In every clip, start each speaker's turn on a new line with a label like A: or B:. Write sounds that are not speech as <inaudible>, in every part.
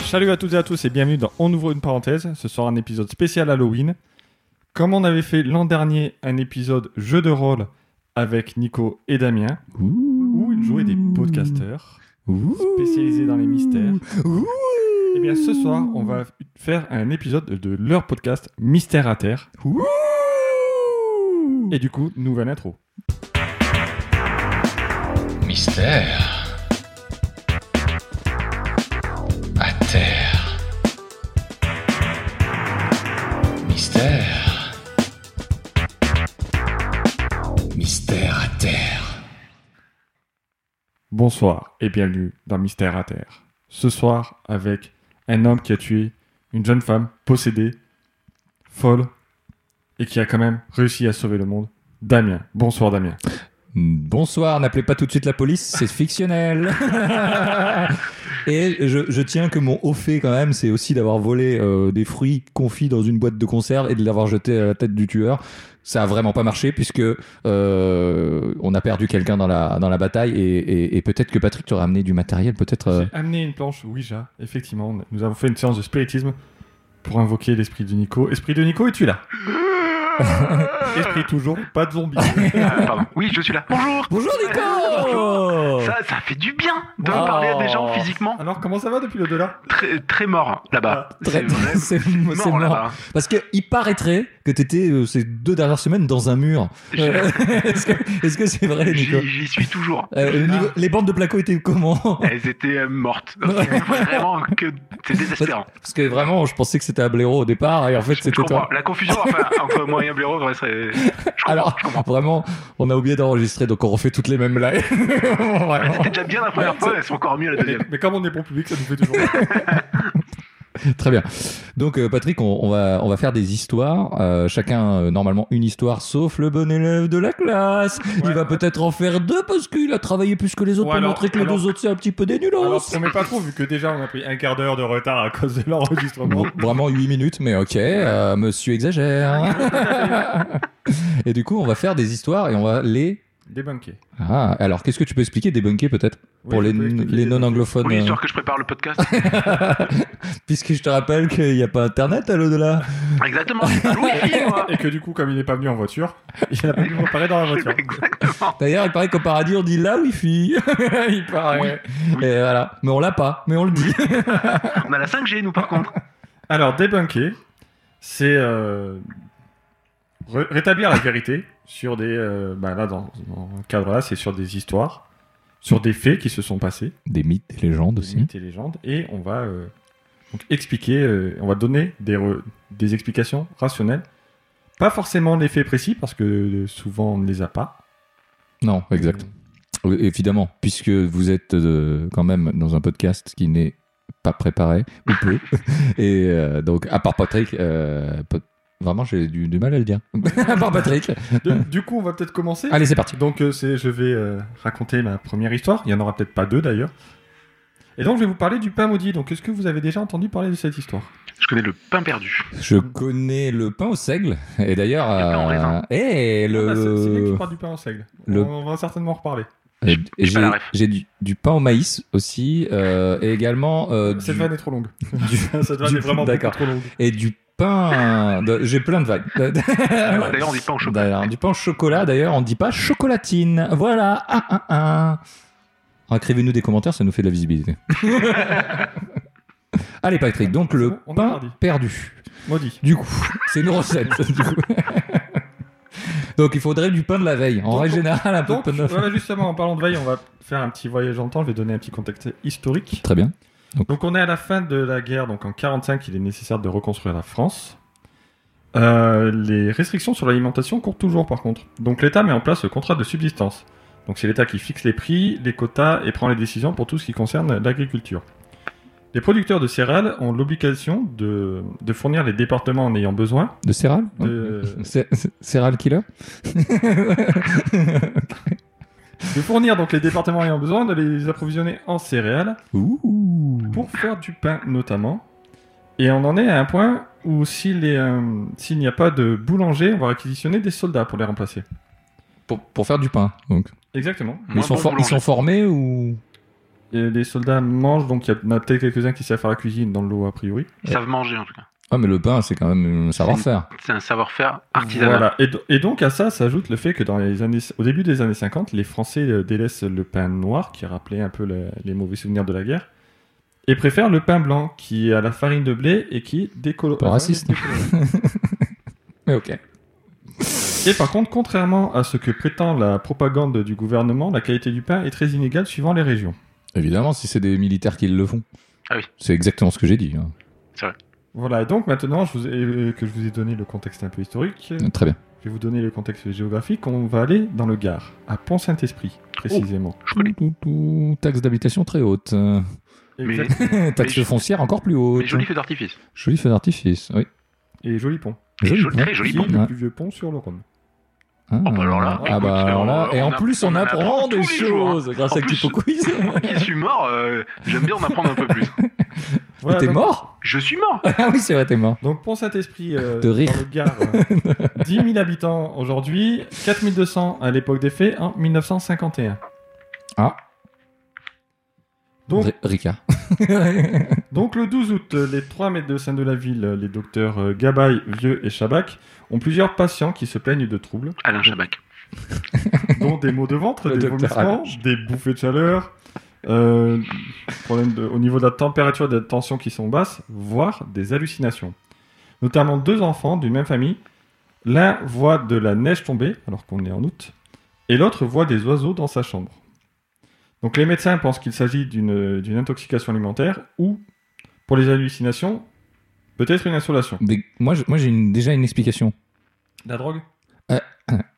A: salut à toutes et à tous et bienvenue dans On ouvre une parenthèse. Ce sera un épisode spécial Halloween. Comme on avait fait l'an dernier un épisode jeu de rôle avec Nico et Damien, où ils jouaient des podcasters spécialisés dans les mystères. Et bien ce soir, on va faire un épisode de leur podcast Mystère à Terre. Et du coup, nouvelle intro.
B: Mystère. À terre. Mystère. Mystère à terre.
A: Bonsoir et bienvenue dans Mystère à Terre. Ce soir, avec un homme qui a tué une jeune femme possédée, folle, et qui a quand même réussi à sauver le monde, Damien. Bonsoir Damien.
C: Bonsoir, n'appelez pas tout de suite la police, c'est
D: <laughs>
C: fictionnel. et je, je tiens que mon au fait quand même, c'est aussi d'avoir volé euh, des fruits confits dans une boîte de conserve et de l'avoir jeté à la tête du tueur. Ça a vraiment pas marché puisque euh, on a perdu quelqu'un dans la, dans la bataille et, et- et peut-être que Patrick t'aurait amené du matériel, peut-être. euh,
A: J'ai amené une planche Ouija, effectivement. on- Nous avons fait une séance de spiritisme pour invoquer l'esprit de Nico. Esprit de Nico, es-tu là <laughs> Esprit toujours, pas de zombie.
D: Ah, pardon. Oui, je suis là. Bonjour.
C: Bonjour Nico
D: Ça, ça fait du bien de
C: Wow.
D: parler à des gens physiquement
A: Alors comment ça va depuis le delà
D: très, très morts là-bas.
C: Ah, Très-
D: C'est
C: <laughs>
D: vrai,
C: c'est- c'est mort.
D: là-bas.
C: Parce que il paraîtrait que t'étais euh, ces deux dernières semaines dans un mur.
D: J'ai-
C: Euh, <laughs> Est-ce que est-ce que c'est vrai, Nico
D: J'y j'y suis toujours.
C: Euh, le niveau-
D: Ah.
C: Les bandes de placo étaient comment
D: Elles étaient euh, mortes. Vraiment, que c'est désespérant.
C: Parce que vraiment, je pensais que c'était à Blaireau au départ, et en fait,
D: Je
C: c'était
D: comprends.
C: toi.
D: La confusion enfin, entre moi et un blaireau, ouais, c'est- je comprends.
C: Alors,
D: je comprends.
C: vraiment, on a oublié d'enregistrer, donc on refait toutes les mêmes lives. <laughs> Vraiment.
D: C'était déjà bien la première fois, elles sont encore mieux la
A: mais,
D: deuxième.
A: mais comme on est bon public, ça nous fait
C: <laughs>
A: toujours...
C: Très bien. Donc, euh, Patrick, on, on va, on va faire des histoires. Euh, chacun, euh, normalement, une histoire, sauf le bon élève de la classe. Il va peut-être en faire deux parce qu'il a travaillé plus que les autres
A: Ou
C: pour
A: alors-
C: montrer que les
A: alors-
C: deux autres, c'est un petit peu des
A: Alors
C: nulos.
A: promet pas trop, vu que déjà on a pris un quart d'heure de retard à cause de l'enregistrement.
C: Bon, vraiment 8 minutes, mais ok, euh, monsieur
D: <laughs>
C: exagère. et du coup, on va faire des histoires et on va les.
A: Débunké.
C: Ah, alors qu'est-ce que tu peux expliquer Débunker peut-être pour
A: Oui,
C: les,
A: je peux expliquer
C: les
A: des-
C: non-anglophones
D: Oui,
C: euh,
D: histoire que je prépare le podcast.
C: Puisque je te rappelle qu'il n'y a pas internet à l'au-delà.
D: Exactement. Allô, oui, moi.
A: Et que du coup, comme il n'est pas venu en voiture, <laughs> il a pas dû préparer dans la voiture.
D: <laughs> Exactement.
C: D'ailleurs, il paraît qu'au paradis, on dit la Wi-Fi. <laughs> il paraît.
D: oui.
C: Et voilà. Mais on l'a pas, mais on le
D: <laughs>
C: dit.
D: On a la 5G, nous, par contre.
A: Alors, débunker, c'est euh, ré- rétablir la vérité sur des. euh, bah là, dans, dans le cadre-là, c'est sur des histoires, sur des faits qui se sont passés,
C: Des mythes, des légendes
A: des mythes et légendes, et on va euh, donc expliquer, euh, on va donner des, re- des explications rationnelles. Pas forcément les faits précis, parce que euh, souvent on ne les a pas.
C: Non, exact. Oui, Évidemment, puisque vous êtes euh, quand même dans un podcast qui n'est pas préparé, ou
D: <laughs>
C: peu. Et euh, donc, à part Patrick, euh, pot- vraiment, j'ai du, du mal à le dire. <laughs> à part Patrick.
A: Euh, Du- du coup, on va peut-être <laughs> commencer.
C: Allez, c'est parti.
A: Donc euh, c'est, je vais euh, raconter ma première histoire. Il y en aura peut-être pas deux d'ailleurs. Et donc je vais vous parler du pain maudit. Donc est-ce que vous avez déjà entendu parler de cette histoire
D: Je connais le pain perdu.
C: Je connais le pain au seigle. Et d'ailleurs,
D: Le pain en raisin. bah,
C: euh, eh, le.
A: Ah, c'est, c'est bien que tu parles du pain en seigle.
C: le-
A: On, on va certainement en reparler.
C: Euh,
D: J'ai pas
C: J'ai
D: la ref.
C: j'ai du, du pain au maïs aussi, euh, et également euh, du,
A: Cette vanne est trop longue.
C: <laughs>
A: <laughs>
C: du-
A: Cette vanne
C: du-
A: est vraiment beaucoup
C: d'accord.
A: trop longue.
C: et du pain. de- J'ai plein de
D: <laughs>
C: vagues.
D: D'ailleurs, on dit pain au chocolat.
C: Ah <laughs> D'ailleurs, du pain au chocolat. D'ailleurs, on dit pas chocolatine. Voilà. Ah, ah, ah. Alors, Écrivez-nous des commentaires, ça nous fait de la
D: <laughs>
C: visibilité. Allez Patrick, donc
A: C'est
C: le
A: bon, on est
C: pain
A: parti.
C: perdu.
A: Maudit.
C: Du coup, <laughs> c'est une recette. du coup. <laughs> donc il faudrait du pain de la veille. En
A: Donc,
C: règle générale, un peu de
A: Donc
C: pain de la veille.
A: voilà, justement en parlant de veille, on va faire un petit voyage dans le temps. Je vais donner un petit contexte historique.
C: Très bien.
A: Donc on est à la fin de la guerre, donc en 45, il est nécessaire de reconstruire la France. Euh, les restrictions sur l'alimentation courent toujours par contre. Donc l'État met en place le contrat de subsistance. Donc c'est l'État qui fixe les prix, les quotas et prend les décisions pour tout ce qui concerne l'agriculture. Les producteurs de céréales ont l'obligation de, de fournir les départements en ayant besoin.
C: De céréales
A: De,
C: C'est Céral Killer
A: de fournir donc les départements ayant besoin, de les approvisionner en céréales
C: Ouh.
A: pour faire du pain notamment. Et on en est à un point où s'il est, euh, s'il n'y a pas de boulanger, on va réquisitionner des soldats pour les remplacer.
C: Pour, pour faire du pain. Donc.
A: Exactement.
D: Moins
C: ils, sont
D: bon
C: for- ils
D: boulanger.
C: sont formés ou
A: et les soldats mangent, donc il y en a peut-être quelques-uns qui savent faire la cuisine dans l'eau, a priori.
D: Ils savent manger en tout cas.
C: Ah, mais le pain, c'est quand même euh, un savoir-faire.
D: C'est un savoir-faire artisanal.
A: Voilà. Et, do- et donc à ça s'ajoute le fait que dans les années, au début des années 50, les Français euh, délaissent le pain noir, qui rappelait un peu le- les mauvais souvenirs de la guerre, et préfèrent le pain blanc, qui est à la farine de blé et qui euh, décolore.
C: Pas raciste. <laughs> Mais ok.
A: Et par contre, contrairement à ce que prétend la propagande du gouvernement, la qualité du pain est très inégale suivant les régions.
C: Évidemment, si c'est des militaires qui le font.
D: Ah oui.
C: C'est exactement ce que j'ai dit. hein.
A: Voilà, et donc maintenant je vous ai- euh, que je vous ai donné le contexte un peu historique, euh,
C: Très bien.
A: je vais vous donner le contexte géographique. On va aller dans le Gard, à Pont-Saint-Esprit, précisément.
D: Je connais.
C: Tout, tout, tout. Taxe d'habitation très haute. Euh,
D: Mais-
A: Exact-
D: Mais
C: <laughs> Taxe
D: je-
C: foncière encore plus haute.
D: Mais joli
C: <laughs>
D: feu d'artifice.
C: Joli feu d'artifice. Oui.
A: Et joli pont.
C: Joli
D: Joli-
C: pont.
D: très joli
A: Qui
D: pont.
A: est le
C: Ouais.
A: plus vieux pont sur le Rhône.
C: Ah,
D: bah alors là,
C: ah bah
D: écoute,
C: alors là.
D: on-
C: Et en
D: on
C: plus, on,
D: apprend- on
C: apprend
D: apprend
C: des
D: tous les jours, hein.
C: choses grâce
D: En
C: à
D: plus-
C: Typo
D: <laughs>
C: Quiz.
D: Moi qui suis mort, euh, j'aime bien en apprendre un peu plus.
A: Voilà,
C: T'es
A: donc-
C: mort
D: Je suis mort
C: Ah oui, c'est vrai, t'es mort.
A: Donc Pont-Saint-Esprit, euh,
C: De rire.
A: dans le Gard, euh, 10 000 habitants aujourd'hui, 4200 à l'époque des faits, en 1951.
C: Ah.
A: Donc,
C: Ri-
D: <laughs>
C: Ricard.
A: donc le 12 août, euh, les trois médecins de la ville, euh, les docteurs euh, Gabaye, Vieux et Chabac, ont plusieurs patients qui se plaignent de troubles,
D: Alain Chabac.
A: dont des maux de ventre,
C: <laughs> Le
A: des
C: docteur
A: vomissements, des bouffées de chaleur, euh, problèmes de- au niveau de la température et de la tension qui sont basses, voire des hallucinations. Notamment deux enfants d'une même famille. L'un voit de la neige tomber, alors qu'on est en août, et l'autre voit des oiseaux dans sa chambre. Donc les médecins pensent qu'il s'agit d'une d'une intoxication alimentaire ou, pour les hallucinations, peut-être une insolation.
C: Des- Moi, je- moi, j'ai une- déjà une explication.
A: La drogue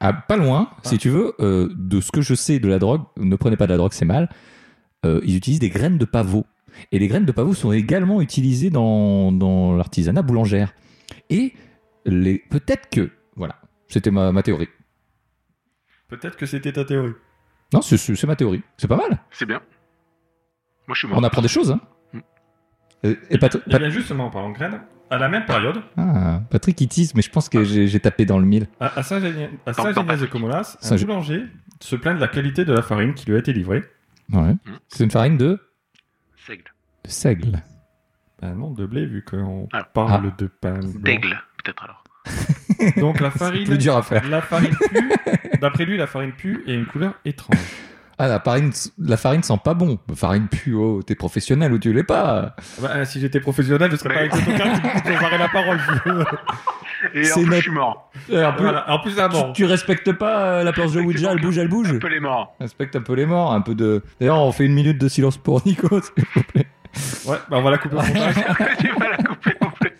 C: Ah, pas loin,
A: Ah.
C: si tu veux, euh, de ce que je sais de la drogue, ne prenez pas de la drogue, c'est mal. Euh, ils utilisent des graines de pavot. Et les graines de pavot sont également utilisées dans, dans l'artisanat boulangère. Et les- peut-être que. Voilà, c'était ma, ma théorie.
A: Peut-être que c'était ta théorie.
C: Non, c'est- c'est c'est ma théorie. C'est pas mal.
D: C'est bien. Moi je suis mort.
C: On apprend des choses. Hein.
D: Mm.
C: Euh, et Pat-
A: Et
C: Pat-
A: bien justement, en parlant de graines, à la même période,
C: Ah, Patrick, il tease, mais je pense que j'ai j'ai tapé dans le mille.
A: À, à Saint-Géniez- à
D: Tant- tant
A: Saint-Géniez-de-Comolas, un
C: Saint-Gé-
A: boulanger se plaint de la qualité de la farine qui lui a été livrée.
C: Ouais. C'est une farine de,
D: Seigle.
C: de seigle.
A: Un nom de blé, vu qu'on
D: Ah.
A: parle de pain. blanc.
D: D'aigle, peut-être alors.
A: <laughs> Donc la
C: C'est
A: farine,
C: plus dur à faire.
A: la farine pue, d'après lui, la farine pue et une couleur étrange.
C: Ah, la farine, la farine sent pas bon. Farine pue, oh, t'es professionnel ou tu l'es pas.
A: Bah, si j'étais professionnel, je serais pas
D: Mais-
A: avec ce tocard qui me coupe les arrêts la
D: <laughs>
A: parole.
D: Et en
C: C'est
D: plus,
C: notre-
D: je suis mort.
C: Et en plus, ah
A: Voilà. En plus, ah c'est un
C: tu,
A: mort.
C: tu respectes pas euh, la planche de
D: Respecte
C: Ouija, elle
D: donc.
C: bouge, elle bouge.
D: Un peu les morts.
C: Respecte un peu les morts, un peu de. D'ailleurs, on fait une minute de silence pour Nico, <laughs> s'il vous plaît.
A: Ouais, bah, on va la couper au
D: <laughs>
A: montage.
D: tu
C: <laughs>
D: vas la couper en plus.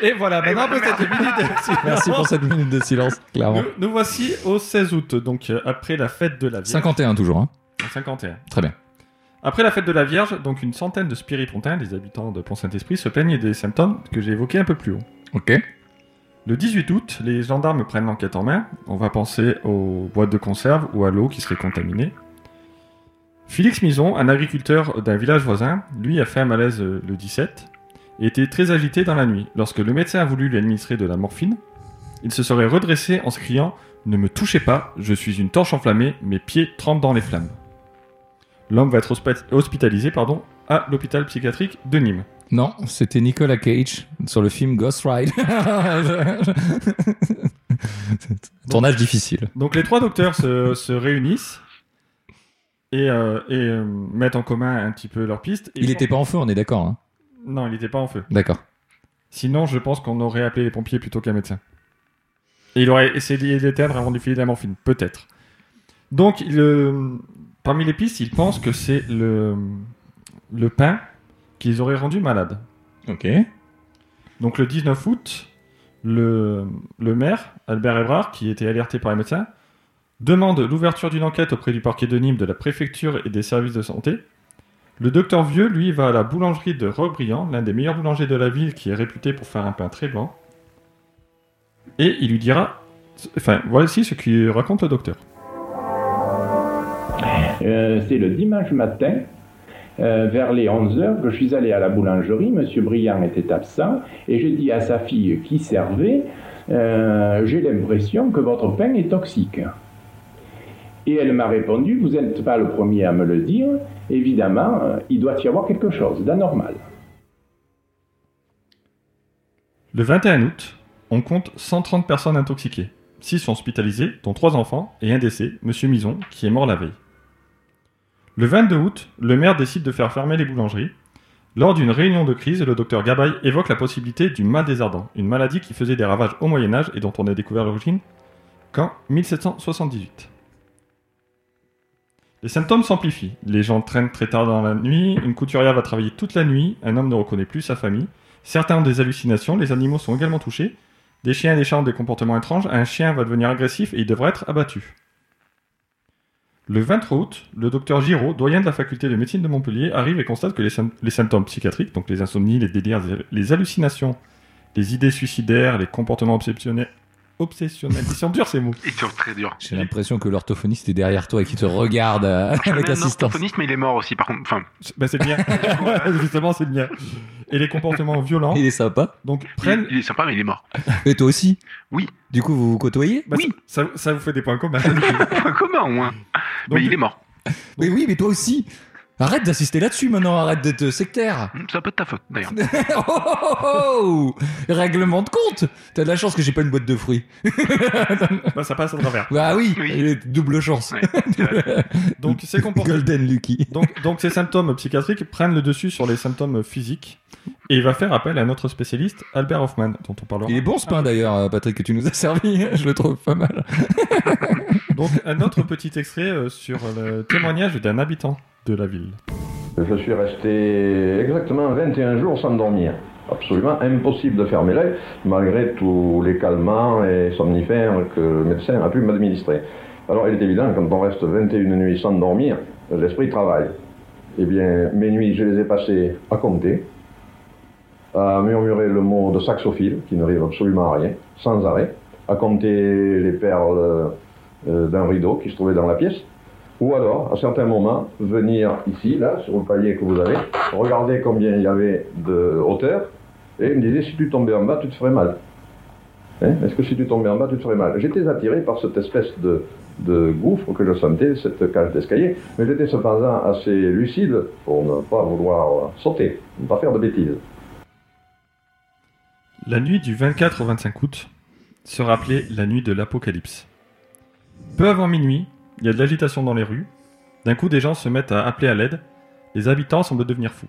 A: Et voilà, maintenant,
D: Et voilà,
A: peut-être minute.
C: Merci pour cette minute de silence, clairement.
A: Nous, nous voici au 16 août, donc euh, après la fête de la Vierge.
C: 51 toujours, hein.
A: 51.
C: Très bien.
A: Après la fête de la Vierge, donc une centaine de spiripontins, des habitants de Pont-Saint-Esprit, se plaignent des symptômes que j'ai évoqués un peu plus haut.
C: Ok.
A: Le 18 août, les gendarmes prennent l'enquête en main. On va penser aux boîtes de conserve ou à l'eau qui serait contaminée. Félix Mison, un agriculteur d'un village voisin, lui a fait un malaise euh, le 17 et était très agité dans la nuit. Lorsque le médecin a voulu lui administrer de la morphine, il se serait redressé en se criant Ne me touchez pas, je suis une torche enflammée, mes pieds trempent dans les flammes. L'homme va être hospa- hospitalisé pardon, à l'hôpital psychiatrique de Nîmes.
C: Non, c'était Nicolas Cage sur le film Ghost Ride. <laughs> Tournage difficile.
A: Donc les trois docteurs se, se réunissent et, euh, et, euh, mettent en commun un petit peu leurs pistes. Et
C: Il était pas en feu, on est d'accord. Hein.
A: Non, il n'était pas en feu.
C: D'accord.
A: Sinon, je pense qu'on aurait appelé les pompiers plutôt qu'un médecin. Et il aurait essayé d'éteindre avant de lui filer de la morphine, peut-être. Donc, il, euh, parmi les pistes, ils pensent que c'est le, le pain qu'ils auraient rendu malade.
C: Ok.
A: Donc le 19 août, le, le maire, Albert Ebrard, qui était alerté par les médecins, demande l'ouverture d'une enquête auprès du parquet de Nîmes, de la préfecture et des services de santé. Le docteur Vieux, lui, va à la boulangerie de Robriand, l'un des meilleurs boulangers de la ville qui est réputé pour faire un pain très blanc. Et il lui dira... Enfin, voici ce qu'il raconte le docteur.
E: Euh, c'est le dimanche matin, euh, vers les 11h, que je suis allé à la boulangerie. Monsieur Briand était absent et j'ai dit à sa fille qui servait euh, J'ai l'impression que votre pain est toxique. Et elle m'a répondu, vous n'êtes pas le premier à me le dire, évidemment, euh, il doit y avoir quelque chose d'anormal.
A: Le 21 août, on compte 130 personnes intoxiquées. 6 sont hospitalisées, dont 3 enfants et un décès, Monsieur Mison, qui est mort la veille. Le 22 août, le maire décide de faire fermer les boulangeries. Lors d'une réunion de crise, le docteur Gabaye évoque la possibilité du mal des ardents, une maladie qui faisait des ravages au Moyen Âge et dont on a découvert l'origine qu'en 1778. Les symptômes s'amplifient. Les gens traînent très tard dans la nuit, une couturière va travailler toute la nuit, un homme ne reconnaît plus sa famille, certains ont des hallucinations, les animaux sont également touchés, des chiens et des chats ont des comportements étranges, un chien va devenir agressif et il devra être abattu. Le 23 août, le docteur Giraud, doyen de la faculté de médecine de Montpellier, arrive et constate que les, sym- les symptômes psychiatriques, donc les insomnies, les délires, les hallucinations, les idées suicidaires, les comportements obsessionnels, obsessionnels, ils sont durs ces mots,
D: Ils sont très durs.
C: J'ai l'impression que l'orthophoniste est derrière toi et qui te regarde
D: <laughs>
C: euh, avec
D: Même
C: assistance.
D: orthophoniste, mais il est mort aussi, par contre. Enfin,
A: C'est- bah, c'est
D: <laughs>
A: le mien. Justement, c'est le mien. Et les comportements violents,
C: Il est sympa.
A: donc prennent.
D: il, il est sympa, mais il est mort.
C: Et toi aussi
D: Oui.
C: Du coup, vous vous côtoyez
A: bah,
D: Oui.
A: ça, ça- ça vous fait des points communs.
D: Comment, au moins
A: Donc,
D: Mais il est mort.
C: Mais oui, mais toi aussi Arrête d'insister là-dessus maintenant, arrête d'être sectaire <laughs>
D: Hmm, C'est un peu de ta faute, d'ailleurs.
C: Oh, oh, oh, oh. Règlement de compte T'as de la chance que j'ai pas une boîte de fruits.
A: bah, ça passe à travers.
C: Bah oui,
D: Oui.
C: double chance.
D: Ouais, c'est vrai.
A: Donc ces comportements.
C: Golden Lucky.
A: Donc, donc ces symptômes psychiatriques prennent le dessus sur les symptômes physiques et il va faire appel à notre spécialiste Albert Hoffman dont on parlera.
C: Il est bon
F: Ah
C: ce pain d'ailleurs, euh, Patrick, que tu nous as servi. <laughs> Je le trouve pas mal.
A: Donc un autre petit extrait euh, sur le témoignage d'un habitant de la ville.
G: Je suis resté exactement 21 jours sans dormir. Absolument impossible de fermer l'œil, malgré tous les calmants et somnifères que le médecin a pu m'administrer. Alors il est évident, quand on reste 21 nuits sans dormir, l'esprit travaille. Eh bien, mes nuits, je les ai passées à compter, à murmurer le mot de saxophile, qui ne rive absolument à rien, sans arrêt, à compter les perles euh, d'un rideau qui se trouvait dans la pièce, ou alors, à certains moments, venir ici, là, sur le palier que vous avez, regarder combien il y avait de hauteur, et il me disait, si tu tombais en bas, tu te ferais mal. Hein, Est-ce que si tu tombais en bas, tu te ferais mal J'étais attiré par cette espèce de, de gouffre que je sentais, cette cage d'escalier, mais j'étais cependant assez lucide pour ne pas vouloir sauter, ne pas faire de bêtises.
A: La nuit du 24 au 25 août sera appelée la nuit de l'apocalypse. Peu avant minuit, il y a de l'agitation dans les rues. D'un coup, des gens se mettent à appeler à l'aide. Les habitants semblent devenir fous.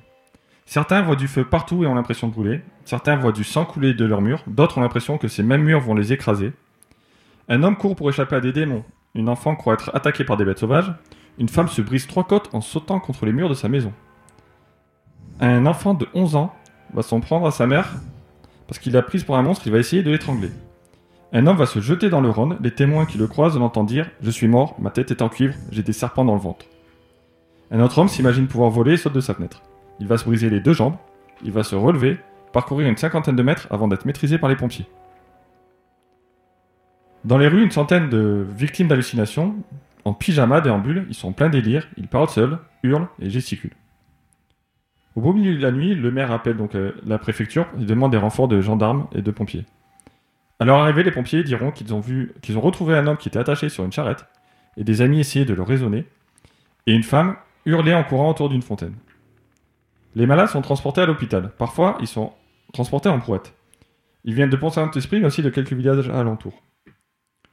A: Certains voient du feu partout et ont l'impression de brûler. Certains voient du sang couler de leurs murs. D'autres ont l'impression que ces mêmes murs vont les écraser. Un homme court pour échapper à des démons. Une enfant croit être attaquée par des bêtes sauvages. Une femme se brise trois côtes en sautant contre les murs de sa maison. Un enfant de 11 ans va s'en prendre à sa mère parce qu'il l'a prise pour un monstre, il va essayer de l'étrangler. Un homme va se jeter dans le Rhône, les témoins qui le croisent l'entendent dire Je suis mort, ma tête est en cuivre, j'ai des serpents dans le ventre. Un autre homme s'imagine pouvoir voler et saute de sa fenêtre. Il va se briser les deux jambes, il va se relever, parcourir une cinquantaine de mètres avant d'être maîtrisé par les pompiers. Dans les rues, une centaine de victimes d'hallucinations, en pyjama, déambulent, ils sont pleins délire, ils parlent seuls, hurlent et gesticulent. Au beau milieu de la nuit, le maire appelle donc euh, la préfecture et demande des renforts de gendarmes et de pompiers. À leur arrivée, les pompiers diront qu'ils ont vu, qu'ils ont retrouvé un homme qui était attaché sur une charrette et des amis essayaient de le raisonner et une femme hurlait en courant autour d'une fontaine. Les malades sont transportés à l'hôpital. Parfois, ils sont transportés en brouette. Ils viennent de Pont-Saint-Esprit mais aussi de quelques villages alentours.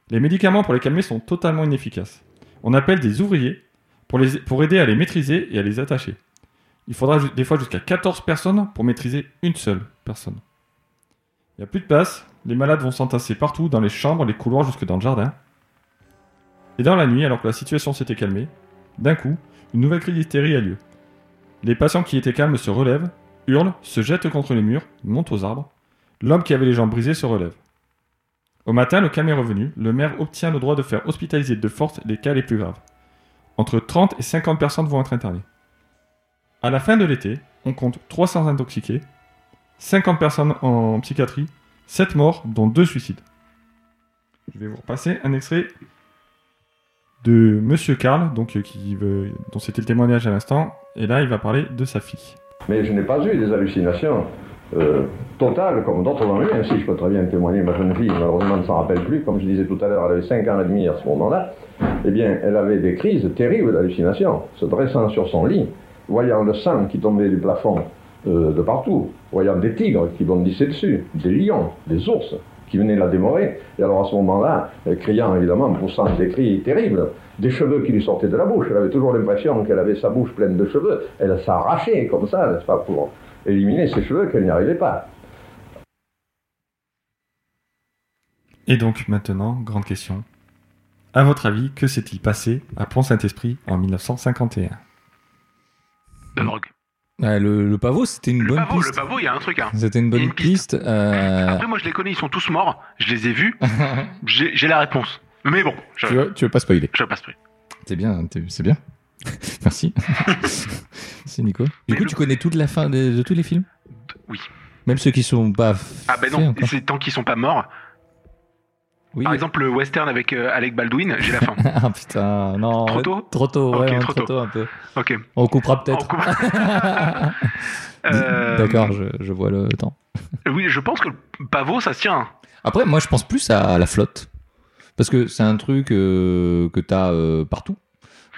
A: Les médicaments pour les calmer sont totalement inefficaces. On appelle des ouvriers pour, les, pour aider à les maîtriser et à les attacher. Il faudra ju- des fois jusqu'à 14 personnes pour maîtriser une seule personne. Il n'y a plus de place, les malades vont s'entasser partout, dans les chambres, les couloirs, jusque dans le jardin. Et dans la nuit, alors que la situation s'était calmée, d'un coup, une nouvelle crise d'hystérie a lieu. Les patients qui étaient calmes se relèvent, hurlent, se jettent contre les murs, montent aux arbres. L'homme qui avait les jambes brisées se relève. Au matin, le calme est revenu, le maire obtient le droit de faire hospitaliser de force les cas les plus graves. Entre 30 et 50 personnes vont être internées. À la fin de l'été, on compte 300 intoxiqués, 50 personnes en psychiatrie, 7 morts, dont 2 suicides. Je vais vous repasser un extrait de Monsieur Karl, donc, euh, qui veut- dont c'était le témoignage à l'instant, et là il va parler de sa fille.
G: Mais je n'ai pas eu des hallucinations. euh, totale, comme d'autres l'ont eu, ainsi je peux très bien témoigner, ma jeune fille malheureusement ne s'en rappelle plus, comme je disais tout à l'heure, elle avait 5 ans et demi à ce moment-là, eh bien elle avait des crises terribles d'hallucination, se dressant sur son lit, voyant le sang qui tombait du plafond euh, de partout, voyant des tigres qui bondissaient dessus, des lions, des ours qui venaient la dévorer, et alors à ce moment-là, euh, criant évidemment, poussant des cris terribles, des cheveux qui lui sortaient de la bouche, elle avait toujours l'impression qu'elle avait sa bouche pleine de cheveux, elle s'arrachait comme ça, n'est-ce pas, pour éliminer ses cheveux qu'elle n'y arrivait pas.
A: Et donc maintenant, grande question. À votre avis, que s'est-il passé à Pont-Saint-Esprit en 1951
D: de drogue.
C: Ouais, le, le pavot, c'était une
D: Le
C: bonne
D: pavot, le
C: piste.
D: pavot, il y a un truc. Hein.
C: C'était une bonne
D: une
C: piste.
D: piste. <laughs>
C: euh,
D: Après, moi, je les connais, ils sont tous morts. Je les ai
C: Ah.
D: vus. J'ai j'ai la réponse. Mais bon, je,
F: Tu veux, tu veux pas spoiler
D: je passe plus.
C: C'est bien, t'es-
F: <laughs>
C: c'est bien. Merci. Merci Nico. Du
D: Mais
C: coup,
D: le-
C: tu connais toute la fin de, de tous les films
D: Oui.
C: Même ceux qui sont pas.
D: Ah ben
C: faits
D: non,
C: encore
D: c'est tant qu'ils sont pas morts.
C: Oui.
D: Par exemple, le western avec euh, Alec Baldwin, j'ai la fin.
C: <laughs> Ah putain, non.
D: Trop tôt
C: Trop tôt, ouais,
D: Ok,
C: hein,
D: trop
C: trop, tôt.
D: tôt.
C: un peu.
D: Ok.
C: On coupera peut-être. <laughs>
D: En coup- Euh,
C: D'accord, je, je vois le temps.
D: Oui, je pense que le pavot, ça se tient.
C: Après, moi, je pense plus à la flotte. Parce que c'est un truc euh, que t'as euh, partout.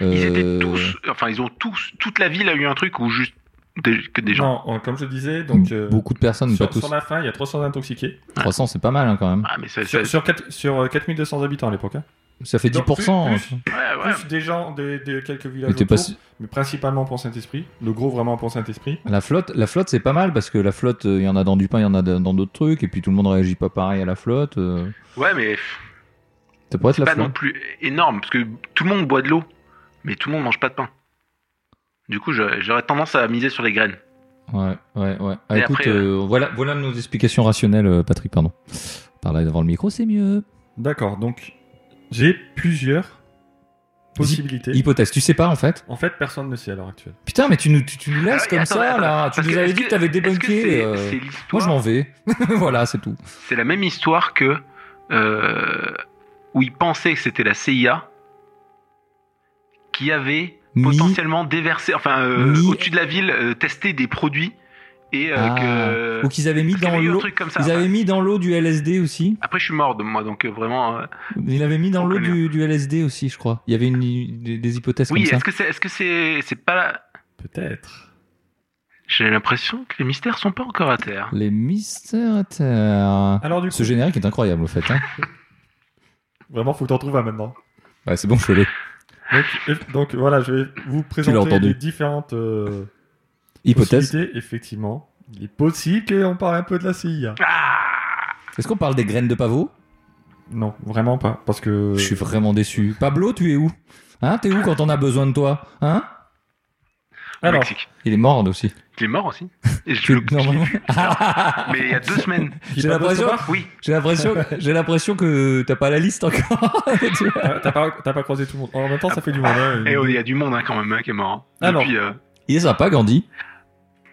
D: Ils
C: Euh,
D: étaient tous, enfin, ils ont tous, toute la ville a eu un truc où juste des, que des gens.
A: Non, euh, comme je disais, donc euh,
C: beaucoup de personnes,
A: sur,
C: pas tous.
A: sur la fin, il y a 300 intoxiqués.
C: 300, c'est pas mal hein, quand même.
D: Ah, mais ça,
A: Sur,
D: ça-
A: sur, quatre- sur, euh, 4200 habitants à l'époque. hein.
C: Ça fait 10%.
A: Donc, plus-
C: hein.
A: plus-
D: ouais, ouais.
A: Plus des gens, des, des quelques villages
C: Mais t'es
A: autour,
C: pas si-
A: mais principalement pour Saint-Esprit. Le gros vraiment pour Saint-Esprit.
C: La flotte, la flotte c'est pas mal parce que la flotte, euh, il y en a dans du pain, il y en a dans dans d'autres trucs, et puis tout le monde réagit pas pareil à la flotte. euh.
D: Ouais, mais
C: Ça pourrait être
D: c'est
C: la
D: pas non
C: flotte.
D: plus énorme parce que tout le monde boit de l'eau, mais tout le monde mange pas de pain. Du coup, je- j'aurais tendance à miser sur les graines.
C: Ouais, ouais, ouais. Ah,
D: Et
C: écoute,
D: après,
C: euh, voilà, voilà nos explications rationnelles, euh, Patrick, pardon. Par là devant le micro, c'est mieux.
A: D'accord, donc j'ai plusieurs possibilités.
C: Hypothèse, tu sais pas en fait.
A: En fait, personne ne sait à l'heure actuelle.
C: Putain, mais tu nous, tu, tu nous laisses
D: Ah oui,
C: comme
D: attendez,
C: ça
D: attendez.
C: là. Tu
D: Parce
C: nous
D: que-
C: avais
D: est-ce
C: dit que
D: que-
C: t'avais
D: est-ce que
C: débunké.
D: c'est-
C: euh,
D: c'est
C: Moi,
D: l'histoire
C: je m'en vais. <laughs> voilà, c'est tout.
D: C'est la même histoire que euh, où ils pensaient que c'était la CIA qui avait
C: Mi-
D: potentiellement déversé, enfin euh,
C: Mi-
D: au-dessus de la ville, euh, testé des produits et euh,
C: Ah.
D: que.
C: Ou qu'ils avaient mis
D: parce qu'il y
C: dans
D: avait eu un
C: l'eau.
D: truc comme ça.
C: Ils avaient mis dans l'eau du LSD aussi.
D: Après, je suis mort de moi, donc euh, vraiment. euh,
C: Ils avaient mis dans
D: On
C: l'eau
D: connaît.
C: du, du LSD aussi, je crois. Il y avait une, des, des hypothèses
D: Oui,
C: comme ça.
D: est-ce que c'est, est-ce que c'est, c'est pas.
A: Peut-être.
D: J'ai l'impression que les mystères sont pas encore à terre.
C: Les mystères à terre.
A: Alors du coup,
C: Ce générique est incroyable, au fait. hein.
A: vraiment, faut que t'en trouves un maintenant.
C: Ouais, c'est bon, je l'ai.
A: Donc, eff- donc, voilà, je vais vous présenter
C: entendu.
A: les différentes euh,
C: Hypothèse.
A: possibilités. Effectivement, il est possible qu'on parle un peu de la CIA.
C: Est-ce qu'on parle des graines de pavot
A: Non, vraiment pas, parce que
C: Je suis vraiment déçu. Pablo, tu es où Hein, t'es où quand on a besoin de toi Hein
D: Au
A: Alors.
D: Mexique.
C: Il est mort aussi.
D: Il est mort aussi.
C: <laughs>
D: Et je
C: Tu
D: le-
C: es normalement.
D: <laughs> Mais il y a deux semaines.
C: J'ai l'impression.
D: Oui.
C: J'ai l'impression. J'ai l'impression que t'as pas la liste encore. <laughs> Tu vois.
A: t'as t'as pas, t'as pas croisé tout le monde. En même temps, ça fait du mal. hein.
D: Et oh, il y a du monde hein, quand même hein, qui est mort. hein.
A: Alors.
D: Depuis, euh,
C: il est sympa, Gandhi.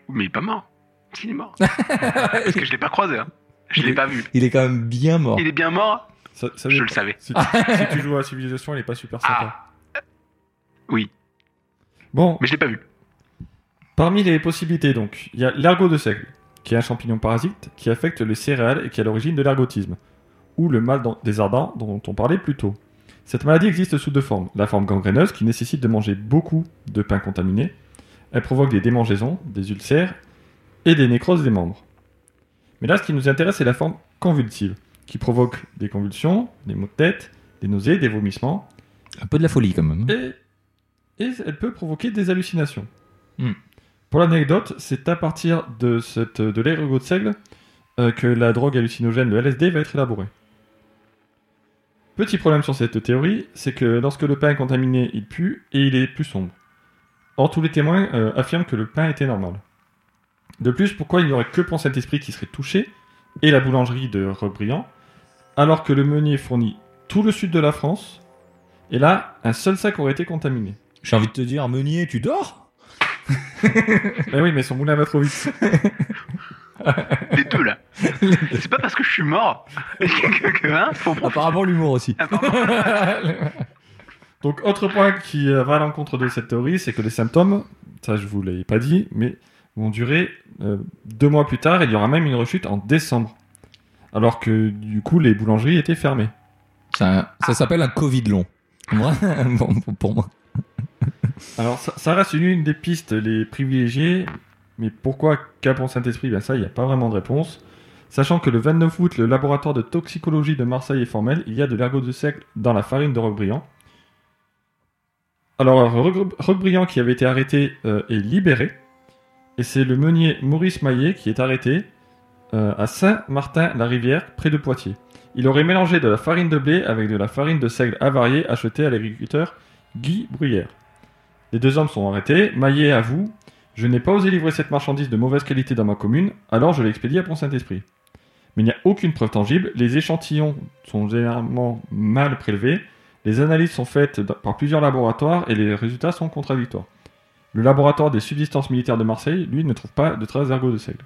D: Mais il est pas mort. Si, il
C: <laughs>
D: est mort. Parce que je l'ai pas croisé. Hein. Je l'ai pas vu.
C: Il est quand même bien mort.
D: Il est bien mort.
A: Ça- ça
D: Je
A: dépend.
D: le savais.
A: Si, tu- si tu joues à Civilisation, il est pas super sympa.
D: Oui.
A: Bon,
D: Mais je l'ai pas vu.
A: Parmi les possibilités, donc, il y a l'ergot de seigle, qui est un champignon parasite qui affecte les céréales et qui est à l'origine de l'ergotisme, ou le mal d'en- des ardents dont on parlait plus tôt. Cette maladie existe sous deux formes. La forme gangréneuse, qui nécessite de manger beaucoup de pain contaminé. Elle provoque des démangeaisons, des ulcères et des nécroses des membres. Mais là, ce qui nous intéresse, c'est la forme convulsive, qui provoque des convulsions, des maux de tête, des nausées, des vomissements,
C: Un peu de la folie quand même.
A: et, et elle peut provoquer des hallucinations.
C: Hmm.
A: Pour l'anecdote, c'est à partir de, cette, de l'ergot de seigle euh, que la drogue hallucinogène, le LSD, va être élaborée. Petit problème sur cette théorie, c'est que lorsque le pain est contaminé, il pue et il est plus sombre. Or, tous les témoins euh, affirment que le pain était normal. De plus, pourquoi il n'y aurait que Pont Saint-Esprit qui serait touché et la boulangerie de Rebriand, alors que le meunier fournit tout le sud de la France et là, un seul sac aurait été contaminé.
C: J'ai envie de te dire, Meunier, tu dors
A: Mais oui, mais son moulin va trop vite.
D: Les
C: <laughs>
D: deux là. C'est pas parce que je suis mort <laughs> que, que- que, hein, faut prendre-
C: Apparemment, l'humour aussi.
D: Ah, pardon.
A: Donc, autre point qui euh, va à l'encontre de cette théorie, c'est que les symptômes, ça je vous l'ai pas dit, mais vont durer euh, deux mois plus tard, il y aura même une rechute en décembre. Alors que du coup, les boulangeries étaient fermées.
C: Ça, ça s'appelle un Covid long. Moi, <laughs> bon, pour moi.
A: Alors, ça, ça reste une, une des pistes, les privilégiés. Mais pourquoi Capon Saint-Esprit Ben ça, il n'y a pas vraiment de réponse. Sachant que le 29 août, le laboratoire de toxicologie de Marseille est formel, il y a de l'ergot de sec dans la farine de Roquebriand. Alors, Roque- Roquebriand, qui avait été arrêté, euh, est libéré. Et c'est le meunier Maurice Maillet qui est arrêté euh, à Saint-Martin-la-Rivière, près de Poitiers. Il aurait mélangé de la farine de blé avec de la farine de seigle avariée achetée à l'agriculteur Guy Bruyère. Les deux hommes sont arrêtés. Maillet avoue Je n'ai pas osé livrer cette marchandise de mauvaise qualité dans ma commune, alors je l'ai expédiée à Pont-Saint-Esprit. Mais il n'y a aucune preuve tangible. Les échantillons sont généralement mal prélevés. Les analyses sont faites d- par plusieurs laboratoires et les résultats sont contradictoires. Le laboratoire des subsistances militaires de Marseille, lui, ne trouve pas de traces d'ergot de seigle.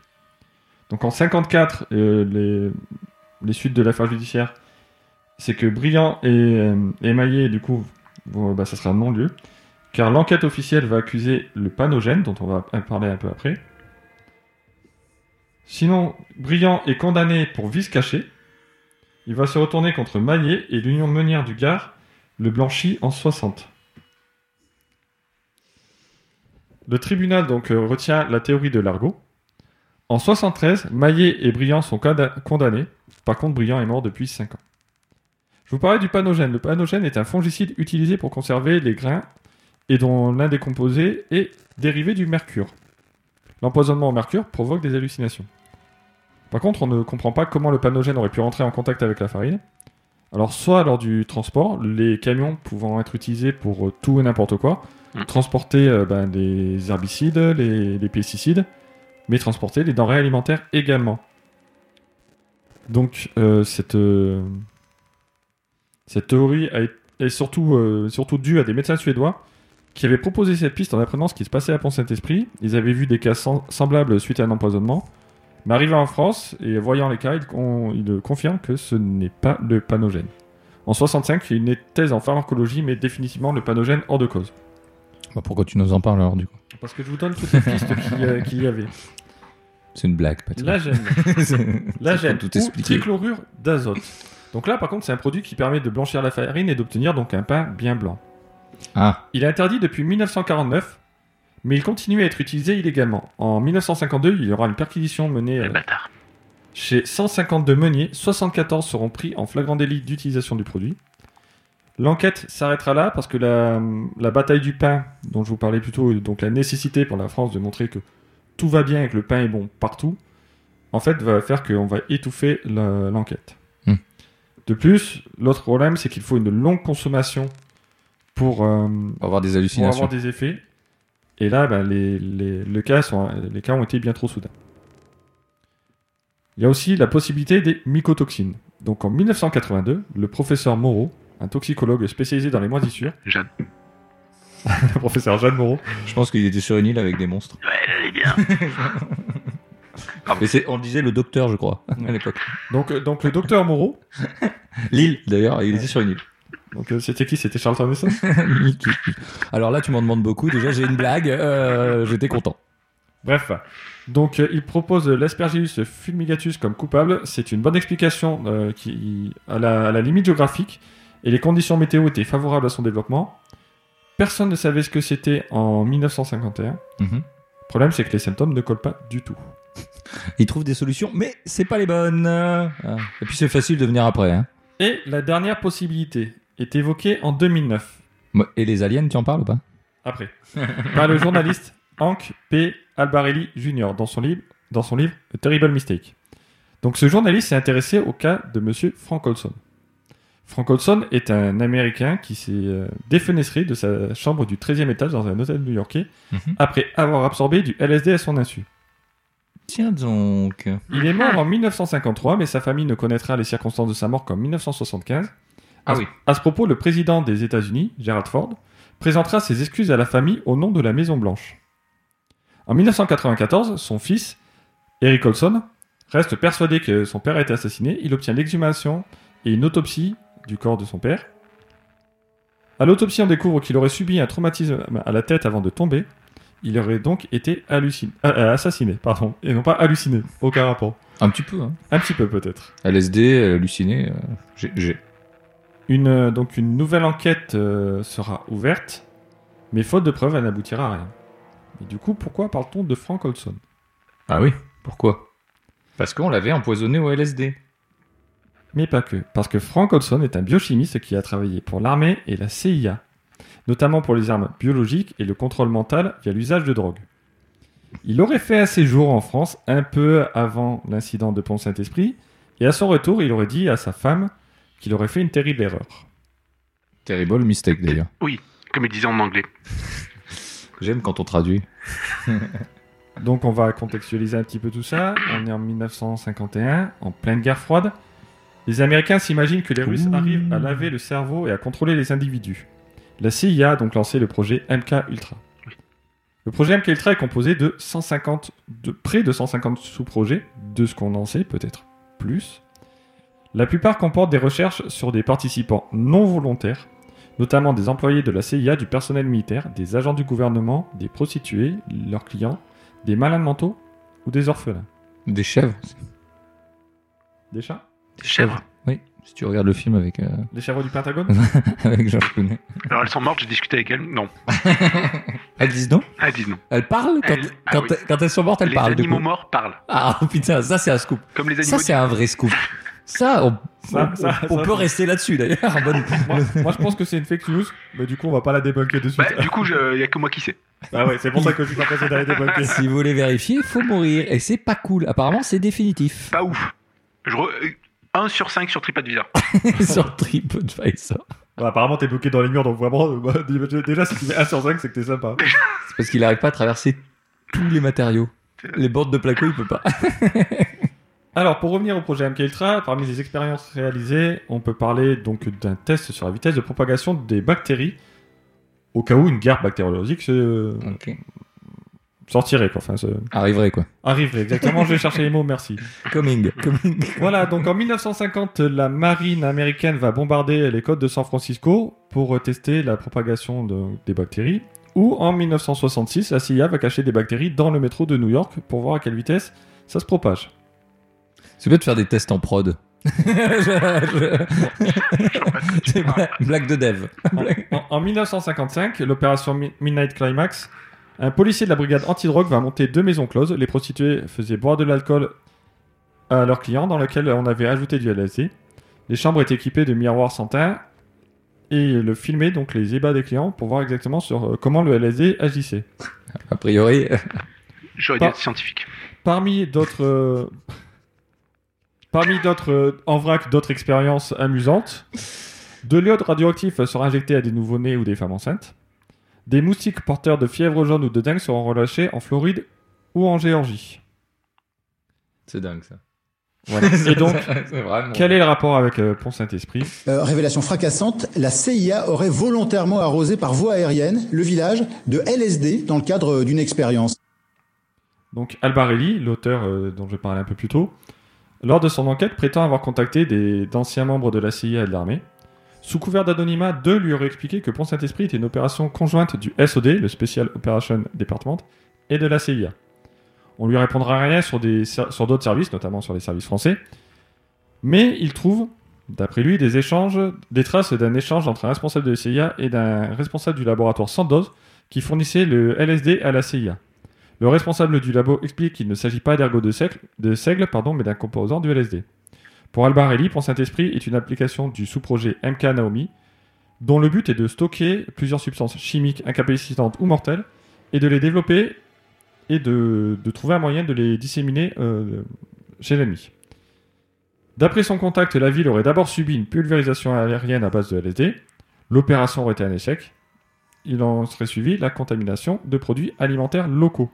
A: Donc en 54, euh, les, les suites de l'affaire judiciaire, c'est que Brillant et, euh, et Maillet, du coup, vont- bah, ça sera un non-lieu, car l'enquête officielle va accuser le panogène, dont on va parler un peu après. Sinon, Brillant est condamné pour vice caché. Il va se retourner contre Maillet et l'Union meunière du Gard le blanchit en 60. Le tribunal donc euh, retient la théorie de l'argot. En 73, Maillet et Briand sont cada- condamnés. Par contre, Briand est mort depuis 5 ans. Je vous parlais du panogène. Le panogène est un fongicide utilisé pour conserver les grains et dont l'un des composés est dérivé du mercure. L'empoisonnement au mercure provoque des hallucinations. Par contre, on ne comprend pas comment le panogène aurait pu rentrer en contact avec la farine. Alors, soit lors du transport, les camions pouvant être utilisés pour euh, tout et n'importe quoi,
D: Mm.
A: transporter euh, ben, les herbicides, les- les pesticides, mais transporter les denrées alimentaires également. Donc euh, cette, euh, cette théorie a été- est surtout, euh, surtout due à des médecins suédois qui avaient proposé cette piste en apprenant ce qui se passait à Pont-Saint-Esprit. Ils avaient vu des cas sem- semblables suite à un empoisonnement. Mais arrivés en France et voyant les cas, ils, con- ils confirment que ce n'est pas le panogène. En 65, il y a une thèse en pharmacologie mais définitivement le panogène hors de cause.
C: Bah, pourquoi tu nous en parles alors du coup
A: Parce que je vous donne toutes les pistes qu'il y a- qu'il y avait.
C: C'est une blague, Patrick.
A: La
C: <laughs>
A: gemme. La gemme.
C: tout
A: ou
C: expliquer.
A: trichlorure d'azote. Donc là, par contre, c'est un produit qui permet de blanchir la farine et d'obtenir donc un pain bien blanc.
C: Ah,
A: Il est interdit depuis 1949, mais il continue à être utilisé illégalement. En 1952, il y aura une perquisition menée
D: Les
A: euh,
D: bâtards.
A: chez 152 meuniers. 74 seront pris en flagrant délit d'utilisation du produit. L'enquête s'arrêtera là parce que la, la bataille du pain, dont je vous parlais plus tôt, et donc la nécessité pour la France de montrer que tout va bien et que le pain est bon partout, en fait, va faire qu'on va étouffer la- l'enquête.
C: Hmm.
A: De plus, l'autre problème, c'est qu'il faut une longue consommation pour, euh,
C: on va avoir des
A: pour
C: hallucinations.
A: avoir des effets. Et là, ben, les, les- le cas sont- les cas ont été bien trop soudains. Il y a aussi la possibilité des mycotoxines. Donc en 1982, le professeur Moreau, un toxicologue spécialisé dans les moisissures,
D: Jeanne.
A: le professeur Jeanne Moreau,
C: Je pense qu'il était sur une île avec des monstres.
D: Ouais, elle est bien.
C: Et c'est- on le disait le docteur, je crois, <laughs> à l'époque.
A: donc, euh, donc le docteur Moreau,
C: L'île, d'ailleurs, il était sur une île.
A: donc euh, c'était qui C'était Charles Thomason
C: <laughs> Alors là, tu m'en demandes beaucoup. Déjà, j'ai une blague. euh, J'étais content.
A: Bref, donc euh, il propose l'Aspergillus fumigatus comme coupable. C'est une bonne explication euh, qui, à, la, à la limite géographique et les conditions météo étaient favorables à son développement. Personne ne savait ce que c'était en 1951.
C: Mhm.
A: Le problème, c'est que les symptômes ne collent pas du tout.
C: Il trouve des solutions, mais c'est pas les bonnes. Ah. Et puis, c'est facile de venir après. hein.
A: Et la dernière possibilité est évoquée en 2009,
C: Et les aliens, tu en parles ou pas
A: après, <laughs> par le journaliste Hank P. Albarelli Jr. dans son livre, dans son livre A Terrible Mistake. Donc ce journaliste s'est intéressé au cas de Monsieur Frank Olson. Frank Olson est un Américain qui s'est euh, défenestré de sa chambre du 13e étage dans un hôtel new-yorkais
C: Mhm.
A: après avoir absorbé du LSD à son insu.
C: Tiens donc.
A: Il est mort en 1953, mais sa famille ne connaîtra les circonstances de sa mort qu'en 1975.
C: Ah
A: à, ce-
C: oui.
A: À ce propos, le président des États-Unis, Gerald Ford, présentera ses excuses à la famille au nom de la Maison Blanche. En 1994, son fils, Eric Olson, reste persuadé que son père a été assassiné. Il obtient l'exhumation et une autopsie du corps de son père. À l'autopsie, on découvre qu'il aurait subi un traumatisme à la tête avant de tomber. Il aurait donc été halluciné, euh, euh, assassiné, pardon, et non pas halluciné. Aucun rapport.
C: Un petit peu. Hein.
A: Un petit peu peut-être.
C: LSD, halluciné. euh, j'ai- j'ai.
A: Une, euh, donc une nouvelle enquête euh, sera ouverte, mais faute de preuves, elle n'aboutira à rien. Et du coup, pourquoi parle-t-on de Frank Olson
C: Ah oui. Pourquoi Parce qu'on l'avait empoisonné au LSD.
A: Mais pas que, parce que Frank Olson est un biochimiste qui a travaillé pour l'armée et la CIA, notamment pour les armes biologiques et le contrôle mental via l'usage de drogue. Il aurait fait un séjour en France un peu avant l'incident de Pont-Saint-Esprit, et à son retour, il aurait dit à sa femme qu'il aurait fait une terrible erreur.
C: Terrible mistake d'ailleurs.
D: comme il disait en anglais.
C: J'aime quand on traduit.
A: Donc on va contextualiser un petit peu tout ça. On est en 1951, en pleine guerre froide. Les Américains s'imaginent que les Russes
C: Ouh.
A: arrivent à laver le cerveau et à contrôler les individus. La CIA a donc lancé le projet MK Ultra. Le projet MK Ultra est composé de 150, de près de 150 sous-projets, de ce qu'on en sait peut-être plus. La plupart comportent des recherches sur des participants non volontaires, notamment des employés de la CIA, du personnel militaire, des agents du gouvernement, des prostituées, leurs clients, des malades mentaux ou des orphelins
C: Des chèvres.
A: Des chats
D: Des chèvres.
C: Oui. Si tu regardes le film avec, euh, <laughs>
A: Des chèvres du Pentagone
C: avec Georges Clooney.
D: Alors elles sont mortes, j'ai discuté avec elles. Non,
C: Elles disent non
D: elles disent non.
C: Elles parlent quand,
D: Elles- ah
C: quand,
D: oui.
C: quand elles sont mortes, elles
D: les
C: parlent. du
D: animaux
C: coup.
D: morts parlent.
C: Ah putain, ça c'est un scoop.
D: Comme les
C: Ça
D: animaux.
C: c'est un vrai scoop. Ça, on,
A: Ça,
C: on-
A: ça,
C: on
A: ça,
C: peut
A: ça.
C: rester là-dessus d'ailleurs. en bonne-
A: moi, moi, je pense que c'est une fake news, mais du coup on va pas la débunker de suite.
D: Bah, du coup, il n'y a que moi qui sais.
A: Ah ouais, c'est pour ça que je suis pas passé d'aller débunker.
C: si vous voulez vérifier, faut mourir. Et c'est pas cool. Apparemment, c'est définitif <laughs>
D: Pas ouf. Je re- 1 sur 5 sur TripAdvisor.
C: sur TripAdvisor.
A: Bah, apparemment t'es bloqué dans les murs, donc vraiment, <laughs> euh, bah, déjà si tu mets 1 sur 5, c'est que t'es sympa.
C: C'est parce qu'il n'arrive pas à traverser tous les matériaux. Les bordes de placo, il peut <laughs> pas.
A: Alors pour revenir au projet MKUltra, parmi les expériences réalisées, on peut parler donc d'un test sur la vitesse de propagation des bactéries, au cas où une guerre bactériologique se sortirait, quoi. Enfin, se...
C: Arriverait quoi.
A: arriverait, exactement, je vais chercher les mots, merci.
C: Coming. Coming.
A: <laughs> Voilà, donc en 1950, la marine américaine va bombarder les côtes de San Francisco pour tester la propagation de- des bactéries. Ou en 1966, la CIA va cacher des bactéries dans le métro de New York pour voir à quelle vitesse ça se propage.
C: C'est bien de faire des tests en prod. <laughs> Je- je- C'est bla- blague de dev.
A: En, en 1955, l'opération Mi- Midnight Climax, un policier de la brigade antidrogue va monter deux maisons closes. Les prostituées faisaient boire de l'alcool à leurs clients, dans lequel on avait ajouté du LSD. Les chambres étaient équipées de miroirs sans teint et le filmait donc les ébats des clients pour voir exactement sur euh, comment le LSD agissait.
C: A priori, <laughs>
D: J'aurais dû
A: Pas-
D: être scientifique.
A: Parmi d'autres, euh, parmi d'autres, euh, en vrac, d'autres expériences amusantes, de l'iode radioactif sera injecté à des nouveau-nés ou des femmes enceintes. Des moustiques porteurs de fièvre jaune ou de dengue seront relâchés en Floride ou en Géorgie.
C: c'est dingue ça.
A: Voilà. Et donc,
C: <laughs> c'est vraiment.
A: quel est le rapport avec euh, Pont Saint-Esprit
F: Euh, révélation fracassante, la CIA aurait volontairement arrosé par voie aérienne le village de LSD dans le cadre d'une expérience.
A: Donc Albarelli, l'auteur euh, dont je parlais un peu plus tôt, lors de son enquête prétend avoir contacté des- d'anciens membres de la CIA et de l'armée. Sous couvert d'anonymat, deux lui auraient expliqué que Pont-Saint-Esprit était une opération conjointe du SOD, le Special Operation Department, et de la CIA. On lui répondra rien sur des ser- sur d'autres services, notamment sur les services français, mais il trouve, d'après lui, des échanges, des traces d'un échange entre un responsable de la CIA et d'un responsable du laboratoire Sandoz qui fournissait le LSD à la CIA. Le responsable du labo explique qu'il ne s'agit pas d'ergot de seigle, de seigle, pardon, mais d'un composant du LSD. Pour Albarelli, Pont Saint-Esprit est une application du sous-projet MK Naomi, dont le but est de stocker plusieurs substances chimiques incapacitantes ou mortelles, et de les développer et de, de trouver un moyen de les disséminer euh, chez l'ennemi. D'après son contact, la ville aurait d'abord subi une pulvérisation aérienne à base de LSD. L'opération aurait été un échec. Il en serait suivi la contamination de produits alimentaires locaux.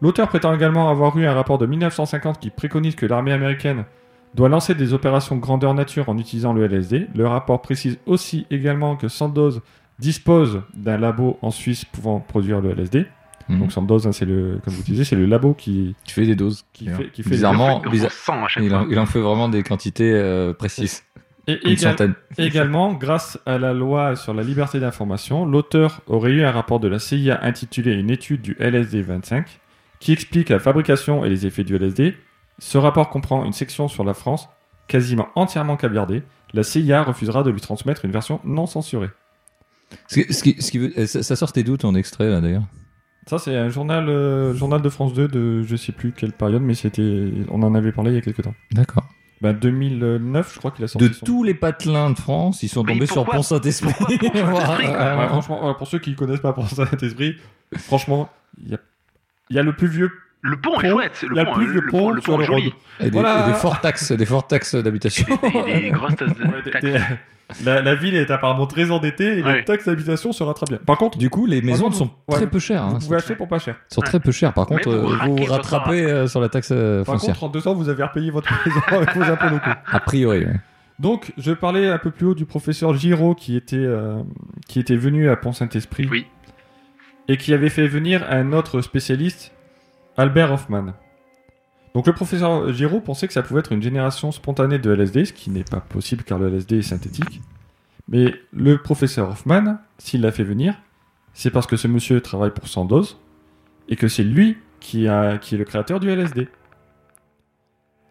A: L'auteur prétend également avoir eu un rapport de 1950 qui préconise que l'armée américaine doit lancer des opérations grandeur nature en utilisant le LSD. Le rapport précise aussi également que Sandoz dispose d'un labo en Suisse pouvant produire le LSD.
C: Mhm.
A: Donc Sandoz, hein, c'est le, comme vous disiez, c'est le labo qui,
C: Tu fais des doses.
A: qui fait, qui fait
C: Bizarrement,
D: On
C: Oh, bizarre-
D: sent à chaque
C: Il
D: fois.
C: en, il en fait vraiment des quantités euh, précises.
A: Et
C: Une
A: égal-
C: centaine.
A: également, grâce à la loi sur la liberté d'information, l'auteur aurait eu un rapport de la CIA intitulé Une étude du LSD 25 qui explique la fabrication et les effets du LSD. Ce rapport comprend une section sur la France quasiment entièrement caviardée. La CIA refusera de lui transmettre une version non censurée.
C: Ce, qui- ce qui, ce qui veut- eh, ça, ça sort tes doutes en extrait, là, d'ailleurs.
A: Ça, c'est un journal, euh, journal de France 2 de je sais plus quelle période, mais c'était, on en avait parlé il y a quelques temps.
C: D'accord.
A: Ben, 2009, je crois qu'il a sorti.
C: De
A: son-
C: tous les patelins de France, ils sont
D: Mais
C: tombés sur
D: pourquoi-
C: Pont Saint-Esprit.
D: pourquoi Pont Saint-Esprit
A: Ah, Ouais, ouais,
C: <laughs> Voilà.
A: franchement, ouais, pour ceux qui connaissent pas <laughs> Pont Saint-Esprit, franchement, il y a, il y a le plus vieux,
D: Le pont est
A: Pont,
D: chouette.
A: la
D: Le pont,
A: plus
D: euh,
A: vieux
D: le
A: pont
D: pont, le
A: sur
D: pont est
A: le
D: joli.
A: Rhône.
C: Et des,
A: Voilà.
C: et des fortes taxes, des fortes taxes d'habitation.
D: Des- des- des grosses tasses
A: Ouais,
D: de-
A: des-
D: taxes.
A: des- euh, la, la ville est apparemment très endettée et les
D: Ouais.
A: taxes d'habitation se rattrapent bien. Par contre,
C: Du coup, les maisons
A: contre,
C: sont
A: ouais,
C: très peu chères.
A: vous
C: hein.
A: pouvez acheter pour pas cher.
C: sont très peu chères. Par contre,
D: Mais
C: euh,
D: vous
C: vous
D: raquez
C: vous
D: votre
C: rattrapez euh, sur la taxe euh,
A: Par
C: foncière.
A: contre, en 200, vous avez repayé votre <laughs> maison avec vos impôts locaux.
C: A priori, ouais.
A: Donc, je parlais un peu plus haut du professeur Giraud qui était, euh, qui était venu à Pont-Saint-Esprit
D: Oui.
A: et qui avait fait venir un autre spécialiste, Albert Hoffman. Donc, le professeur Giraud pensait que ça pouvait être une génération spontanée de LSD, ce qui n'est pas possible car le LSD est synthétique. Mais le professeur Hoffman, s'il l'a fait venir, c'est parce que ce monsieur travaille pour Sandoz et que c'est lui qui, a, qui est le créateur du LSD.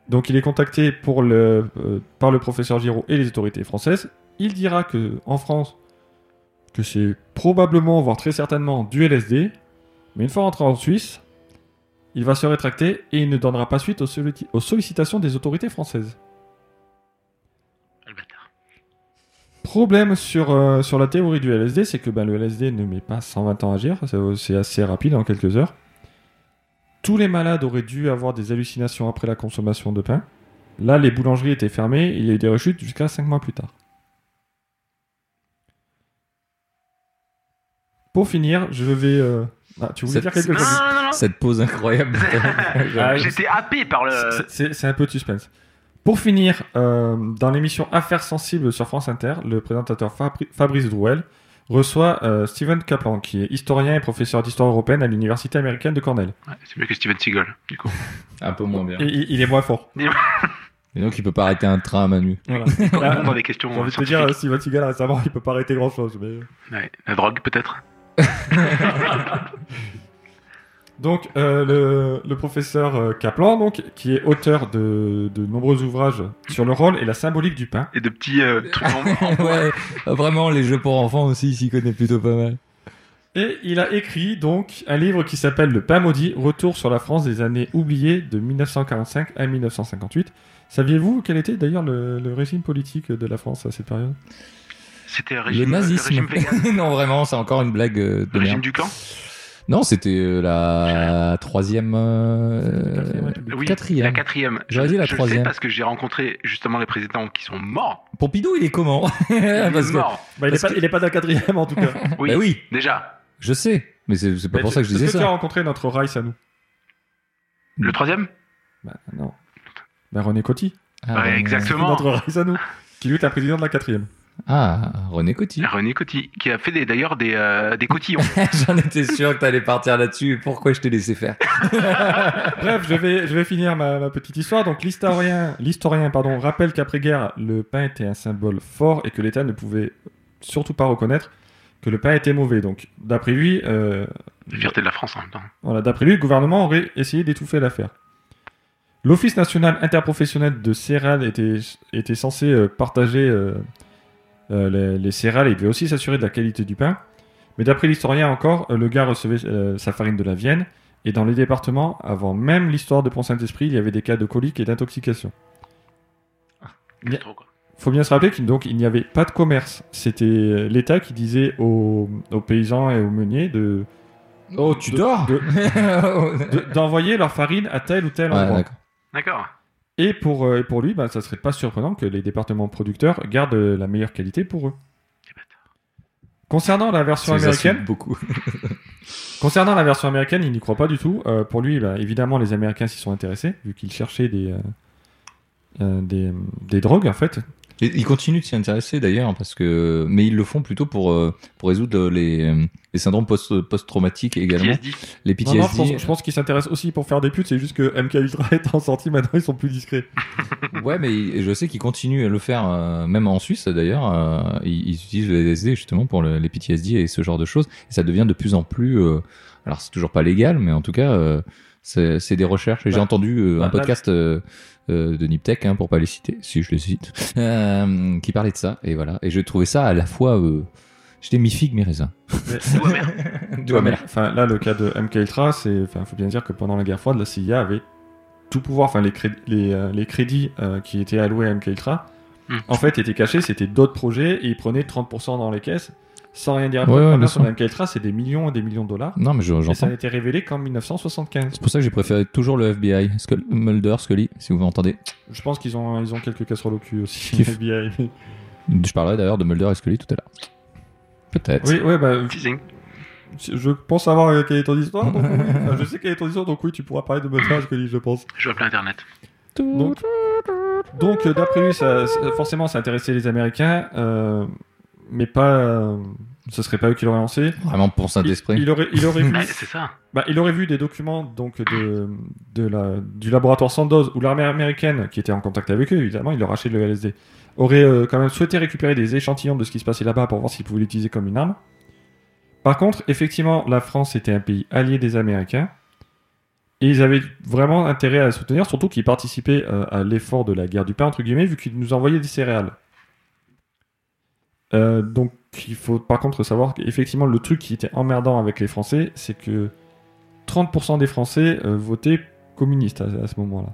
A: Donc il est contacté pour le, euh, par le professeur Giraud et les autorités françaises. Il dira que en France, que c'est probablement, voire très certainement, du LSD. Mais une fois rentré en Suisse, il va se rétracter et il ne donnera pas suite aux, sollici- aux sollicitations des autorités françaises.
D: Ah, le bâtard.
A: Problème sur, euh, sur la théorie du LSD, c'est que ben, le LSD ne met pas 120 ans à agir, ça, euh, c'est assez rapide en quelques heures. Tous les malades auraient dû avoir des hallucinations après la consommation de pain. Là, les boulangeries étaient fermées et il y a eu des rechutes jusqu'à 5 mois plus tard. Pour finir, je vais. euh, Ah, tu voulais
C: C'est-
A: dire quelque
D: Non,
A: chose
D: non, non, non.
C: cette pause
D: <laughs>
C: incroyable. <laughs>
A: Ah,
D: Euh, J'étais happé par le.
A: C'est- C'est c'est un peu de suspense. Pour finir, euh, dans l'émission Affaires sensibles sur France Inter, le présentateur Fabri- Fabrice Drouel reçoit euh, Steven Kaplan, qui est historien et professeur d'histoire européenne à l'université américaine de Cornell.
D: Ouais, Ah, C'est mieux que Steven Seagal, du
A: Ah,
D: coup.
C: Un peu moins bien.
A: Et il, il est moins fort.
C: Et donc, il peut pas arrêter un train à Manu.
A: Voilà.
D: Quand
A: Là,
D: on entend des questions.
A: j'ai envie de te
D: scientifiques.
A: dire, euh, Steven Seagal récemment, il peut pas arrêter grand chose. Mais...
D: Ouais, la drogue, peut-être.
A: Donc, euh, le, le professeur euh, Kaplan, donc, qui est auteur de, de nombreux ouvrages sur le rôle et la symbolique du pain,
D: Et de petits euh, trucs en-
C: <laughs>
D: en
C: ouais, vraiment, les jeux pour enfants aussi, il s'y connaît plutôt pas mal. <laughs>
A: Et il a écrit donc un livre qui s'appelle Le pain maudit, retour sur la France des années oubliées de 1945 à 1958. Saviez-vous quel était d'ailleurs le, le régime politique de la France à cette période
D: C'était un
C: Le
D: régime, euh,
C: nazisme. <laughs>
D: le régime vegan.
C: non, vraiment, c'est encore une blague euh, de
D: Le régime
C: merde.
D: du camp
C: Non, c'était euh, la troisième. euh,
A: C'était la quatrième.
D: Oui,
C: quatrième.
D: la quatrième.
C: J'aurais
D: Je-
C: dit la
D: je le
C: troisième.
D: sais parce que j'ai rencontré justement les présidents qui sont morts.
C: Pompidou, il est comment <laughs> Eh, Parce que-
D: morts.
C: <laughs>
A: bah, Il n'est
C: Parce
A: pas,
C: que-
A: il est pas dans le quatrième en tout cas.
D: Oui,
C: Bah oui,
D: déjà.
C: je sais, mais c'est c'est pas pour ça que je disais
A: Est-ce que tu as
C: ça.
A: rencontré notre Rice à nous
D: Le troisième
A: Bah non. Bah René Coty.
C: Ah,
D: Ouais,
C: euh,
D: exactement.
A: Notre Rice à nous. Qui lui est un président de la quatrième.
C: Ah, René Coty.
D: René Coty, qui a fait des- d'ailleurs des, euh,
C: <laughs>
D: des cotillons.
C: J'en étais sûr que t'allais partir là-dessus. et Pourquoi je t'ai laissé faire
A: Bref, je vais, je vais finir ma, ma petite histoire. Donc l'historien, l'historien pardon, rappelle qu'après-guerre, le pain était un symbole fort et que l'État ne pouvait surtout pas reconnaître que le pain était mauvais. Donc d'après lui, euh,
D: La fierté de la France en même temps.
A: voilà, d'après lui, le gouvernement aurait essayé d'étouffer l'affaire. L'Office national interprofessionnel de céréales était, était censé euh, partager euh, euh, les, les céréales et devait aussi s'assurer de la qualité du pain. Mais d'après l'historien encore, euh, le gars recevait euh, sa farine de la Vienne. Et dans les départements, avant même l'histoire de Pont-Saint-Esprit, il y avait des cas de colique et d'intoxication. Bien.
D: C'est trop, quoi.
A: Faut bien se rappeler qu'il donc, il n'y avait pas de commerce. C'était euh, l'État qui disait aux, aux paysans et aux meuniers de,
C: Oh, tu dors <laughs>
A: de- de- d'envoyer leur farine à tel ou tel
C: Ouais,
A: endroit.
C: d'accord.
D: D'accord.
A: Et pour, euh, et pour lui, bah, ça serait pas surprenant que les départements producteurs gardent euh, la meilleure qualité pour eux.
D: Les bâtards.
A: Concernant la version
C: Ça nous insulte
A: américaine,
C: beaucoup.
A: concernant la version américaine, il n'y croit pas du tout. Euh, pour lui, bah, évidemment, les Américains s'y sont intéressés vu qu'ils cherchaient des, euh, euh, des des drogues en fait.
C: Et ils continuent de s'y intéresser d'ailleurs, parce que mais ils le font plutôt pour euh, pour résoudre les, les syndromes post post-traumatiques également,
D: PTSD.
C: les
A: Non,
C: PTSD.
A: non, je pense, je pense qu'ils s'intéressent aussi pour faire des putes, c'est juste que MK Ultra <laughs> étant sorti, maintenant ils sont plus discrets.
C: Ouais, mais il- je sais qu'ils continuent à le faire, euh, même en Suisse d'ailleurs. euh, ils, ils utilisent le LSD justement pour le- les PTSD et ce genre de choses. Et ça devient de plus en plus. euh, alors, c'est toujours pas légal, mais en tout cas, euh, c'est c'est des recherches. Et j'ai
A: Bah,
C: entendu euh,
A: bah,
C: un
A: là,
C: podcast euh, euh, de Niptech, hein, pour pas les citer, si je les cite, <laughs> euh, qui parlait de ça. Et voilà. Et je trouvais ça à la fois. Euh, J'étais mi figue, mi raisin.
A: Mais-
C: <laughs>
D: Ouais, merde.
A: Ouais, mais, Enfin, là, le cas de MK Ultra, c'est, enfin, faut bien dire que pendant la guerre froide, la CIA avait tout pouvoir. Enfin, les, cré- les, euh, les crédits euh, qui étaient alloués à MK Ultra,
D: Hmm.
A: en fait, étaient cachés. C'était d'autres projets et ils prenaient 30% dans les caisses sans rien dire. à
C: Ouais, ouais, bien
A: personne. MK Ultra, c'est des millions et des millions de dollars.
C: Non, mais je-
A: Et ça
C: j'entends.
A: a été révélé qu'en 1975.
C: C'est pour ça que j'ai préféré toujours le FBI. Scull- Mulder, Scully, si vous m'entendez.
A: Je pense qu'ils ont, ils ont quelques casseroles au cul aussi. <laughs>
C: Kiff.
A: FBI.
C: Je parlerai d'ailleurs de Mulder et Scully tout à l'heure. Peut-être.
A: oui, ouais, bah,
D: Teasing.
A: je pense savoir euh, quelle est ton histoire.
C: <laughs>
A: donc oui. Enfin, je sais quelle est ton histoire, donc oui, tu pourras parler de Mulder, je te dis, je pense.
D: Je vais
C: <laughs>
D: appeler Internet.
A: Donc, donc, euh, d'après lui, ça, ça- forcément, ça intéressait les Américains, euh, mais pas. euh, ce serait pas eux qui l'auraient lancé.
C: Vraiment pour saint
A: Il,
C: esprit.
A: il aurait, il aurait vu,
D: Ouais, c'est ça.
A: bah, il aurait vu des documents donc de, de la, du laboratoire Sandoz où l'armée américaine, qui était en contact avec eux, évidemment, il leur achetait le LSD, aurait euh, quand même souhaité récupérer des échantillons de ce qui se passait là-bas pour voir s'ils pouvaient l'utiliser comme une arme. Par contre, effectivement, la France était un pays allié des Américains. Et ils avaient vraiment intérêt à la soutenir, surtout qu'ils participaient euh, à l'effort de la guerre du pain, entre guillemets, vu qu'ils nous envoyaient des céréales. Euh, donc, il faut par contre savoir qu'effectivement, le truc qui était emmerdant avec les Français, c'est que 30% des Français euh, votaient communiste à, à ce moment-là.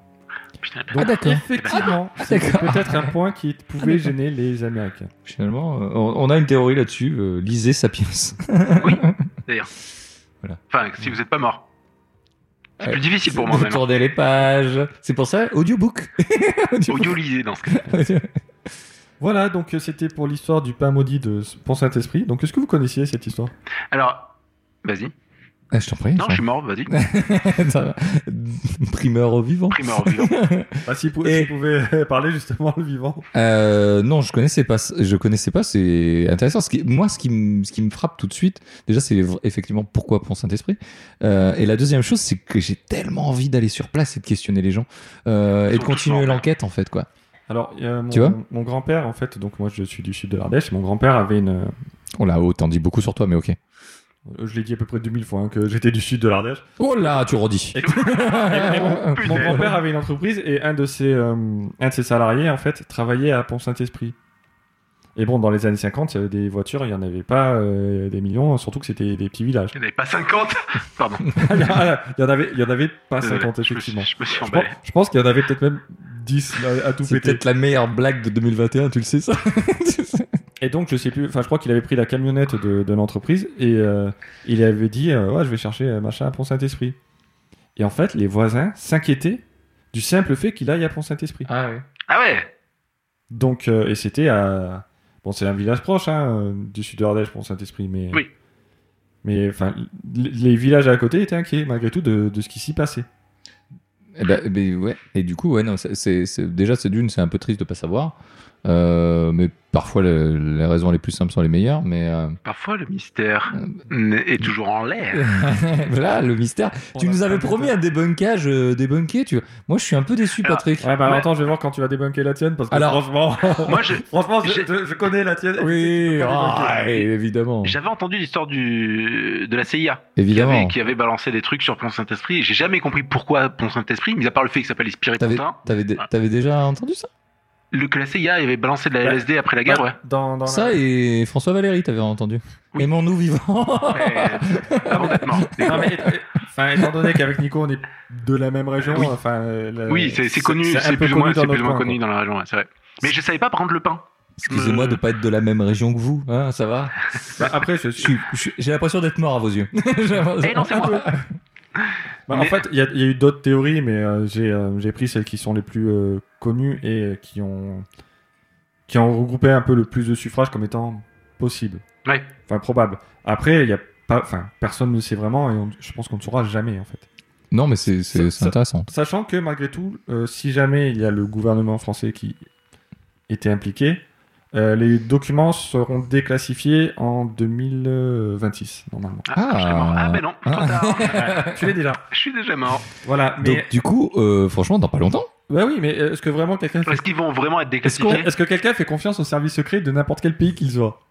D: Putain, la
A: Donc,
C: d'accord.
A: effectivement, c'est
C: Eh ben. Ah, d'accord. Ah,
A: peut-être un point qui pouvait gêner les Américains.
C: Finalement, euh, on on a une théorie là-dessus. euh, lisez Sapiens.
D: Enfin, si vous n'êtes pas mort. C'est
C: Ouais.
D: plus difficile
C: <laughs>
D: pour moi
C: Vous
D: maintenant.
C: tournez les pages. C'est pour ça, audiobook. <laughs> Audiobook.
D: Audio lisez dans ce cas.
A: Voilà, donc euh, c'était pour l'histoire du pain maudit de S- pour Saint-Esprit. Donc, est-ce que vous connaissiez cette histoire
D: Alors, vas-y.
C: Ah, je t'en prie.
D: Non, je suis mort, vas-y.
C: <laughs> Ça va. Primeur au vivant.
D: Primeur vivant.
A: bah, Si vous
C: Et-
A: si vous pouvez euh, <laughs> parler justement le vivant.
C: Euh, non, je connaissais pas. Je connaissais pas. C'est intéressant. Ce qui, moi, ce qui, me- ce qui me frappe tout de suite, déjà, c'est v- effectivement pourquoi pour Saint-Esprit. Euh, et la deuxième chose, c'est que j'ai tellement envie d'aller sur place et de questionner les gens euh, et de
D: Surtout
C: continuer
D: sur-
C: l'enquête, en fait, quoi.
A: Alors, euh, mon,
C: Tu vois
A: mon grand-père, en fait, donc moi je suis du sud de l'Ardèche, mon grand-père avait une.
C: Oh là, oh, t'en dis beaucoup sur toi, mais ok.
A: euh, Je l'ai dit à peu près 2000 fois hein, que j'étais du sud de l'Ardèche.
C: Oh là, tu redis.
A: Et- Et mon mon grand-père avait une entreprise et un de ses, euh, un de ses salariés, en fait, travaillait à Pont-Saint-Esprit. Et bon, dans les années 50, euh, des voitures, il n'y en avait pas euh, des millions, surtout que c'était des petits
D: <laughs>
A: villages.
D: Il n'y en avait pas 50. Pardon.
A: il n'y en, avait- il y en avait pas
D: Désolé,
A: 50,
D: Euh, je me suis-
A: Ah, effectivement.
D: Je me suis
A: Je pense,
D: emballé.
A: je pense qu'il y en avait peut-être même
D: <laughs>
A: 10 là, à tout
C: <laughs> C'est
A: péter.
C: peut-être la meilleure blague de 2021, tu le sais ça
A: Et donc, je sais plus, enfin, je crois qu'il avait pris la camionnette de, de l'entreprise et euh, il avait dit euh, Ouais, je vais chercher euh, machin à Pont-Saint-Esprit. Et en fait, les voisins s'inquiétaient du simple fait qu'il aille à Pont-Saint-Esprit.
C: Ah ouais.
D: Ah ouais
A: Donc, euh, et c'était à. Bon, c'est un village proche, hein, euh, du sud de l'Ardèche, pour Saint-Esprit, mais.
D: Oui.
A: Mais enfin, l- les villages à côté étaient inquiets, malgré tout, de, de ce qui s'y passait.
C: Eh ben, ben, ouais. Et du coup, ouais, non, c'est- c'est, c'est- déjà, c'est d'une, c'est un peu triste de pas savoir. Euh, mais parfois, le- les raisons les plus simples sont les meilleures. Mais euh, <laughs>
D: Parfois, le mystère n- est toujours en l'air.
C: voilà, le mystère. tu
A: On
C: nous
A: a
C: avais
A: plein de
C: promis un débunkage euh, débunké. Tu... Moi, je suis un peu déçu,
D: Alors,
C: Patrick.
A: Ouais, bah
D: Ouais.
A: attends, je vais voir quand tu vas débunker la tienne, parce que
C: Alors-
A: franchement. <laughs>
D: Moi, je-
A: franchement, je,
D: j'ai-
A: je- je connais la tienne.
C: oui, ah,
A: débunker.
C: ouais, évidemment.
D: j'avais entendu l'histoire du de la CIA qui
C: Évidemment.
D: avait, qui avait balancé des trucs sur Pont Saint-Esprit. J'ai jamais compris pourquoi Pont Saint-Esprit, mis à part le fait qu'il s'appelle Esprit
C: T'avais,
D: Pontin,
C: t'avais, dé-
D: Ouais.
C: t'avais déjà entendu ça
D: le que la CIA avait balancé de la
A: Bah,
D: LSD après la guerre, ouais.
A: Dans, dans
C: Ça
A: la-
C: et François Valéry, t'avais entendu.
D: Oui.
A: <laughs>
C: Aimons-nous vivants.
D: Mais avant d'être mort.
A: Non, mais, euh, enfin, étant donné qu'avec Nico, on est de la même région,
D: Oui.
A: enfin. euh, la-
D: Oui, c'est c'est connu,
A: un
D: c'est
A: peu
D: plus ou moins,
A: dans
D: c'est plus
A: notre
D: ou moins
A: coin,
D: connu
A: quoi.
D: dans la région, ouais, c'est vrai. Mais je savais pas prendre le pain.
C: Excusez-moi de pas être de la même région que vous, hein, ça va
A: Bah, après, je
C: Je
A: suis.
C: suis- je suis- J'ai l'impression d'être mort à
A: <laughs>
C: vos yeux. J'ai l'impression-
D: Eh non, c'est moi.
A: Bah, En
D: Mais-
A: fait, il y, a il y a eu d'autres théories, mais euh, j'ai euh, j'ai pris celles qui sont les plus euh, connues et euh, qui ont qui ont regroupé un peu le plus de suffrages comme étant possible,
D: Ouais.
A: enfin probable. Après, il y a pas, enfin personne ne sait vraiment et on- je pense qu'on ne saura jamais en fait.
C: Non, mais c'est c'est-
A: Ça-
C: c'est
A: ça-
C: intéressant.
A: Sachant que malgré tout, euh, si jamais il y a le gouvernement français qui étaient impliqués. Euh, les documents seront déclassifiés en 2026, normalement.
D: Ah, je suis mort. Ah, ben non, trop tard.
A: tu l'as dit là.
D: Je suis déjà mort.
A: Voilà. Mais,
C: Donc, du coup, euh, franchement, dans pas longtemps.
A: Bah oui, mais euh, est-ce que vraiment quelqu'un fait...
D: Est-ce qu'ils vont vraiment être
A: Est-ce qu'on-
D: déclassifiés
A: est-ce que quelqu'un fait confiance aux services secrets de n'importe quel pays qu'il soit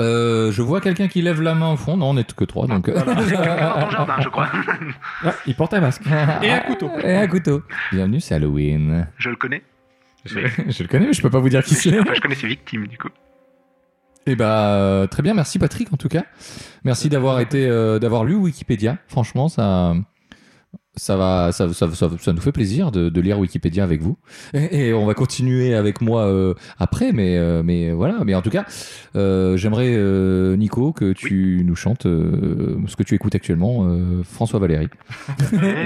C: Euh, je vois quelqu'un qui lève la main au fond. Non, on est que trois, donc. euh,
D: C'est quelque part dans le jardin, je crois.
A: Ah, Il porte un masque. Et un couteau.
C: euh, <laughs> Et un couteau. Bienvenue, c'est Halloween.
D: Je le connais.
C: Je, je le connais, mais je peux pas vous dire qui c'est.
D: Enfin, je connais ses victimes, du coup.
C: Eh bah, euh, très bien, merci Patrick en tout cas. Merci d'avoir été, euh, d'avoir lu Wikipédia. Franchement, ça, ça va, ça, ça- ça- ça nous fait plaisir de, de lire Wikipédia avec vous. Et, et on va continuer avec moi euh, après, mais, euh, mais voilà. Mais en tout cas, euh, j'aimerais euh, Nico que tu nous chantes euh, ce que tu écoutes actuellement, euh, François Valéry.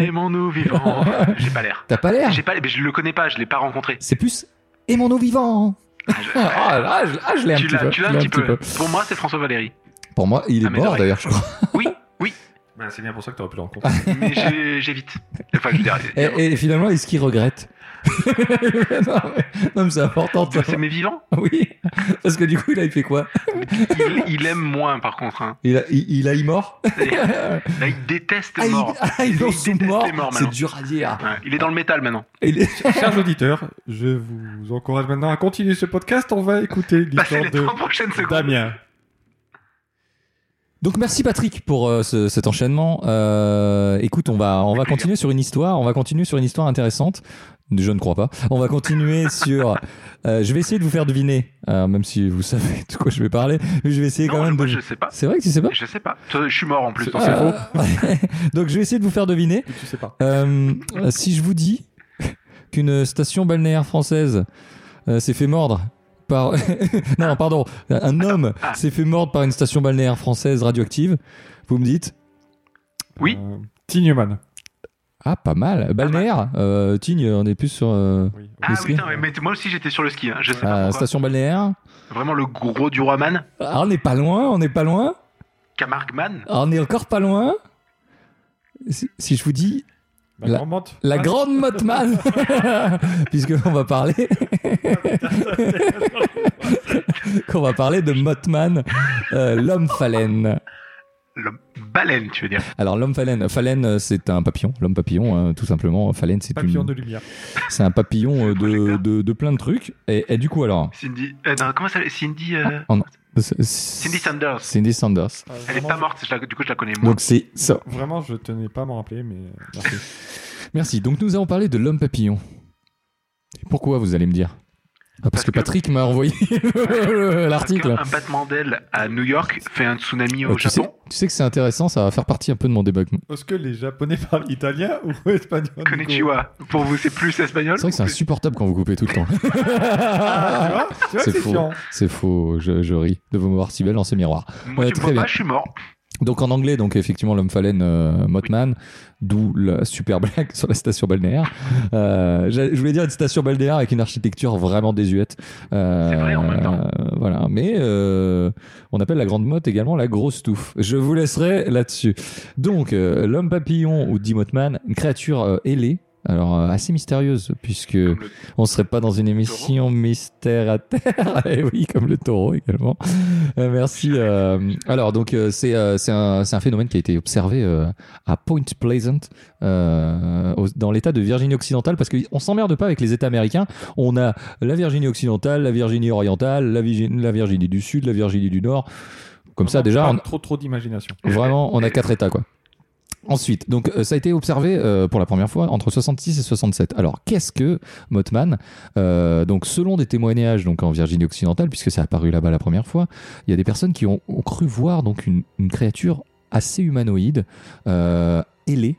D: Aimons-nous vivants. J'ai pas l'air.
C: T'as pas l'air
D: J'ai pas, mais je le connais pas, je l'ai pas rencontré.
C: C'est plus aimons-nous vivants.
D: Ah, je-
C: Ah, là, je- ah, je l'ai un
D: tu
C: petit
D: l'as,
C: peu.
D: tu
C: je
D: l'as un
C: l'ai
D: petit peu. Pour moi, c'est François Valéry.
C: Pour moi, il est
D: Ah, mais
C: mort
D: j'aurais-
C: d'ailleurs, je crois.
D: Oui,
A: Bah, c'est bien pour ça que t'aurais pu le rencontrer.
D: mais j'ai- j'évite. Enfin, je veux dire,
C: Et, et finalement, est-ce qu'il
D: <laughs>
C: regrette non, mais, non, mais c'est important. ça.
D: c'est mes vivants.
C: Oui, parce que du coup, il a fait quoi
D: Il, il aime moins, par contre. hein.
C: il a, il, il a eu mort <laughs> Ah,
D: Là, il déteste
C: il,
D: mort.
C: ah, il
D: Il
C: en
D: est
C: sous
D: détesté
C: mort.
D: mort,
C: C'est
D: maintenant.
C: dur à dire.
D: Ouais, il est dans le métal maintenant.
C: Il est-
A: Ah, Chers auditeurs, je vous encourage maintenant à continuer ce podcast. On va écouter
D: Passez
A: l'histoire
D: les
A: de
D: 30 prochaines secondes.
A: Damien.
C: Donc merci Patrick pour euh, ce- cet enchaînement. Euh, écoute, on va on va
D: Avec plaisir.
C: continuer sur une histoire, on va continuer sur une histoire intéressante. Je ne crois pas. On va
D: <laughs>
C: continuer sur. euh, je vais essayer de vous faire deviner, euh, même si vous savez de quoi je vais parler. Mais je vais essayer quand
D: Non, je-
C: même
D: moi,
C: de.
D: je sais pas.
C: C'est vrai que tu sais pas. Ah,
D: Je sais pas. Euh, Je suis mort en plus.
A: C'est-
D: donc c'est faux.
C: <laughs> Donc je vais essayer de vous faire deviner.
A: Tu sais pas.
C: Euh, si je vous dis <laughs> qu'une station balnéaire française euh, s'est fait mordre par <laughs> non pardon un homme
D: ah.
C: s'est fait mordre par une station balnéaire française radioactive vous me dites
D: Oui.
A: Euh, Tigneman.
C: ah pas mal balnéaire euh, Tigne on est plus sur euh,
A: Oui.
D: Ah
C: ski.
D: oui, putain, mais- mais moi aussi j'étais sur le ski. hein, Je sais
C: euh,
D: pas pourquoi.
C: station balnéaire
D: Vraiment le gros du Royman.
C: Ah, on n'est pas loin on n'est pas loin
D: Camargueman.
C: Ah, on est encore pas loin si, si je vous dis
A: La,
C: La-
A: grande motte.
C: la
A: Ah,
C: grande Motman <laughs> puisque on va <laughs> parler qu'on va parler de Motman euh, l'homme phalène
D: Le baleine, tu veux dire.
C: Alors l'homme phalène, phalène euh, c'est un papillon, l'homme papillon hein, tout simplement. Phalène c'est
A: Papillon
C: une-
A: de lumière.
C: c'est un papillon euh, de,
D: projecteur.
C: de, de plein de trucs. Et, et du coup alors,
D: Cindy. euh, non, comment ça s'appelle Cindy. euh,
C: Ah,
D: Cindy
C: Cindy
D: Sanders.
C: Cindy Sanders.
A: Ah,
D: Elle est
A: vraiment,
D: pas morte, je la- du coup je la connais moins.
C: Donc c'est ça.
A: Vraiment, je tenais pas à m'en rappeler, mais euh, merci.
C: Merci. Donc nous avons parlé de l'homme papillon. Et pourquoi vous allez me dire Ah, parce
D: Parce
C: que
D: que-
C: Patrick m'a envoyé <laughs>
D: Parce qu'un-
C: l'article.
D: Un battement d'aile à New York fait un tsunami au
C: Euh, tu, sais,
D: Japon.
C: tu sais que c'est intéressant, ça va faire partie un peu de mon débat.
A: Est-ce que les Japonais parlent italien ou <laughs> espagnol Nico
D: Konnichiwa. Pour vous, c'est plus espagnol
C: C'est vrai que c'est
D: ou plus-
C: insupportable quand vous coupez tout le
A: Ah, tu
C: temps.
A: vois, tu vois que
C: C'est
A: c'est
C: faux.
A: chiant.
C: <laughs> c'est faux, je, je ris de vous voir si belle dans ce miroir.
D: Moi,
C: Ouais,
D: tu me
C: très
D: vois
C: bien.
D: pas, je suis mort.
C: Donc en anglais, donc effectivement l'homme phalène euh, Mothman, d'où la super blague sur la station balnéaire. Euh, j'a- je voulais dire une station balnéaire avec une architecture vraiment désuète. Euh,
D: C'est vrai, en même temps.
C: euh, voilà, mais euh, on appelle la grande motte également la grosse touffe. Je vous laisserai là-dessus. Donc euh, l'homme papillon ou dit Mothman, une créature euh, ailée. Alors euh, assez mystérieuse puisque
D: Comme le-
C: on serait pas dans une émission mystère à terre. <laughs> Et oui, comme le taureau également. Euh, merci. euh, alors, donc, euh, c'est euh, c'est un, c'est un phénomène qui a été observé euh, à Point Pleasant, euh, au- dans l'état de Virginie-Occidentale, parce qu'on s'emmerde pas avec les États américains. On a la Virginie-Occidentale, la Virginie-Orientale, la, Virgi- la Virginie du Sud, la Virginie du Nord. Comme ça,
A: Vraiment,
C: déjà,
A: pas
C: on,
A: Trop, trop d'imagination.
C: <laughs> Vraiment, on a quatre états, quoi. Ensuite, donc euh, ça a été observé euh, pour la première fois entre 66 et 67. Alors qu'est-ce que Mothman Euh, Donc selon des témoignages donc en Virginie occidentale, puisque c'est apparu là-bas la première fois, il y a des personnes qui ont, ont cru voir donc une, une créature assez humanoïde, euh, ailée,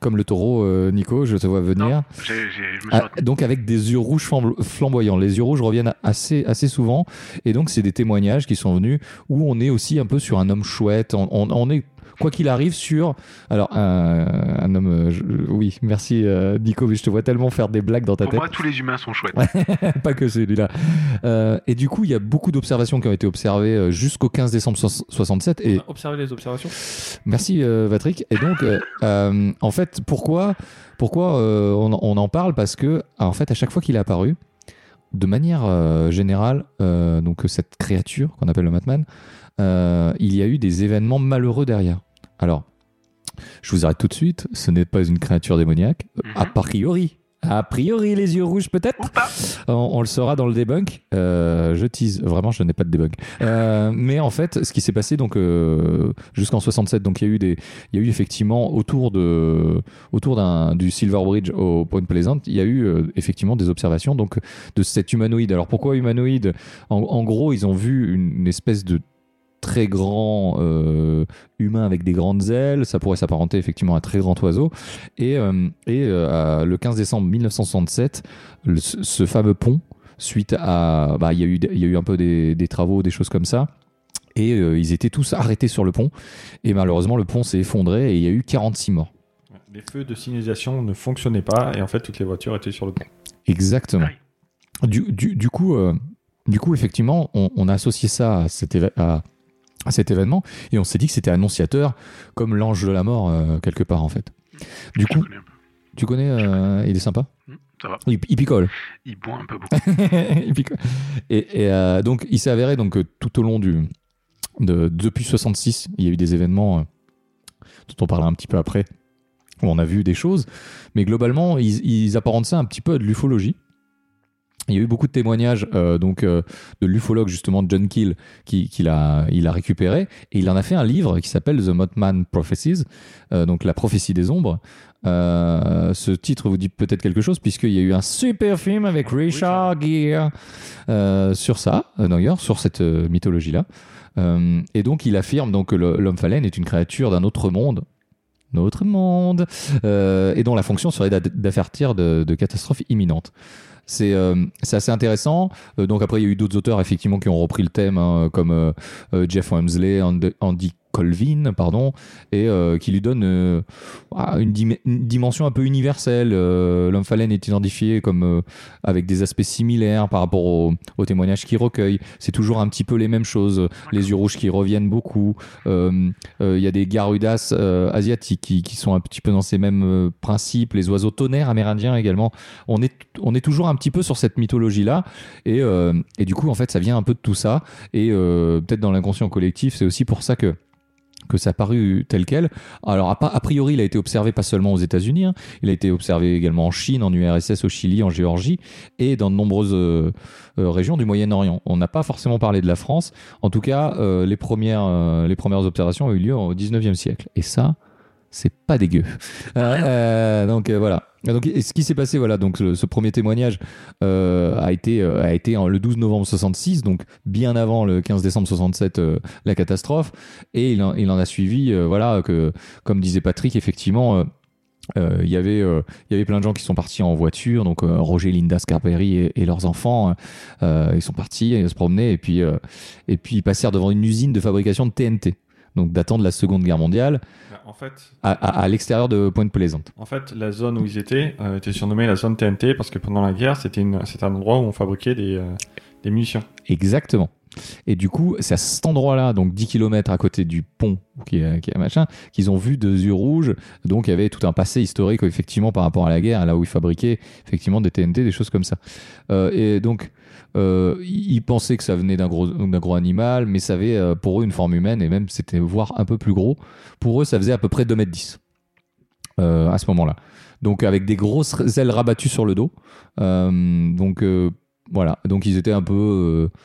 C: comme le taureau euh, Nico, je te vois venir.
D: Non, j'ai- j'ai- je me suis
C: Ah,
D: retenu.
C: donc avec des yeux rouges flamb- flamboyants. Les yeux rouges reviennent assez, assez souvent. Et donc c'est des témoignages qui sont venus où on est aussi un peu sur un homme chouette. On, on- on est, quoi qu'il arrive, sur... Alors un, un homme... euh, je- oui, merci euh, Nico, mais je te vois tellement faire des blagues dans ta
D: Pour
C: tête. Ah,
D: moi, tous les humains sont chouettes.
C: <laughs> Pas que celui-là. Euh, et du coup, il y a beaucoup d'observations qui ont été observées euh, jusqu'au 15 décembre so- 67. Et
A: Observez les observations.
C: Merci euh, Patrick. Et donc, euh, euh, en fait, pourquoi, pourquoi euh, on, on en parle Parce que, en fait, à chaque fois qu'il est apparu, de manière euh, générale, euh, donc cette créature qu'on appelle le Matman, euh, il y a eu des événements malheureux derrière. Alors, je vous arrête tout de suite. Ce n'est pas une créature démoniaque,
D: Mhm.
C: a priori. A priori, les yeux rouges peut-être.
D: Ou pas.
C: On, on le saura dans le debunk. Euh, je tease, vraiment, je n'ai pas de debunk. Euh, mais en fait, ce qui s'est passé, donc euh, jusqu'en 67, donc il y a eu des, il y a eu effectivement autour de, autour d'un du Silver Bridge au Point Pleasant, il y a eu euh, effectivement des observations donc de cet humanoïde. Alors pourquoi humanoïde en, en gros, ils ont vu une, une espèce de très grand euh, humain avec des grandes ailes, ça pourrait s'apparenter effectivement à un très grand oiseau. Et, euh, et euh, à- le 15 décembre 1967, le- ce ce fameux pont, suite à... bah, Il y, a eu- il y a eu un peu des, des travaux, des choses comme ça. Et euh, ils étaient tous arrêtés sur le pont. Et malheureusement, le pont s'est effondré et il y a eu 46 morts.
A: Les feux de signalisation ne fonctionnaient pas et en fait toutes les voitures étaient sur le pont.
C: Exactement.
D: Ah
C: Du, du- du coup, euh, du coup, effectivement, on, on a associé ça à cet, éve- à- à cet événement et on s'est dit que c'était annonciateur comme l'ange de la mort euh, quelque part en fait. Du
D: Je
C: coup,
D: connais un peu.
C: tu connais, euh, il est sympa.
D: Hmm, ça va.
C: Il- il picole.
D: Il boit un peu beaucoup.
C: Et puis quoi. et, et, euh, donc, il s'est avéré donc, que tout au long du. De, depuis 66, il y a eu des événements euh, dont on parlera un petit peu après, où on a vu des choses. Mais globalement, ils, ils apparentent ça un petit peu à de l'ufologie. Il y a eu beaucoup de témoignages euh, donc, euh, de l'ufologue, justement, John Keel, qui, qui l'a- il a récupéré. Et il en a fait un livre qui s'appelle The Mothman Prophecies, euh, donc la prophétie des ombres. Euh, ce titre vous dit peut-être quelque chose, puisqu'il y a eu un super film avec Richard Gere euh, sur ça, euh, d'ailleurs, sur cette euh, mythologie-là. Euh, et donc, il affirme donc, que le- l'homme phalène est une créature d'un autre monde. Notre monde, euh, et dont la fonction serait d'a- d'avertir de, de catastrophes imminentes. C'est euh, c'est assez intéressant. Euh, donc après, il y a eu d'autres auteurs effectivement qui ont repris le thème, hein, comme euh, euh, Jeff Wamsley, And- Andy Colvin, pardon, et euh, qui lui donne euh, ah, une, dim- une dimension un peu universelle. Euh, L'homme phalène est identifié comme euh, avec des aspects similaires par rapport au- aux témoignages qu'il recueille. C'est toujours un petit peu les mêmes choses. <laughs> Les yeux rouges qui reviennent beaucoup. Euh, euh, Il y a des garudas euh, asiatiques qui, qui sont un petit peu dans ces mêmes euh, principes. Les oiseaux tonnerres amérindiens également. On est, on est toujours un petit peu sur cette mythologie-là. Et, euh, et du coup, en fait, ça vient un peu de tout ça. Et euh, peut-être dans l'inconscient collectif, c'est aussi pour ça que que ça a paru tel quel. Alors, à pas- a priori, il a été observé pas seulement aux États-Unis, hein. il a été observé également en Chine, en URSS, au Chili, en Géorgie et dans de nombreuses euh, euh, régions du Moyen-Orient. On n'a pas forcément parlé de la France. En tout cas, euh, les, premières, euh, les premières observations ont eu lieu au 19e siècle. Et ça, c'est pas dégueu. Euh, euh, donc euh, voilà. Et Donc, et ce qui s'est passé, voilà, donc ce, ce premier témoignage euh, a été, euh, a été en- le 12 novembre 66, donc bien avant le 15 décembre 67, euh, la catastrophe. Et il en, il en a suivi, euh, voilà, que comme disait Patrick, effectivement, euh, euh, il y avait euh, il y avait plein de gens qui sont partis en voiture, donc euh, Roger, Linda, Scarberry et, et leurs enfants, euh, ils sont partis, ils se promenaient et puis euh, et puis ils passèrent devant une usine de fabrication de TNT, donc datant de la Seconde Guerre mondiale,
A: Bah, En fait,
C: à, à- à l'extérieur de Pointe-Plaisante.
A: en fait, la zone où ils étaient euh, était surnommée la zone TNT parce que pendant la guerre, c'était une- c'était un endroit où on fabriquait des, euh, des munitions.
C: Exactement. Et du coup, c'est à cet endroit-là, donc 10 km à côté du pont, qui est, qui est machin, qu'ils ont vu deux yeux rouges. Donc il y avait tout un passé historique, effectivement, par rapport à la guerre, là où ils fabriquaient effectivement des TNT, des choses comme ça. Euh, et donc, euh, ils pensaient que ça venait d'un gros, d'un gros animal, mais ça avait euh, pour eux une forme humaine, et même c'était voire un peu plus gros. Pour eux, ça faisait à peu près 2m10 euh, à ce moment-là. Donc avec des grosses ailes rabattues sur le dos. Euh, donc euh, voilà, donc ils étaient un peu... euh,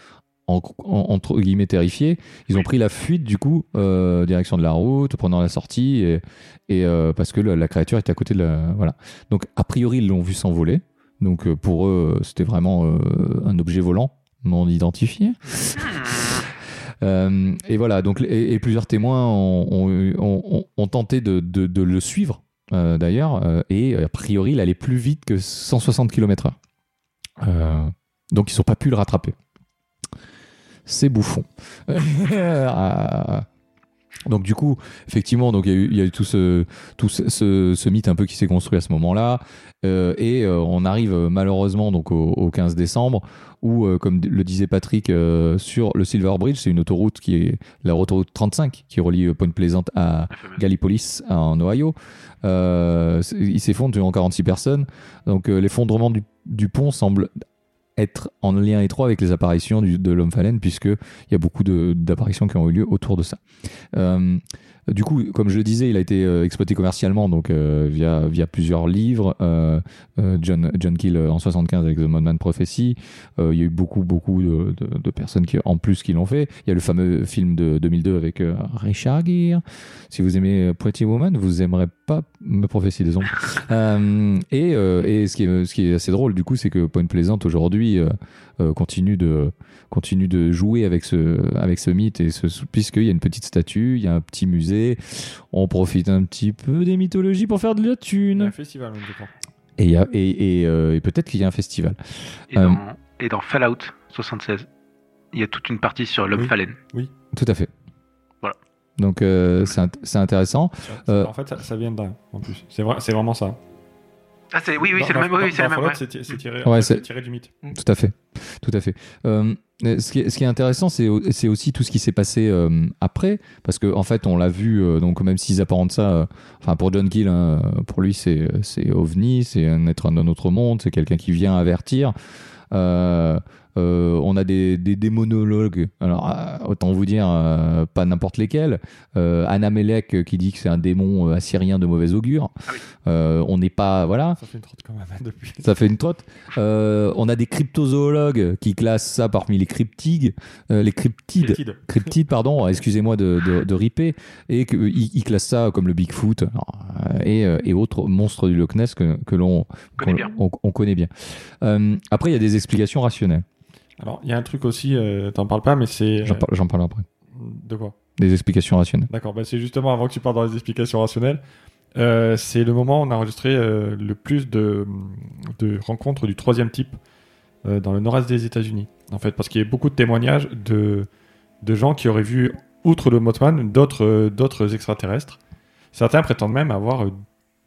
C: en- en- entre guillemets terrifiés. Ils ont pris la fuite du coup, euh, direction de la route, prenant la sortie, et, et, euh, parce que le- la créature était à côté de la. Voilà. Donc a priori ils l'ont vu s'envoler. Donc euh, pour eux euh, c'était vraiment euh, un objet volant non identifié. Euh, et voilà, donc, et, et plusieurs témoins ont, ont eu- ont- ont- ont tenté de, de- de le suivre, euh, d'ailleurs, euh, et a priori, il allait plus vite que 160 km/h. Euh, donc, ils n'ont pas pu le rattraper. C'est bouffon. Ah. donc, du coup, effectivement, donc, il y, a eu- il y a eu tout ce, tout ce, ce- ce mythe un peu qui s'est construit à ce moment-là. Euh, et euh, on arrive euh, malheureusement donc, au- au 15 décembre où, euh, comme d- le disait Patrick, euh, sur le Silver Bridge, c'est une autoroute qui est la autoroute 35 qui relie euh, Pointe Plaisante à
D: La fameuse.
C: Gallipolis en Ohio. Euh, c'est- il s'effondre en 46 personnes. Donc euh, l'effondrement du, du pont semble être en lien étroit avec les apparitions du- de l'homme phalène, puisque il y a beaucoup de- d'apparitions qui ont eu lieu autour de ça. Euh, du coup, comme je le disais, il a été euh, exploité commercialement, donc euh, via, via plusieurs livres. euh, euh, John, John Keel euh, en 75 avec The Mothman Prophecy. Euh, il y a eu beaucoup, beaucoup de, de- de personnes qui, en plus qui l'ont fait. Il y a le fameux film de 2002 avec euh, Richard Gere. Si vous aimez euh, Pretty Woman, vous aimerez pas Me Prophétie des Ombres. Euh, et euh, et ce, qui est, ce qui est assez drôle, du coup, c'est que Point Pleasant aujourd'hui euh, euh, continue de continue de jouer avec ce avec ce mythe et ce puisqu'il y a une petite statue, il y a un petit musée. On profite un petit peu des mythologies pour faire de la
A: Il y a
C: thune.
A: un festival, je crois.
C: Et, il y a- et, et, euh, et peut-être qu'il y a un festival.
D: Et,
C: Euh.
D: dans, et dans Fallout 76, il y a toute une partie sur l'homme
A: Oui.
D: phalène.
C: Tout à fait.
D: Voilà.
C: Donc euh, c'est int- c'est intéressant. Euh,
A: En fait, ça, ça vient de là, en plus. C'est vrai, c'est vraiment ça.
D: Ah, c'est, oui, oui,
A: Dans-
D: c'est le
A: dans-
D: même. Oui,
A: dans-
D: oui, c'est
A: dans
D: le même.
A: Fallout,
D: ouais.
A: c'est ti- c'est tiré,
C: Ouais,
A: en fait,
C: c'est-
A: c'est tiré du mythe.
C: Tout à fait, tout à fait. Euh, euh, ce, qui est, ce qui est intéressant, c'est au- c'est aussi tout ce qui s'est passé euh, après, parce que en fait, on l'a vu. euh, donc même s'ils apparentent ça, euh, enfin pour John Keel, hein, euh, pour lui, c'est c'est ovni, c'est un être d'un autre monde, c'est quelqu'un qui vient avertir. Euh, euh, on a des, des démonologues, alors euh, autant vous dire, euh, pas n'importe lesquels. Euh, Anna Melek euh, qui dit que c'est un démon euh, assyrien de mauvais augure. Euh, on n'est pas, voilà.
A: Ça fait une trotte quand même hein, depuis.
C: Ça fait une trotte. Euh, on a des cryptozoologues qui classent ça parmi les cryptides, euh, les cryptides,
A: Cryptide.
C: cryptides, pardon, excusez-moi de, de, de riper, et que- euh, ils ils classent ça comme le Bigfoot alors, euh, et, euh, et autres monstres du Loch Ness que, que l'on
D: Connais
C: qu'on-
D: bien.
C: on, on connaît bien. Euh, après, il y a des explications rationnelles.
A: Alors, il y a un truc aussi, euh, t'en parles pas, mais c'est. euh,
C: J'en parle, j'en parle après.
A: De quoi
C: Des explications rationnelles.
A: D'accord, bah c'est justement avant que tu partes dans les explications rationnelles. euh, c'est le moment où on a enregistré euh, le plus de, de rencontres du troisième type euh, dans le nord-est des États-Unis. En fait, parce qu'il y a eu beaucoup de témoignages de, de gens qui auraient vu, outre le Mothman, d'autres euh, d'autres extraterrestres. Certains prétendent même avoir euh,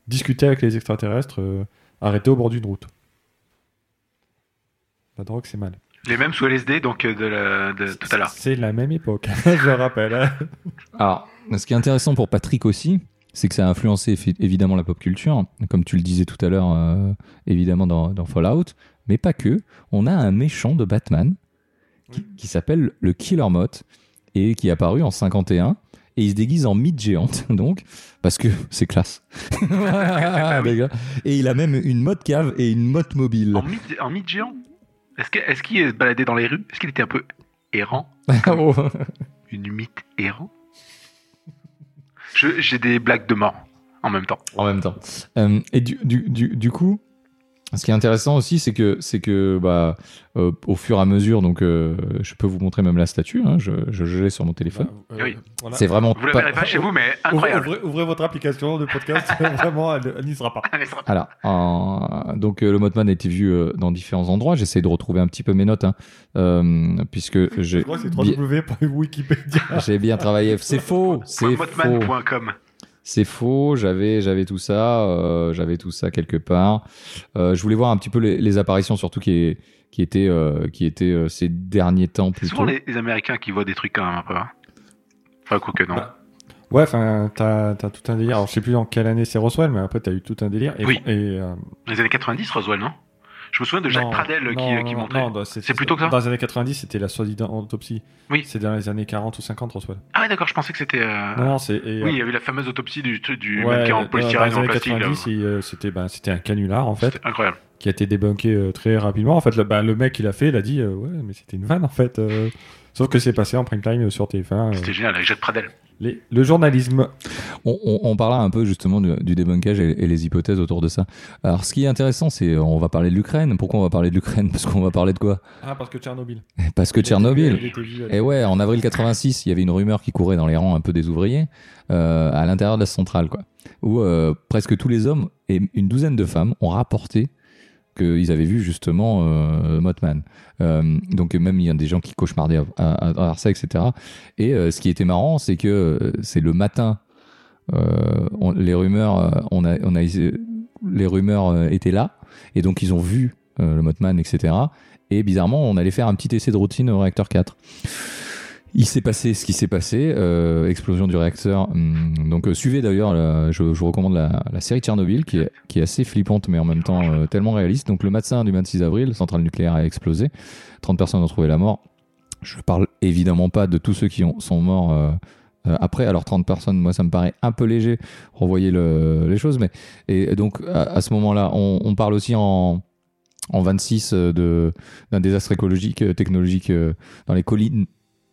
A: discuté avec les extraterrestres euh, arrêtés au bord d'une route. La drogue, c'est mal.
D: Les mêmes sous LSD, donc euh, de, la- de tout à l'heure.
A: C'est la même époque, <laughs> je le rappelle. hein.
C: Alors, ce qui est intéressant pour Patrick aussi, c'est que ça a influencé effi- évidemment la pop culture, comme tu le disais tout à l'heure, euh, évidemment dans, dans Fallout, mais pas que. On a un méchant de Batman qui, qui s'appelle le Killer Moth et qui est apparu en 51 et il se déguise en mythe géante, <laughs> donc, parce que <laughs> c'est classe. <laughs> Les gars. et il a même une mode cave et une mode mobile.
D: En mythe, en mythe géant Est-ce, que, est-ce qu'il se baladait dans les rues Est-ce qu'il était un peu errant
C: <laughs> Oh.
D: Une mythe errant Je- J'ai des blagues de mort en même temps.
C: en même temps. Euh, et du, du, du, du coup, ce qui est intéressant aussi, c'est que, c'est que bah, euh, au fur et à mesure, donc, euh, je peux vous montrer même la statue, hein, je, je, je l'ai sur mon téléphone.
A: Bah, euh,
D: Oui.
A: voilà.
C: c'est vraiment
D: Vous la
C: pas-
D: verrez pas chez vous, mais
A: Ouvrez,
D: incroyable.
A: ouvrez- ouvrez votre application de podcast, <laughs> vraiment, elle, elle n'y sera pas.
D: <laughs> Allez, ça va.
C: Alors, en- donc euh, le Mothman a été vu euh, dans différents endroits. J'essaie de retrouver un petit peu mes notes, hein, euh, puisque
A: Je
C: j'ai
A: crois que c'est
C: bi-
A: www.wikipedia.
C: j'ai bien travaillé. C'est faux, c'est faux.
D: Motman.com.
C: C'est faux, j'avais j'avais tout ça, euh, j'avais tout ça quelque part. Euh, je voulais voir un petit peu les, les apparitions surtout qui est- qui étaient euh, qui étaient euh, ces derniers temps
D: C'est
C: plutôt.
D: souvent les, les Américains qui voient des trucs quand même un peu. hein. Enfin, quoi que non.
A: Bah, Ouais, enfin, t'as t'as tout un délire. Alors, je sais plus dans quelle année c'est Roswell, mais après, t'as eu tout un délire. Et,
D: Oui.
A: et, euh,
D: Les années 90, Roswell, non Je me souviens de Jacques
A: non,
D: Pradel qui, euh,
A: non,
D: qui
A: non,
D: montrait.
A: non, dans-
D: C'est plutôt que ça
A: Dans les années 90, c'était la soi-disant autopsie.
D: Oui.
A: C'est dans les années 40 ou 50, Roswell.
D: Ah ouais, d'accord, je pensais que c'était. euh,
A: Non, non, c'est. et,
D: oui, il
A: euh,
D: y avait la fameuse autopsie du, truc du
A: ouais,
D: mec qui est en
A: dans- dans
D: polystyrène
A: les
D: en
A: années
D: plastique. là.
A: 90, il, euh, c'était ben, c'était un canular, en fait,
D: C'était incroyable.
A: qui a été débunké euh, très rapidement. En fait, le, ben, le mec, il a fait, il a dit, euh, ouais, mais c'était une vanne, en fait. euh. sauf que c'est passé en prime time euh, sur TF1. euh,
D: C'était génial avec Jacques Pradel.
A: Les- le journalisme.
C: On, on, on parlera un peu justement du, du débunkage et, et les hypothèses autour de ça. Alors ce qui est intéressant, c'est euh, on va parler de l'Ukraine. Pourquoi on va parler de l'Ukraine Parce qu'on va parler de quoi
A: Ah, parce que Tchernobyl.
C: Parce que Tchernobyl. Eh
A: Il était vu à-
C: Et ouais, en avril 86, il y avait une rumeur qui courait dans les rangs un peu des ouvriers euh, à l'intérieur de la centrale, quoi. Où euh, presque tous les hommes et une douzaine de femmes ont rapporté qu'ils avaient vu justement euh, Mothman. Euh, donc même il y a des gens qui cauchemardaient à, à, à Arsay, etc. Et euh, ce qui était marrant, c'est que euh, c'est le matin. euh, on- les rumeurs, euh, on a, on a, les rumeurs euh, étaient là, et donc ils ont vu euh, le Mothman, etc. Et bizarrement, on allait faire un petit essai de routine au réacteur 4. Il s'est passé ce qui s'est passé, euh, explosion du réacteur. Hum, Donc euh, suivez d'ailleurs, la- je, je vous recommande la, la série Tchernobyl qui est, qui est assez flippante mais en même temps euh, tellement réaliste. Donc le matin du 26 avril, centrale nucléaire a explosé, 30 personnes ont trouvé la mort. Je parle évidemment pas de tous ceux qui ont- sont morts euh, euh, après. Alors 30 personnes, moi ça me paraît un peu léger, revoyez le- les choses. Mais, et donc à, à ce moment-là, on, on parle aussi en, en 26 euh, de- d'un désastre écologique, euh, technologique euh, dans les collines,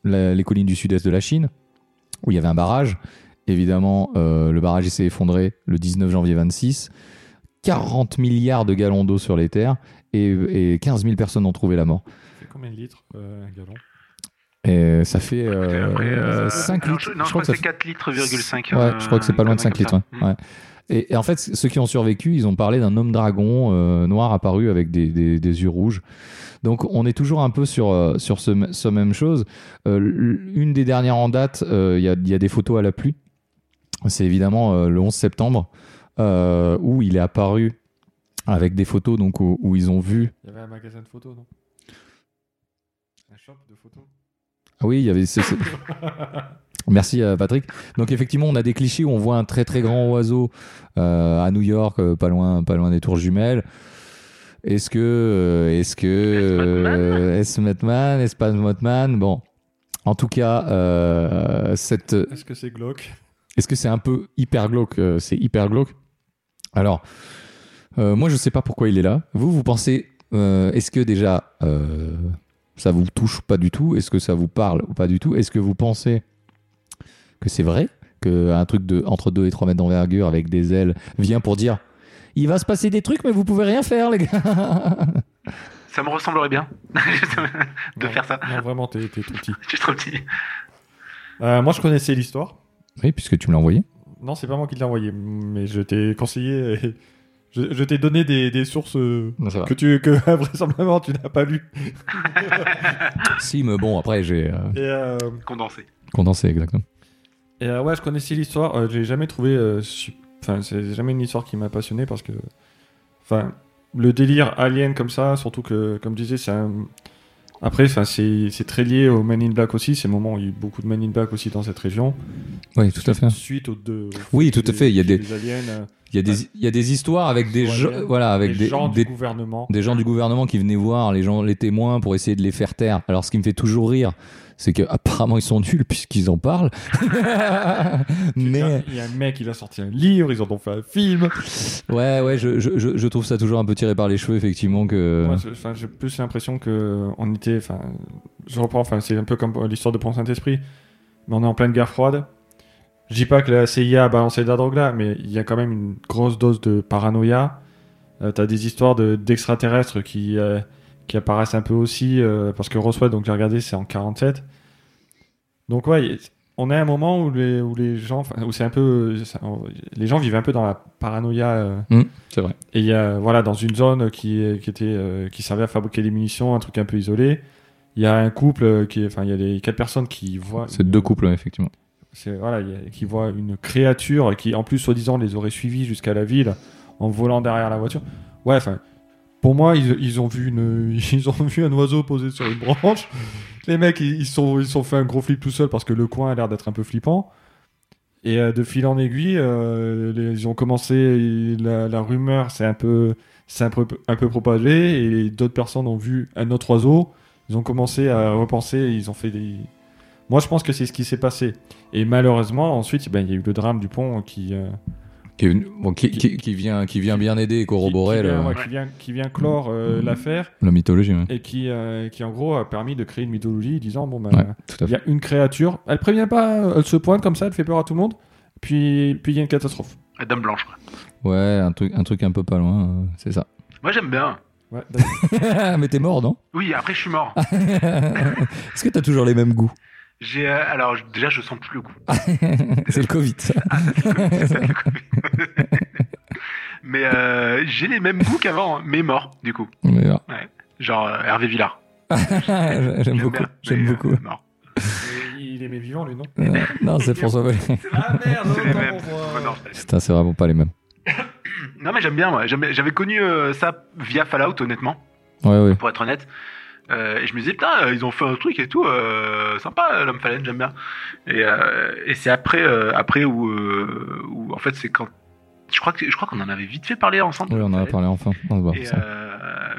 C: la- les collines du sud-est de la Chine, où il y avait un barrage. Évidemment, euh, le barrage il s'est effondré le 19 janvier 26. 40 milliards de gallons d'eau sur les terres et, et 15 000 personnes ont trouvé la mort.
A: C'est combien de litres euh, un gallon
C: Et ça fait euh,
A: Après, euh,
C: 5
D: non,
C: litres.
D: je, non, je crois que
C: ça
D: c'est 4 litres, euh,
C: Ouais, je crois que c'est pas loin de 5 litres.
D: Mm.
C: ouais. Ouais. Et, et en fait, c- ceux qui ont survécu, ils ont parlé d'un homme dragon euh, noir apparu avec des, des- des yeux rouges. Donc, on est toujours un peu sur, euh, sur ce, m- ce même chose. Euh, l- une des dernières en date, euh, il y, a, il y a des photos à la pluie. C'est évidemment euh, le 11 septembre euh, où il est apparu avec des photos donc où, où ils ont vu.
A: Il y avait un magasin de photos, non Un shop de photos
C: Ah oui, il y avait. ce- ce- Merci euh, Patrick. Donc effectivement, on a des clichés où on voit un très très grand oiseau euh, à New York, euh, pas loin, pas loin des tours jumelles. Est-ce que, euh, est-ce que, euh, est-ce Batman, est-ce pas Batman Bon, en tout cas, euh, cette,
A: Est-ce que c'est glauque
C: est-ce que c'est un peu hyper glauque Euh, C'est hyper glauque. Alors, euh, moi, je sais pas pourquoi il est là. Vous, vous pensez, euh, est-ce que déjà, euh, ça vous touche pas du tout Est-ce que ça vous parle ou pas du tout Est-ce que vous pensez que c'est vrai Qu'un truc de entre 2 et 3 mètres d'envergure avec des ailes vient pour dire il va se passer des trucs, mais vous pouvez rien faire, les gars. <laughs>
D: Ça me ressemblerait bien <laughs> de
A: Non,
D: faire ça.
A: Non, vraiment, t'es t'es tout petit.
D: Je suis trop petit. <laughs>
A: Euh, moi, je connaissais l'histoire.
C: Oui, puisque tu me l'as envoyé.
A: Non, c'est pas moi qui l'ai envoyé, mais je t'ai conseillé, et je, je t'ai donné des, des sources euh,
C: Non, ça va.
A: que tu que <laughs> vraisemblablement tu n'as pas lues.
C: Si, mais bon, après, j'ai euh,
A: Et, euh,
D: Condensé.
C: condensé, exactement.
A: et, euh, ouais, je connaissais l'histoire. euh, j'ai jamais trouvé, euh, su- enfin, c'est jamais une histoire qui m'a passionné parce que, enfin, le délire alien comme ça, surtout que, comme je disais, c'est un- Après, enfin, c'est c'est très lié au Man in Black aussi. Ces moments, il y a eu beaucoup de Man in Black aussi dans cette région.
C: Oui, tout à fait.
A: Suite aux deux. aux
C: Oui,
A: faits
C: tout à
A: des-
C: fait, il y a des-
A: aliens, euh,
C: Il y a des, il y a des histoires avec des,
A: Histoires
C: gens-
A: aliens,
C: voilà, avec
A: des,
C: des,
A: gens
C: des-
A: du gouvernement.
C: des gens du gouvernement qui venaient voir les gens, les témoins pour essayer de les faire taire. Alors, ce qui me fait toujours rire, c'est que apparemment ils sont nuls puisqu'ils en <laughs> parlent. Mais
A: Il y a un mec, il a sorti un livre, ils en ont fait un film.
C: ouais, ouais, je, je, je je trouve ça toujours un peu tiré par les cheveux, effectivement. Que
A: Moi, je- enfin, j'ai plus l'impression que on était, enfin, je reprends, enfin, c'est un peu comme euh, l'histoire de Pont Saint-Esprit, mais on est en pleine guerre froide. Je dis pas que la CIA a balancé de la drogue là, mais il y a quand même une grosse dose de paranoïa. Euh, T'as des histoires de- d'extraterrestres qui, euh, qui apparaissent un peu aussi, euh, parce que Roswell, donc j'ai regardé, c'est en 47. Donc ouais, y- on est à un moment où les, où les gens, enfin, où c'est un peu, euh, ça- on- les gens vivent un peu dans la paranoïa. euh,
C: Hum, c'est vrai.
A: et il y a, voilà, dans une zone qui, est- qui, était, euh, qui servait à fabriquer des munitions, un truc un peu isolé, il y a un couple, euh, qui est- enfin, il y a les quatre personnes qui voient.
C: C'est deux couples, effectivement.
A: c'est- Voilà, il y a- qui voient une créature qui, en plus, soi-disant, les aurait suivis jusqu'à la ville en volant derrière la voiture. Ouais, enfin, pour moi, ils, ils ont vu une, <laughs> ils ont vu un oiseau posé sur une branche. Les mecs, ils ils se sont, ils se sont fait un gros flip tout seul parce que le coin a l'air d'être un peu flippant. Et euh, de fil en aiguille, euh, les- ils ont commencé, la, la rumeur s'est un peu, s'est un peu, un peu propagée et d'autres personnes ont vu un autre oiseau. Ils ont commencé à repenser, ils ont fait des. Moi, je pense que c'est ce qui s'est passé. Et malheureusement, ensuite, ben, il y a eu le drame du pont qui. euh,
C: Qui, est une- bon, qui, qui- qui vient, qui vient bien aider et
A: qui-
C: corroborer
A: qui, vient-
C: le-
A: ouais, qui vient, qui vient clore euh,
C: Mm.
A: l'affaire
C: la mythologie. ouais.
A: et qui, euh, qui en gros a permis de créer une mythologie disant bon ben
C: Ouais, tout
A: il
C: à
A: y
C: fait.
A: a une créature, elle prévient pas, euh, elle se pointe comme ça, elle fait peur à tout le monde, puis puis il y a une catastrophe.
D: La Dame blanche. quoi.
C: Ouais, un truc, un truc un peu pas loin, euh, c'est ça.
D: Moi, j'aime bien.
A: Ouais, d'accord.
C: <laughs> Mais t'es mort, non
D: Oui, après, je suis mort.
C: <laughs> Est-ce que t'as toujours les mêmes goûts <laughs>
D: J'ai, euh, alors, je- déjà, je sens plus le goût.
C: C'est le Covid. ça.
D: Mais euh, j'ai les mêmes goûts qu'avant, hein. mais mort, du coup.
C: <laughs> On est là.
D: Genre euh, Hervé Villard.
C: <laughs> Ah, J'aime
D: bien,
C: beaucoup.
D: mais,
C: J'aime
D: euh,
C: beaucoup.
D: mort.
A: il aimait vivant lui non
C: <laughs> Euh, non, c'est François Valéry.
A: Ah merde,
D: C'est les mêmes. Ouais, Oh, non, je-
C: Putain, c'est vraiment pas les mêmes.
D: Non mais j'aime bien moi. J'aime- J'avais connu euh, ça via Fallout honnêtement,
C: Ouais, ouais.
D: pour être honnête. Euh, et je me disais, putain, euh, ils ont fait un truc et tout, euh, sympa, l'homme phalène, j'aime bien. Et, euh, et c'est après, euh, après où, euh, où, en fait, c'est quand. Je crois que- je crois qu'on en avait vite fait parler ensemble.
C: Oui, on en a parlé enfin. On va voir
D: Et,
C: ça.
D: euh,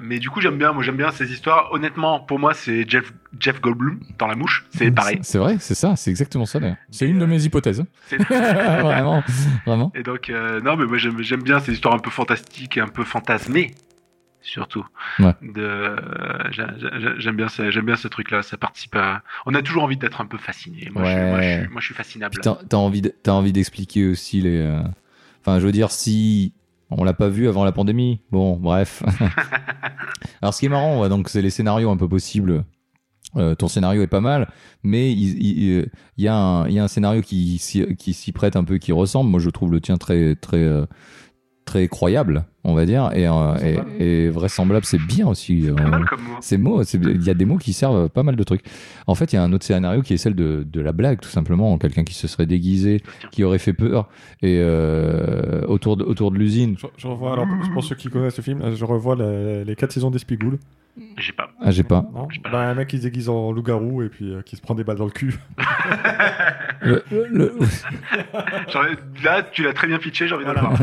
D: mais du coup, j'aime bien, moi j'aime bien ces histoires. Honnêtement, pour moi, c'est Jeff, Jeff Goldblum dans La Mouche, c'est pareil. euh,
C: C'est vrai, c'est ça, c'est exactement ça d'ailleurs. C'est une de mes hypothèses. <laughs>
D: C'est-
C: vraiment, vraiment.
D: Et donc, euh, non, mais moi j'aime j'aime bien ces histoires un peu fantastiques et un peu fantasmées, surtout.
C: Ouais.
D: De, euh, j'a- j'a- j'aime bien, ce- j'aime bien ce truc-là, ça participe à. On a toujours envie d'être un peu fasciné. Moi, je,
C: Ouais.
D: suis- moi, je, suis- moi, je suis fascinable.
C: Puis t'as t'as envie de- t'as envie d'expliquer aussi les. euh, Enfin, je veux dire, si on l'a pas vu avant la pandémie, bon, bref.
D: <laughs>
C: Alors, ce qui est marrant, ouais, donc, c'est les scénarios un peu possibles. Euh, ton scénario est pas mal, mais il, il- euh, il y, a un- il y a un scénario qui, s'y- qui s'y prête un peu, qui ressemble. Moi, je trouve le tien très, très, euh, très croyable, on va dire, et, euh, et, et vraisemblable, c'est bien aussi.
D: Pas
C: euh,
D: mal comme moi.
C: ces mots, c'est- il y a des mots qui servent à pas mal de trucs. En fait, il y a un autre scénario qui est celle de, de la blague, tout simplement. Quelqu'un qui se serait déguisé, qui aurait fait peur, et euh, autour de, autour de l'usine.
H: Je, je revois, alors pour ceux qui connaissent le film, je revois la- les 4 saisons d'Espigoule.
D: J'ai pas.
C: Ah, j'ai pas.
H: Non
A: Ben,
H: Bah, un mec qui se déguise en loup-garou et puis euh, qui se prend des balles dans le cul.
C: Le- le- <laughs>
D: J'en ai- Là, tu l'as très bien pitché, j'ai envie de
C: <laughs>
D: le voir.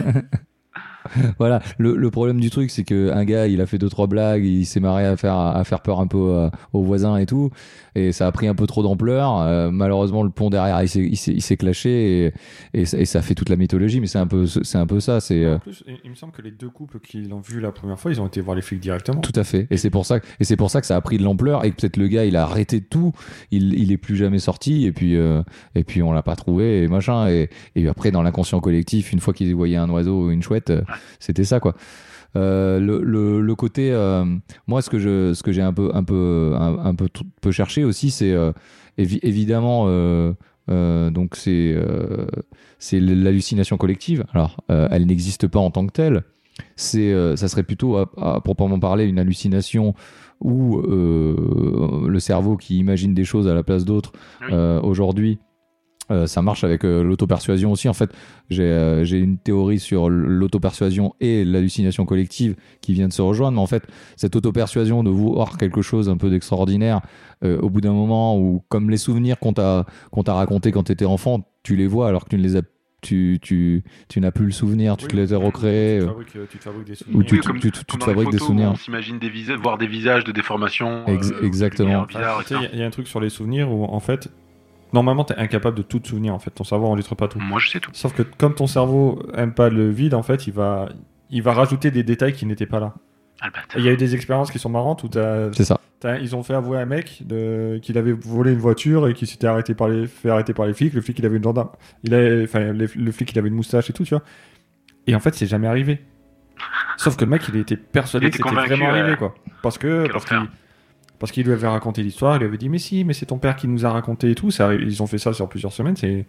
C: voilà, le, le problème du truc, c'est que un gars, il a fait deux trois blagues, il s'est marré à faire à faire peur un peu euh, aux voisins et tout, et ça a pris un peu trop d'ampleur. Euh, malheureusement, le pont derrière, il s'est- il s'est il s'est clashé et, et, ça- et ça fait toute la mythologie. Mais c'est un peu c'est un peu ça, c'est euh,
A: En plus, il, il me semble que les deux couples qui l'ont vu la première fois, ils ont été voir les flics directement.
C: Tout à fait. Et c'est pour ça que, et c'est pour ça que ça a pris de l'ampleur et que peut-être le gars il a arrêté tout, il il est plus jamais sorti et puis euh, et puis on l'a pas trouvé et machin et et après dans l'inconscient collectif une fois qu'il voyait un oiseau ou une chouette euh, c'était ça quoi. Euh, le, le, le côté euh, moi ce que je ce que j'ai un peu un peu un, un peu tr- peu cherché aussi c'est euh, évi- évidemment euh, euh, donc c'est euh, c'est l'hallucination collective alors euh, elle n'existe pas en tant que telle c'est euh, ça serait plutôt à, à proprement parler une hallucination ou euh, le cerveau qui imagine des choses à la place d'autres
D: Oui.
C: euh, aujourd'hui euh, ça marche avec euh, l'auto-persuasion aussi. En fait, j'ai euh, j'ai une théorie sur l- l'auto-persuasion et l'hallucination collective qui viennent se rejoindre. Mais en fait, cette auto-persuasion de voir quelque chose un peu d'extraordinaire, euh, au bout d'un moment où, comme les souvenirs qu'on t'a qu'on t'a racontés quand tu étais enfant, tu les vois alors que tu ne les as tu, tu, tu n'as plus le souvenir, tu
A: Oui,
C: te les as recréés.
A: Tu
C: euh,
A: te fabriques, euh, tu te fabriques des souvenirs.
C: Ou tu,
D: Oui,
C: tu-
D: comme-
C: tu- tu
D: Comme
C: te
D: dans les
C: fabriques des
D: photos hein. où
C: souvenirs.
D: On s'imagine des visages, voir des visages de euh, déformation.
C: Ex- exactement.
A: Enfin, Ah, tu sais, Il y a- il y a un truc sur les souvenirs où, en fait, normalement, t'es incapable de tout te souvenir. En fait, ton cerveau enregistre pas tout.
D: Moi, je sais tout.
A: Sauf que comme ton cerveau aime pas le vide, en fait, il va, il va rajouter des détails qui n'étaient pas là.
D: Ah, le bâtard.
A: Et Il y a eu des expériences qui sont marrantes où t'as-
C: C'est ça.
A: t'as- ils ont fait avouer à un mec de- qu'il avait volé une voiture et qu'il s'était arrêté par les, fait arrêter par les flics. Le flic, il avait une gendarme. Il avait, enfin, les- le flic, il avait une moustache et tout, tu vois. Et en fait, c'est jamais arrivé. Sauf que le mec, il était persuadé
D: Il
A: que
D: était
A: c'était
D: convaincu,
A: vraiment arrivé,
D: ouais.
A: quoi. Parce que,
D: Quel
A: parce
D: enfer.
A: qu'il, parce qu'il lui avait raconté l'histoire, il lui avait dit, mais si, mais c'est ton père qui nous a raconté et tout. Ça, ils ont fait ça sur plusieurs semaines. C'est,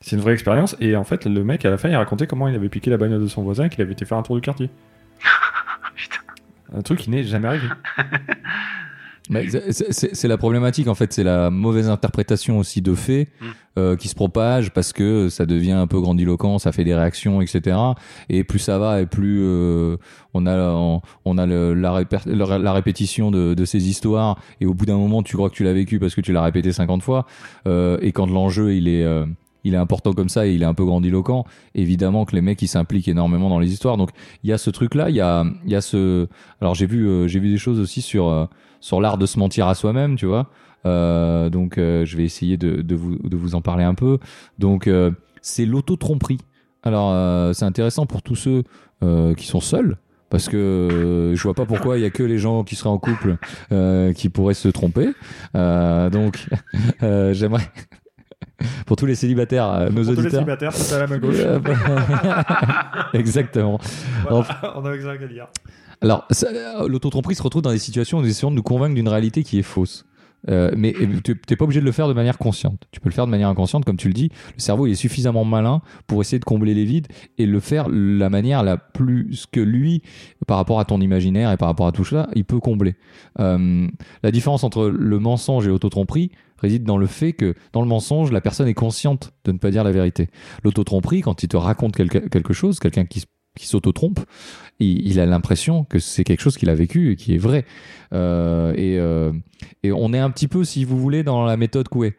A: c'est une vraie expérience. Et en fait, le mec, à la fin, il racontait comment il avait piqué la bagnole de son voisin et qu'il avait été faire un tour du quartier.
D: <laughs> Putain.
A: Un truc qui n'est jamais arrivé.
C: Mais c'est- c'est c'est- c'est la problématique en fait, c'est la mauvaise interprétation aussi de faits
D: Mm.
C: euh, qui se propage parce que ça devient un peu grandiloquent, ça fait des réactions, etc. Et plus ça va et plus euh, on a on, on a le- la, réper- la- la répétition de, de ces histoires et au bout d'un moment tu crois que tu l'as vécu parce que tu l'as répété 50 fois Euh, et quand l'enjeu il est euh, il est important comme ça et il est un peu grandiloquent. Évidemment que les mecs ils s'impliquent énormément dans les histoires. Donc il y a ce truc là, il y a il y a ce alors j'ai vu euh, j'ai vu des choses aussi sur euh, sur l'art de se mentir à soi-même, tu vois. Euh, donc, euh, je vais essayer de, de vous, de vous en parler un peu. Donc, euh, c'est l'auto-tromperie. Alors, euh, c'est intéressant pour tous ceux euh, qui sont seuls, parce que euh, je vois pas pourquoi il y a que les gens qui seraient en couple euh, qui pourraient se tromper. Euh, donc, <laughs> euh, j'aimerais pour tous les célibataires, euh, nos
H: Pour tous les
C: auditeurs.
H: célibataires, c'est à la main gauche.
C: Euh, <laughs> Exactement.
H: Voilà, on a Xavier Galliard.
C: Alors, ça, euh, l'autotromperie se retrouve dans des situations où nous essayons de nous convaincre d'une réalité qui est fausse. Euh, mais euh, tu n'es pas obligé de le faire de manière consciente. Tu peux le faire de manière inconsciente, comme tu le dis. Le cerveau il est suffisamment malin pour essayer de combler les vides et le faire la manière la plus que lui, par rapport à ton imaginaire et par rapport à tout ça, il peut combler. Euh, la différence entre le mensonge et l'autotromperie réside dans le fait que dans le mensonge, la personne est consciente de ne pas dire la vérité. L'autotromperie, quand il te raconte quelque, quelque chose, quelqu'un qui se qui s'auto-trompe, il, il a l'impression que c'est quelque chose qu'il a vécu et qui est vrai. Euh, et, euh, et on est un petit peu, si vous voulez, dans la méthode Coué.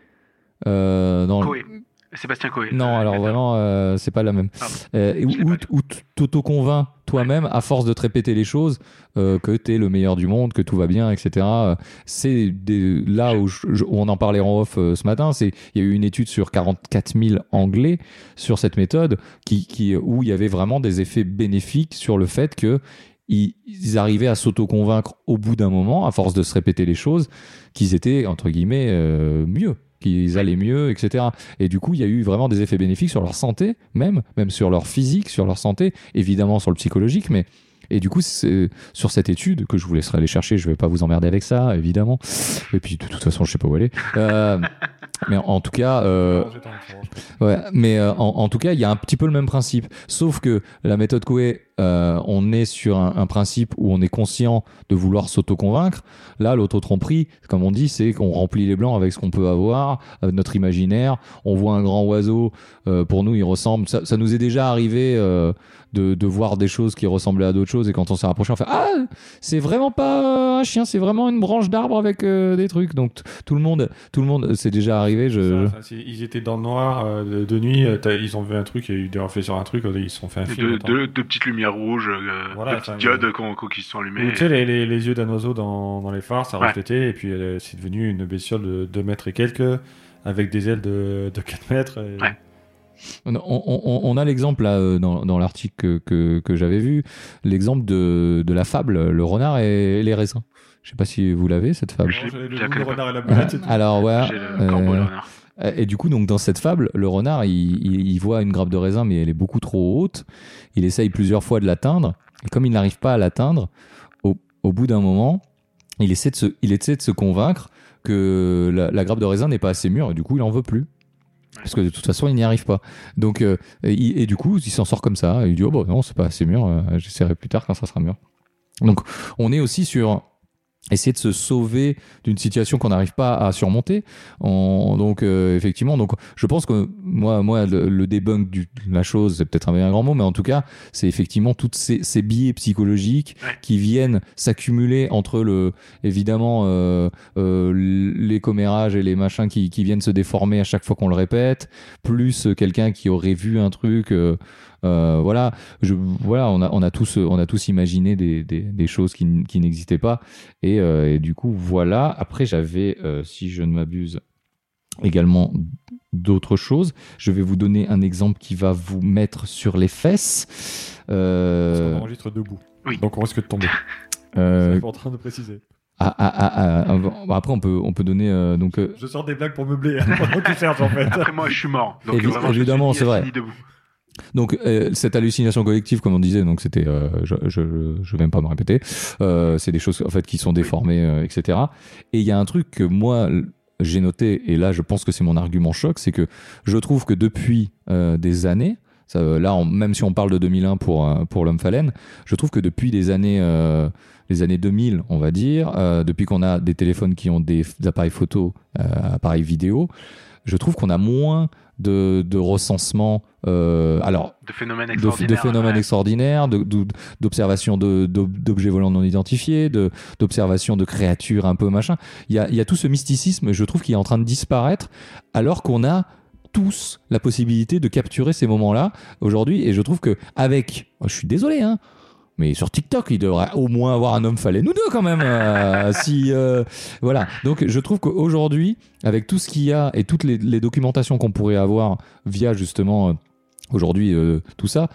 C: Euh, dans le-
D: Coé. Sébastien Coé.
C: non,
D: Euh,
C: alors
D: quelqu'un.
C: vraiment, euh, c'est pas la même.
D: Ah,
C: Euh, et où
D: je l'ai pas
C: où- où t- t'auto-convaincs toi-même, à force de te répéter les choses, euh, que t'es le meilleur du monde, que tout va bien, etc. Euh, C'est des- là où, je- je- où on en parlait en off euh, ce matin, c'est il y a eu une étude sur 44 000 Anglais sur cette méthode qui, qui- où il y avait vraiment des effets bénéfiques sur le fait que ils, ils arrivaient à s'auto-convaincre au bout d'un moment, à force de se répéter les choses, qu'ils étaient, entre guillemets, euh, mieux, qu'ils allaient mieux, etc. Et du coup, il y a eu vraiment des effets bénéfiques sur leur santé, même, même sur leur physique, sur leur santé, évidemment sur le psychologique, mais. Et du coup, c'est- sur cette étude, que je vous laisserai aller chercher, je vais pas vous emmerder avec ça, évidemment. Et puis, de toute façon, je sais pas où elle est. Euh, mais en, en tout cas, euh,
H: J'ai tendance à-
C: Ouais, mais euh, en, en tout cas, il y a un petit peu le même principe. Sauf que la méthode Coué, euh, on est sur un, un principe où on est conscient de vouloir s'auto-convaincre. Là, l'auto-tromperie, comme on dit, c'est qu'on remplit les blancs avec ce qu'on peut avoir, euh, notre imaginaire. On voit un grand oiseau, euh, pour nous, il ressemble. Ça, ça nous est déjà arrivé euh, de, de voir des choses qui ressemblaient à d'autres choses. Et quand on s'est rapproché, on fait Ah, c'est vraiment pas un chien, c'est vraiment une branche d'arbre avec euh, des trucs. Donc, t- tout le monde, tout le monde, c'est déjà arrivé. Je, je-
H: Ça, ça, c'est- ils étaient dans le noir euh, de, de nuit, euh, t'as- ils ont vu un truc, et ils devaient réfléchir sur un truc, euh, ils se sont fait un
D: Deux
H: film. attends.
D: deux- deux petites lumières rouges, euh,
H: Voilà,
D: deux
H: ça,
D: petites diodes qu'on- qu'on- qui se sont
H: Ou,
D: allumées.
H: tu sais, les, les- les yeux d'un oiseau dans, dans les phares, ça
D: Ouais.
H: reflétait, et puis euh, c'est devenu une bestiole de 2 mètres et quelques, avec des ailes de, 4 mètres. et-
D: Ouais.
C: On, on- on- on a l'exemple là, euh, dans, dans l'article que, que- que j'avais vu, l'exemple de, de la fable, le renard et, les raisins. Je sais pas si vous l'avez cette fable.
D: Je l'ai-
H: Le,
D: je
H: le
D: la connais pas.
H: renard et la belette, c'est tout.
C: Alors voilà.
D: J'ai le
C: euh,
D: corbeau et le renard.
C: euh, Et du coup, donc dans cette fable, le renard, il, il- il voit une grappe de raisin, mais elle est beaucoup trop haute. Il essaye plusieurs fois de l'atteindre, et comme il n'arrive pas à l'atteindre, au, au bout d'un moment, il essaie de se, il essaie de se convaincre que la, la grappe de raisin n'est pas assez mûre, et du coup, il en veut plus. Parce que de toute façon, il n'y arrive pas. Donc, euh, et, il- et du coup, il s'en sort comme ça. Il dit Oh, bah non, c'est pas assez mûr, euh, j'essaierai plus tard quand ça sera mûr. Donc, on est aussi sur essayer de se sauver d'une situation qu'on n'arrive pas à surmonter. On- donc euh, effectivement, donc je pense que moi, moi le, le debunk du- de la chose, c'est peut-être un bien grand mot, mais en tout cas, c'est effectivement toutes ces, ces biais psychologiques
D: Ouais.
C: qui viennent s'accumuler entre le, évidemment, euh, euh, les commérages et les machins qui, qui viennent se déformer à chaque fois qu'on le répète, plus euh, quelqu'un qui aurait vu un truc. euh, euh, voilà, je, voilà, on a, on a tous, euh, on a tous imaginé des, des, des choses qui, n- qui n'existaient pas, et, euh, et du coup, voilà. Après, j'avais, euh, si je ne m'abuse, également d'autres choses. Je vais vous donner un exemple qui va vous mettre sur les fesses.
H: Parce
C: Euh,
H: qu'on enregistre debout.
D: Oui.
H: Donc on risque de tomber.
C: euh,
H: C'est important de préciser.
C: ah, ah, ah, ah, ah, bah, après, on peut, on peut donner euh, donc. euh,
H: Je sors des blagues pour meubler, hein, pendant que tu cherches en fait.
D: Après, moi, je suis mort. Donc,
C: Évi-
D: vraiment, je
C: évidemment,
D: suis ni
C: c'est vrai.
D: assis ni debout.
C: Donc euh, cette hallucination collective, comme on disait, donc c'était, euh, je, je, je vais même pas me répéter, euh, c'est des choses en fait qui sont déformées, euh, etc. Et il y a un truc que moi l- j'ai noté, et là je pense que c'est mon argument choc, c'est que je trouve que depuis euh, des années, ça, euh, là on- même si on parle de 2001 pour euh, pour l'homme phalène, je trouve que depuis des années euh, les années 2000, on va dire, euh, depuis qu'on a des téléphones qui ont des, f- des appareils photo, euh, appareils vidéo, je trouve qu'on a moins de, de recensement. euh, alors,
D: De phénomènes
C: de, ph- de
D: extraordinaires.
C: phénomènes
D: ouais.
C: extraordinaires, de- d'ou- d'observations de- d'ob- d'objets volants non identifiés, de- d'observations de, créatures un peu machin. Il y a, il y a tout ce mysticisme, je trouve, qui est en train de disparaître, alors qu'on a tous la possibilité de capturer ces moments-là aujourd'hui. Et je trouve que avec, oh, je suis désolé, hein, mais sur TikTok, il devrait au moins avoir un homme fallait nous deux quand même. euh, si euh, voilà, donc je trouve qu'aujourd'hui, avec tout ce qu'il y a et toutes les, les documentations qu'on pourrait avoir via justement euh, aujourd'hui euh, tout ça,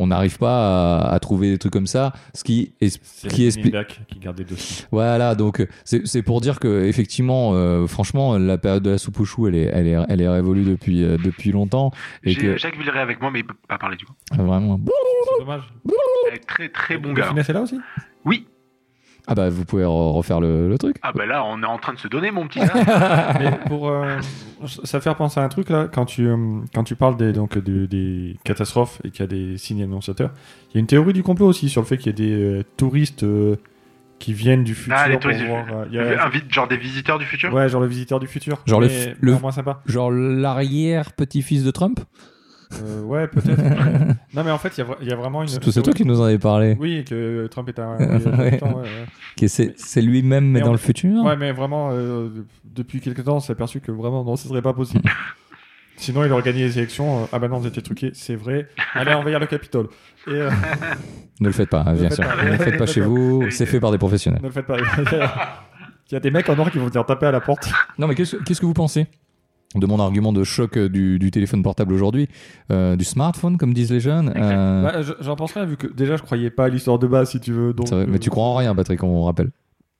C: on n'arrive pas à, à trouver des trucs comme ça. Ce qui est,
H: C'est
C: qui explique.
H: Black qui gardait dessus.
C: Voilà, donc c'est c'est pour dire que effectivement, euh, franchement, la période de la soupe aux choux, elle est, elle est, elle est révolue depuis euh, depuis longtemps et
D: J'ai
C: que
D: Jacques Villeray avec moi, mais il peut pas parler du coup.
C: vraiment.
H: C'est dommage.
D: Avec très très bon
H: Le
D: gars.
H: finesse est là aussi
D: Oui.
C: Ah bah vous pouvez re- refaire le, le truc.
D: Ah bah là, on est en train de se donner, mon
C: <laughs>
D: petit. gars.
H: Mais pour euh, ça fait penser à un truc là, quand tu euh, quand tu parles des donc de- des catastrophes et qu'il y a des signes annonciateurs, il y a une théorie du complot aussi sur le fait qu'il y a des euh, touristes euh, qui viennent du futur
D: Ah, les
H: pour
D: touristes du
H: voir,
D: futur.
H: euh, il y a-
D: Un vide, genre des visiteurs du futur.
H: ouais, genre le visiteur du futur.
C: Genre le
H: Mais
C: f- le-
H: pas moins sympa.
C: Genre l'arrière petit-fils de Trump
A: Euh, ouais, peut-être.
H: <laughs>
A: non, mais en fait, il y a vra- il y, a vraiment une.
C: C'est <laughs> c'est toi qui nous en avais parlé.
A: Oui, et que Trump est un.
H: <laughs>
A: ouais,
C: Ouais.
A: ouais.
C: Que C'est c'est lui-même, mais
A: Mais
C: dans
A: on-
C: le futur.
A: Ouais, mais vraiment, euh, de- depuis quelques temps, on s'est aperçu que vraiment, non, ce serait pas possible. Sinon, il aurait gagné les élections. euh, ah bah non, vous étiez truqués, c'est vrai. Allez envahir le Capitole. Et, euh, <laughs>
C: Ne le faites pas, hein,
A: Ne
C: bien
A: le
C: sûr.
A: faites pas.
C: Ne le faites pas chez vous.
D: Oui.
C: C'est fait par des professionnels.
A: ne le faites pas. Il y a des mecs en or qui vont venir taper à la porte.
C: Non, mais qu'est-ce qu'est-ce que vous pensez de mon argument de choc euh, du, du téléphone portable aujourd'hui, euh, du smartphone, comme disent les jeunes euh,
A: Bah, je- J'en pense rien, vu que déjà, je croyais pas à l'histoire de base, si tu veux. Donc,
C: c'est vrai, mais
A: euh,
C: tu crois en rien, Patrick, on rappelle.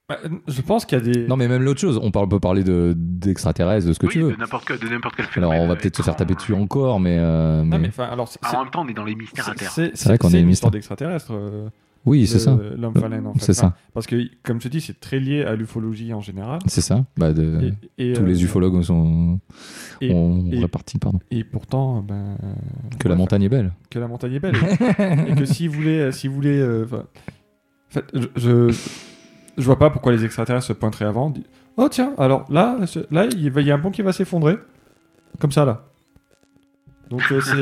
A: bah, je pense qu'il y a des.
C: Non, mais même l'autre chose, on parle- peut parler de- d'extraterrestres, de, ce que
D: oui,
C: tu veux.
D: de n'importe quel, de n'importe quel
C: Alors,
D: phénomène.
C: on va
D: euh,
C: peut-être se faire
D: étrange.
C: taper dessus encore, mais, euh,
A: Non,
C: mais-
A: mais enfin, alors. c'est-
D: Alors, En même temps, on est dans les mystères à terre.
A: C'est
C: vrai qu'on est
A: une
C: une
A: histoire
C: histoire.
A: d'extraterrestre. euh,
C: oui, c'est
A: le-
C: ça.
A: L'homme phalène, en fait. hein.
C: C'est ça.
A: Enfin, Parce que, comme je te dis, c'est très lié à l'ufologie en général.
C: C'est ça. Bah, de-
A: Et, et,
C: tous
A: euh,
C: les ufologues sont,
A: et-
C: ont
A: et-
C: réparti, pardon,
A: et pourtant, ben, euh,
C: que la
A: ouais,
C: montagne est belle.
A: que la montagne est belle. et que si vous voulez, si vous voulez, euh, enfin, en fait, je, je je vois pas pourquoi les extraterrestres se pointeraient avant. Dis- oh tiens, alors là, ce- là, il va- il y a un pont qui va s'effondrer, comme ça là. Donc euh, c'est,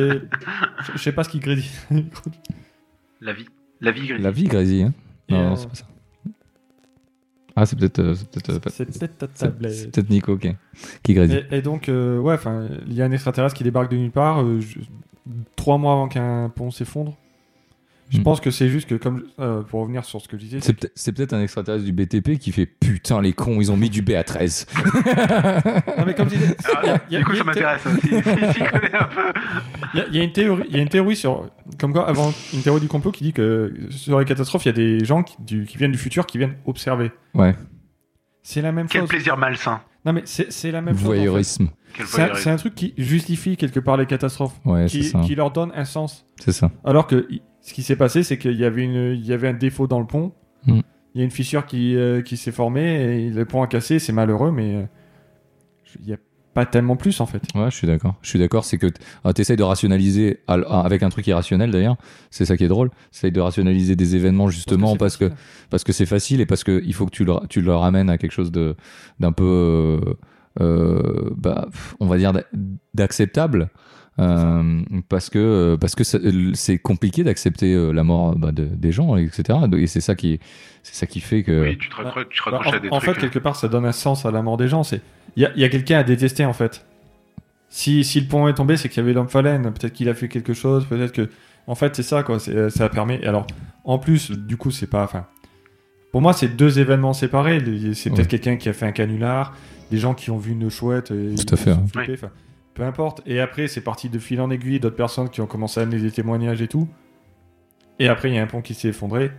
A: je- je sais pas ce qu'il
C: <laughs>
A: crédit.
D: La vie. La vie grise.
C: La vie grésille. Hein
A: Et,
C: non,
A: euh,
C: non, c'est pas ça. Ah, c'est peut-être, euh, c'est peut-être, euh, pas-
A: c'est peut-être ta
C: c'est-
A: tablette.
C: c'est peut-être Nico qui, qui grésille.
A: Et, et donc, euh, ouais, enfin, il y a un extraterrestre qui débarque de nulle part, euh, je- trois mois avant qu'un pont s'effondre. Je
C: Mm.
A: pense que c'est juste que, comme euh, pour revenir sur ce que je disais,
C: C'est peut-être- c'est peut-être un extraterrestre du BTP qui fait putain les cons ils ont mis du BA13.
A: Non, mais comme je disais, il y
C: <laughs>
A: a- il y a-
D: <laughs> Ah, Du coup,
A: il y a
D: ça
A: une thé-
D: m'intéresse. hein, si- si- <laughs> si, je connais un peu.
A: Il y a- il y, a une théorie, il y a une théorie sur, comme quoi avant, une théorie du complot qui dit que sur les catastrophes, il y a des gens qui, du- qui viennent du futur qui viennent observer.
C: Ouais.
A: C'est la même
D: Quel
A: chose.
D: plaisir malsain.
A: Non mais c'est c'est la <laughs> même chose.
C: Voyeurisme.
D: Quel
A: en fait. C'est un-
D: voyeurisme.
A: C'est un truc qui justifie quelque part les catastrophes,
C: Ouais, c'est
A: qui,
C: ça.
A: qui leur donne un sens.
C: C'est ça.
A: Alors que i- ce qui s'est passé, c'est qu'il y avait une, il y avait un défaut dans le pont.
C: Mm.
A: Il y a une fissure qui, euh, qui s'est formée et le pont a cassé. C'est malheureux, mais euh, je- il n'y a pas tellement plus en fait.
C: Ouais, je suis d'accord. Je suis d'accord, c'est que t- ah, t'essayes de rationaliser à l- ah, avec un truc irrationnel d'ailleurs. C'est ça qui est drôle. T'essayes de rationaliser des événements justement parce que parce que c'est facile et parce que il faut que tu le ra- tu le ramènes à quelque chose de d'un peu euh, euh, bah, pff, on va dire d'ac- d'acceptable. Euh, parce que euh, parce que ça- euh, c'est compliqué d'accepter euh, la mort bah, de- des gens etc et c'est ça qui c'est ça qui fait que
D: Oui, tu te raccroches, tu te
A: Bah,
D: raccroches à des
A: en, en fait,
D: trucs. hein.
A: quelque part, ça donne un sens à la mort des gens. C'est il y a, il y a quelqu'un à détester en fait. Si, si le pont est tombé, c'est qu'il y avait l'homme phalène. Peut-être qu'il a fait quelque chose. Peut-être que en fait, c'est ça quoi. c'est- euh, Ça permet. Alors en plus, du coup, c'est pas. Enfin, pour moi, c'est deux événements séparés. Les- C'est peut-être
C: Ouais.
A: quelqu'un qui a fait un canular, des gens qui ont vu une chouette. Et
C: Tout à fait,
A: ils sont
C: hein.
A: flippés, enfin, peu importe. Et après, c'est parti de fil en aiguille. D'autres personnes qui ont commencé à amener des témoignages et tout. Et après, il y a un pont qui s'est effondré.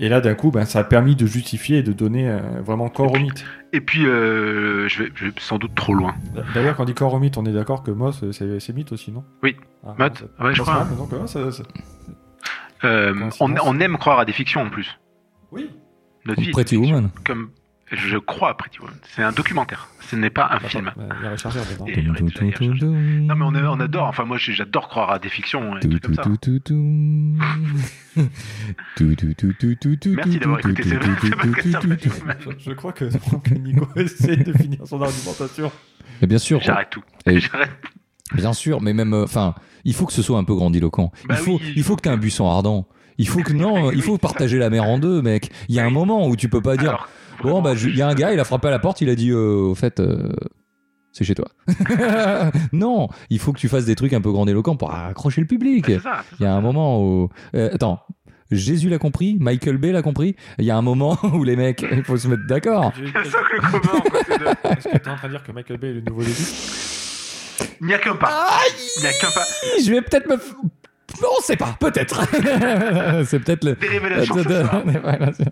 A: Et là, d'un coup, ben, ça a permis de justifier et de donner euh, vraiment corps au mythe.
D: Et puis, euh, je, vais, je vais sans doute trop loin.
A: D'ailleurs, quand on dit corps au mythe, on est d'accord que Moss, euh, c'est c'est mythe aussi, non
D: Oui.
A: Ah,
D: Motte
A: ça-
D: Ouais, je
A: Moss,
D: crois.
A: Motte, donc, ouais, ça- ça-
D: Euh, on,
A: Coïncidence.
D: on aime croire à des fictions en plus.
A: Oui.
D: Notre vie est
C: Pretty
D: une fiction.
C: Woman
D: Comme je crois à Pretty Woman. C'est un documentaire. Ce n'est pas un film.
A: Bah, Il y a Richard Gere dedans.
D: Et- j'aurais déjà été chercher. Non, mais on, a- on adore. Enfin, moi, j'ai- j'adore croire à des fictions et des
C: Tout,
D: trucs
C: tout,
D: comme ça.
C: tout, tout, tout. Tout, tout, tout, tout, tout, tout,
D: Merci
C: tout,
D: d'avoir
C: tout,
D: écouté
C: tout,
D: <laughs> ces
C: tout, tout,
D: ces podcasts sur
C: tout, tout,
D: Pretty
C: tout.
D: Woman.
A: Je, je crois que, <laughs> que Nico essaie de finir son argumentation.
C: Mais bien sûr,
D: J'arrête tout.
C: Et-
D: <laughs> J'arrête.
C: bien sûr, mais même, euh, enfin, il faut que ce soit un peu grandiloquent.
D: Bah
C: il faut,
D: oui.
C: il faut que t'aies un buisson ardent. Il faut que non,
D: <laughs> Oui,
C: il faut
D: oui.
C: partager la mer en deux, mec. Il y a un
D: Oui.
C: moment où tu peux pas dire.
D: Alors,
C: bon,
D: vraiment,
C: bah, je- il y a un gars, il a frappé à la porte, il a dit, euh, au fait, euh, c'est chez toi. <laughs> non, il faut que tu fasses des trucs un peu grandiloquents pour accrocher le public.
D: bah, c'est ça.
C: Il y a un moment où. euh, attends. Jésus l'a compris, Michael Bay l'a compris. Il y a un moment <laughs> où les mecs, il faut se mettre d'accord.
A: Je-
D: C'est ça que le commun, en fait, c'est de-
A: Est-ce que t'es en train de dire que Michael Bay est le nouveau Lévis
D: Il n'y a qu'un pas. Il n'y a qu'un pas.
C: Je vais peut-être me. f- On sait pas, peut-être. <laughs> c'est peut-être le.
D: Des <laughs>
C: Euh,
D: révélations. ce soir.
C: Voilà, c'est-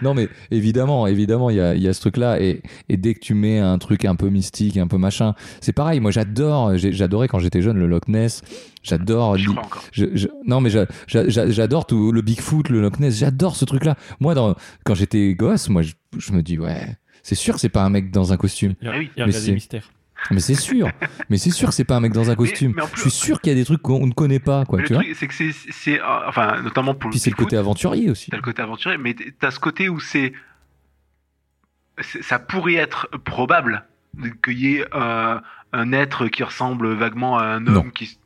C: non mais évidemment, évidemment, il y a, il y a ce truc-là et, et dès que tu mets un truc un peu mystique, un peu machin, c'est pareil. Moi, j'adore, j'ai- j'adorais quand j'étais jeune le Loch Ness. J'adore
D: J'y crois encore.
C: Je- je- non, mais j'a- j'a- j'a- j'adore tout le Bigfoot, le Loch Ness, j'adore ce truc-là. Moi, dans- quand j'étais gosse, moi, je, je me dis, ouais, c'est sûr que c'est pas un mec dans un costume.
A: Il y a,
D: Ah oui.
A: il y a
C: Mais
A: des
C: c'est-
A: mystères.
C: Mais c'est sûr, mais c'est sûr que c'est pas un mec dans un costume.
D: mais en plus-
C: je suis sûr qu'il y a des trucs qu'on ne connaît pas, quoi,
D: Mais
C: tu
D: le
C: vois.
D: truc, c'est que c'est, c'est- euh, enfin, notamment pour
C: Puis c'est le
D: Bigfoot,
C: côté aventurier aussi.
D: T'as le côté aventurier, mais t- t'as ce côté où c'est. c'est- Ça pourrait être probable qu'il y ait euh, un être qui ressemble vaguement à un homme
C: Non.
D: qui. s-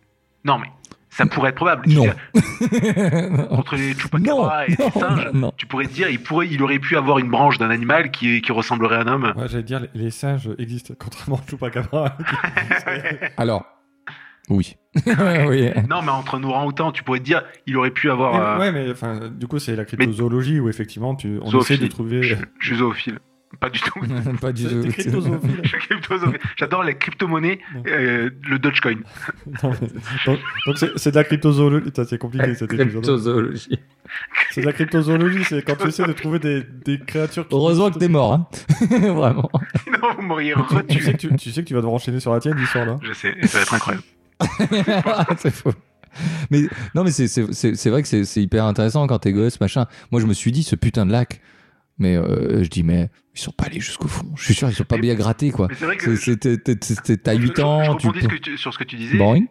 D: Non, mais ça pourrait être probable.
C: Non.
D: Je veux dire,
C: <laughs>
D: Entre les chupacabras et les singes,
C: non, non.
D: tu pourrais te dire, il, pourrait, il aurait pu avoir une branche d'un animal qui, qui ressemblerait à un homme.
A: Ouais, j'allais dire, les, les singes existent, contrairement à Chupacabra.
C: Alors, oui. <laughs>
D: <laughs>
C: oui.
D: Non, mais entre un orang-outan, tu pourrais te dire, il aurait pu
A: <laughs>
D: avoir.
A: Mais-
D: euh,
A: Ouais, mais enfin, du coup, c'est la cryptozoologie où effectivement, tu, on
D: Zoophilie.
A: essaie de trouver. <laughs>
D: je, je suis zoophile. Pas du tout.
C: Pas du
A: C'est
C: tout.
A: cryptozoophilie.
D: Je <laughs> suis cryptozoophile. J'adore les crypto-monnaies, euh, le Dogecoin. <laughs>
A: <laughs> Non, mais- donc- Donc, c'est- c'est de la cryptozoologie. Putain, C'est compliqué cet épisode.
I: Cryptozoologie.
A: C'est de la cryptozoologie, c'est quand tu essaies de trouver des, des créatures qui.
C: Heureusement que t'es mort, hein. <laughs> Vraiment. <laughs>
D: Sinon, vous m'auriez
A: Tu sais,
D: retué.
A: que tu, tu sais que tu vas devoir enchaîner sur la tienne, l'histoire là.
D: Je sais, et ça va être incroyable.
C: c'est faux. Mais non, mais c'est- c'est c'est- c'est vrai que c'est c'est hyper intéressant quand t'es gosse, machin. Moi, je me suis dit, ce putain de lac. Mais euh, je dis, mais ils sont pas allés jusqu'au fond. Je suis sûr, ils sont pas bien grattés, quoi.
D: Mais c'est vrai que.
C: C'est- c'est- t'es- t'es- t'es- T'as
D: je-
C: 8
D: je-
C: ans,
D: je
C: tu
D: rebondis ce que tu- sur ce que tu disais.
C: Boring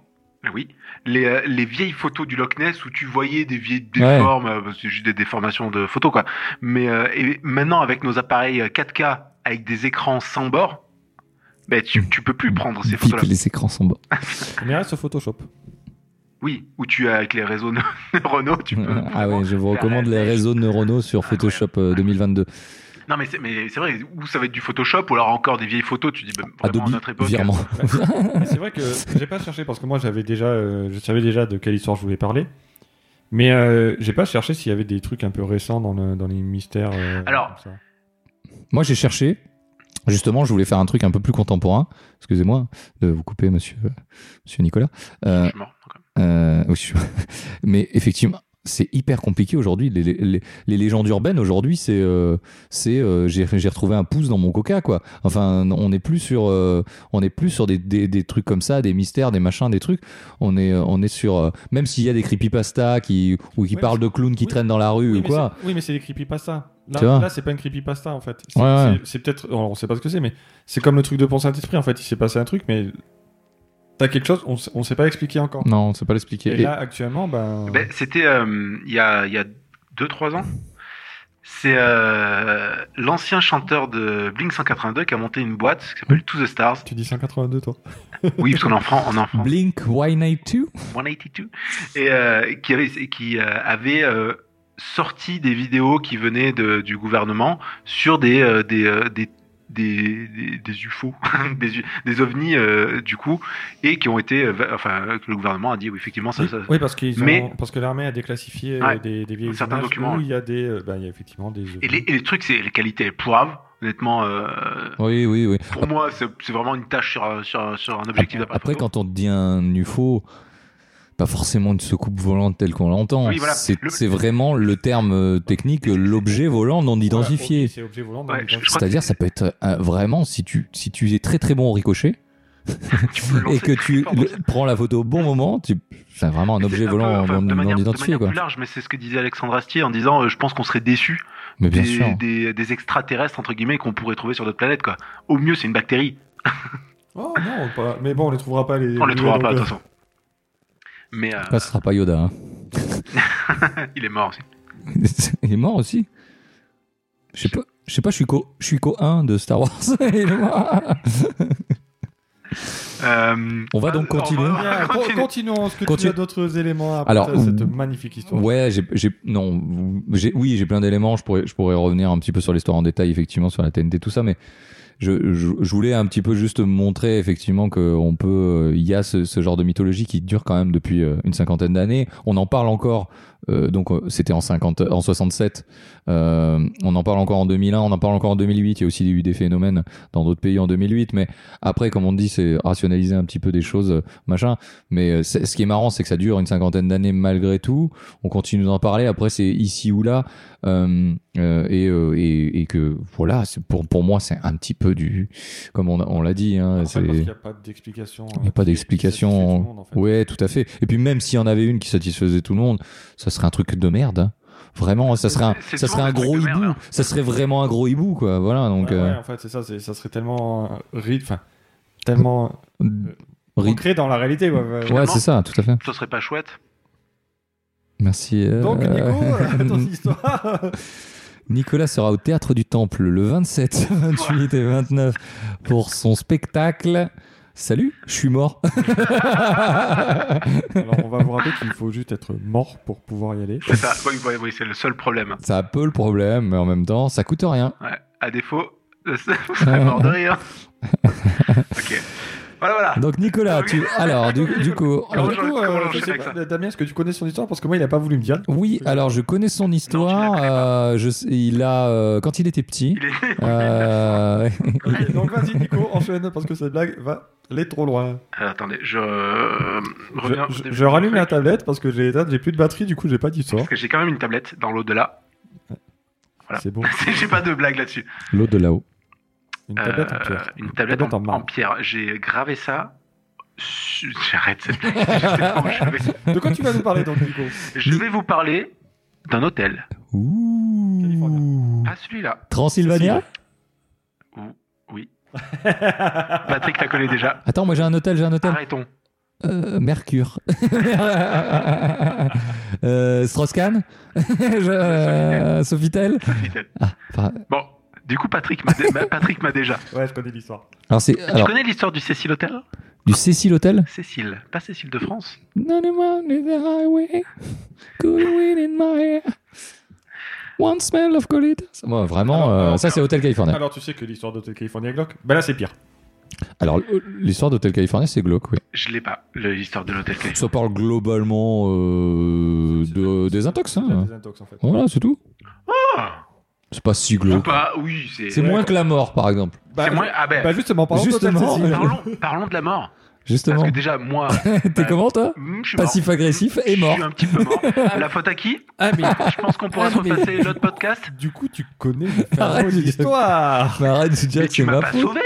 D: Oui, les, euh, les vieilles photos du Loch Ness où tu voyais des vieilles
C: Ouais.
D: déformes, euh, parce que c'est juste des déformations de photos quoi. Mais euh, et maintenant avec nos appareils euh, 4K avec des écrans sans bord, ben tu, tu peux plus prendre ces
C: Vive
D: photos-là.
C: les écrans sont
D: <laughs>
C: bas.
A: Mais reste sur Photoshop.
D: Oui, ou tu as avec les réseaux <laughs> neu- neuronaux, tu peux.
C: Ah ouais, je vous recommande les réseaux neuronaux sur Photoshop euh, 2022.
D: Non mais c'est mais c'est vrai, ou ça va être du Photoshop ou alors encore des vieilles photos, tu dis ben, vraiment
C: Adobe,
D: à notre époque.
C: virement.
A: Mais c'est vrai que j'ai pas cherché parce que moi j'avais déjà, euh, je savais déjà de quelle histoire je voulais parler. Mais euh, j'ai pas cherché s'il y avait des trucs un peu récents dans, le, dans les mystères. euh,
D: Alors.
A: comme ça.
C: Moi, j'ai cherché. Justement, je voulais faire un truc un peu plus contemporain. Excusez-moi de vous couper, monsieur, monsieur Nicolas. Euh,
D: Je suis mort.
C: Euh, oui, je- mais effectivement, c'est hyper compliqué aujourd'hui. Les, les- les- les légendes urbaines aujourd'hui, c'est euh, c'est euh, j'ai j'ai retrouvé un pouce dans mon coca quoi. Enfin, on n'est plus sur euh, on n'est plus sur des, des- des trucs comme ça, des mystères, des machins, des trucs. On est euh, on est sur euh, même s'il y a des creepypasta qui ou qui
A: Ouais,
C: parlent
A: mais-
C: de clowns qui
A: oui.
C: traînent dans la rue
A: Oui,
C: ou
A: mais
C: quoi.
A: c'est- Oui, mais c'est des creepypasta.
C: Tu
A: Là,
C: vois
A: là c'est pas une creepypasta en fait. C'est
C: Ouais, ouais.
A: c'est- c'est peut-être, alors, on sait pas ce que c'est, mais c'est comme le truc de Pont Saint-Esprit en fait. Il s'est passé un truc, mais t'as quelque chose, on, s- on sait pas expliquer encore.
C: Non, c'est pas
A: Et,
C: l'expliquer. Et-
A: là actuellement, ben.
D: Ben, c'était euh, il y a il y a deux trois ans. C'est euh, l'ancien chanteur de Blink 182 qui a monté une boîte qui
C: Mm.
D: s'appelle To the Stars.
A: Tu dis 182 toi.
D: Oui, parce qu'on est en France, on est en France.
C: Blink Y92
D: 182. Et euh, qui avait, qui, euh, avait euh, sorti des vidéos qui venaient de- du gouvernement sur des, euh, des, euh, des, des, des, des UFO, <laughs> des, u- des ovnis euh, du coup, et qui ont été, euh, va- enfin, que le gouvernement a dit, oui, effectivement, ça, ça-
A: Oui, parce, qu'ils ont-
D: Mais-
A: parce que l'armée a déclassifié euh,
D: Ouais.
A: des, des vieilles
D: Certains
A: images
D: documents,
A: où
D: ouais.
A: il y a des, euh, ben, il y a effectivement des.
D: Et les, et les trucs, c'est les qualités elles poivent. Honnêtement, euh,
C: Oui, oui, oui.
D: pour moi, c'est c'est vraiment une tâche sur, un- sur, un- sur un objectif d'appareil
C: Après,
D: photo.
C: quand on te dit un UFO, pas forcément une soucoupe volante telle qu'on l'entend.
D: Oui, voilà.
C: C'est
D: Le-
C: c'est vraiment le terme euh, technique, euh, l'objet volant non identifié.
A: C'est objet volant.
D: Ouais, je- je crois
C: C'est-à-dire, ça peut être euh, vraiment, si tu, si tu es très très bon au ricochet
D: tu peux le lancer
C: et que tu
D: très fort dans
C: le- prends la photo au bon moment, tu- c'est vraiment un
D: Mais
C: objet
D: c'est un
C: volant
D: peu, enfin,
C: non,
D: de manière,
C: non
D: de
C: identifié.
D: manière
C: Quoi.
D: plus large, mais c'est ce que disait Alexandre Astier en disant euh, je pense qu'on serait déçu
C: Mais bien sûr.
D: des, des- des extraterrestres entre guillemets qu'on pourrait trouver sur d'autres planètes quoi. Au mieux c'est une bactérie,
A: Oh non, pas- mais bon, on les trouvera pas les.
D: on les trouvera pas de
A: donc,
D: toute
A: euh,
D: façon. Mais euh,
C: Là, ce sera pas Yoda. hein. <laughs>
D: il est mort aussi.
C: Il est mort aussi Je sais pas. Je sais pas, je suis co, je suis co 1 de Star Wars. <laughs> Il est mort.
D: Euh,
C: On va donc
D: on
C: continuer.
D: va- on va
A: <laughs> Bien,
D: <laughs>
A: con-
D: continuer.
A: continuons. Est-ce que
C: Continue.
A: tu as d'autres éléments à
C: Alors,
A: apporter à cette magnifique histoire
C: Ouais, j'ai, j'ai- non, j'ai, oui, j'ai plein d'éléments. Je pourrais, je pourrais revenir un petit peu sur l'histoire en détail, effectivement, sur la TNT, tout ça, mais je, je, je voulais un petit peu juste montrer, effectivement, qu'on peut, euh, il y a ce, ce genre de mythologie qui dure quand même depuis euh, une cinquantaine d'années. On en parle encore. euh, donc, euh, c'était en 50, en 67. euh, on en parle encore en 2001. On en parle encore en 2008. Il y a aussi eu des phénomènes dans d'autres pays en 2008. Mais après, comme on dit, c'est rationaliser un petit peu des choses, euh, machin. Mais euh, c'est- ce qui est marrant, c'est que ça dure une cinquantaine d'années malgré tout on continue d'en parler. Après, c'est ici ou là, Euh, euh, et, euh, et, et que voilà, c'est pour pour moi, c'est un petit peu du, comme on, a- on l'a dit, hein,
A: En fait,
C: c'est.
A: parce qu'il n'y a pas d'explication.
C: Il n'y
H: euh,
C: a pas d'explication. Ouais, tout à fait. Et puis même s'il y en avait une qui satisfaisait tout le monde, ça serait un truc de merde. hein. Vraiment, ça serait un,
D: C'est
C: ça
D: souvent
C: serait un
D: des trucs
C: gros
D: de
C: hibou.
D: merde, hein.
C: Ça serait vraiment un gros hibou, quoi. Voilà, donc
H: Bah
A: Donc,
C: euh,
A: en fait, c'est ça. c'est- Ça serait tellement euh, ri- enfin, tellement
C: euh, ri-
A: ancré dans la réalité. ouais,
H: Bah,
A: ouais.
C: ouais, c'est ça, tout à fait.
D: Ce serait pas chouette.
C: Merci. euh,
A: Donc, Nico,
H: <laughs>
C: <laughs>
A: euh, dans cette histoire,
C: Nicolas sera au <laughs> Théâtre du Temple le 27, 28 et 29 pour son spectacle Salut, je suis mort. <laughs>
H: Alors, on va vous rappeler qu'il faut juste être mort pour pouvoir y aller.
D: C'est ça. Oui, oui, oui, c'est le seul problème.
C: ça a peu le problème, mais en même temps, ça coûte rien.
D: Ouais. À défaut, <laughs> c'est mort de rire.
C: <laughs>
D: ok. Voilà, voilà.
C: Donc Nicolas, tu... alors du, du coup,
D: Comment
H: Alors, du
D: j'en-
H: coup, euh,
D: comment j'en
H: je
D: sais
H: sais
D: avec
H: pas,
D: ça
H: Damien, est-ce que tu connais son histoire Parce que moi, il a pas voulu me dire.
C: oui, alors je connais son histoire. euh, je sais- il a euh, quand il était petit.
D: Il est...
C: euh,
H: Donc, vas-y, Nico, enchaîne, parce que cette blague va aller trop loin.
D: Alors, attendez, je euh,
H: Je,
D: reviens. au
H: je-
D: début
H: je
D: du
H: rallume
D: truc,
H: la tablette parce que j'ai éteint, j'ai plus de batterie, du coup, j'ai pas d'histoire.
D: Parce que j'ai quand même une tablette dans l'au-delà. <laughs> Voilà.
H: C'est bon.
D: j'ai pas de blague là-dessus.
C: L'eau de là-haut.
H: Une
D: Euh,
H: tablette en pierre.
D: Une tablette en, en pierre. J'ai gravé ça. su- <laughs> J'arrête cette blague. je, sais pas où je vais.
H: De quoi tu vas nous parler, donc,
D: <laughs>
H: Nico
D: Je vais vous parler d'un hôtel.
C: Ouh.
D: Ah, celui-là.
C: Transylvania.
D: Patrick la connaît déjà.
C: Attends, moi j'ai un hôtel, j'ai un hôtel.
D: Arrêtons.
C: Euh, Mercure. <laughs> euh, Strauss-Kahn. <laughs> Je- euh, Sofitel.
D: Sofitel.
C: Enfin,
D: Bon, du coup, Patrick m'a dé- Patrick m'a déjà.
H: Ouais, je connais l'histoire.
C: alors c'est
D: Tu
C: alors
D: connais l'histoire du Cécile Hôtel
C: du Cécile Hôtel.
D: Cécile, pas Cécile de France.
C: Down the mountain, the highway, cool wind in my hair. One smell of colitas. Moi, vraiment,
H: Alors,
C: euh,
H: alors,
C: ça c'est Hotel California.
H: Alors, tu sais que l'histoire de California Glock Bah là, c'est pire.
C: Alors, euh, l'histoire d'Hotel California, c'est glauque, oui.
D: Je l'ai pas, le- l'histoire de l'hôtel California.
C: Ça parle globalement euh, de, des intox.
H: C'est la
C: Hein.
H: désintox, en fait.
C: Voilà, c'est tout. C'est pas si
D: Ou
C: glauque.
D: pas, oui, c'est.
C: C'est
D: c'est
C: moins que la mort, par exemple.
H: Bah,
D: moins- Ah ben,
H: bah, justement, parlons d'hôtel
C: Justement,
H: Cécile.
D: parlons, parlons de la mort. Parce
C: Justement.
D: que déjà, moi,
C: T'es comment, toi
D: hmm, je suis mort.
C: Passif-agressif et
D: Je
C: mort.
D: suis un petit
C: <laughs>
D: peu mort. la faute à qui
H: Ah, mais
D: Je pense qu'on pourra
C: Ah,
D: se
C: mais-
D: repasser l'autre podcast.
H: du coup, tu connais
C: <laughs> Arrête de dire-
H: l'histoire.
C: Mais Bah, arrête de dire
D: Mais
C: que c'est
D: tu m'as
C: ma
D: pas
C: faute.
D: sauvé.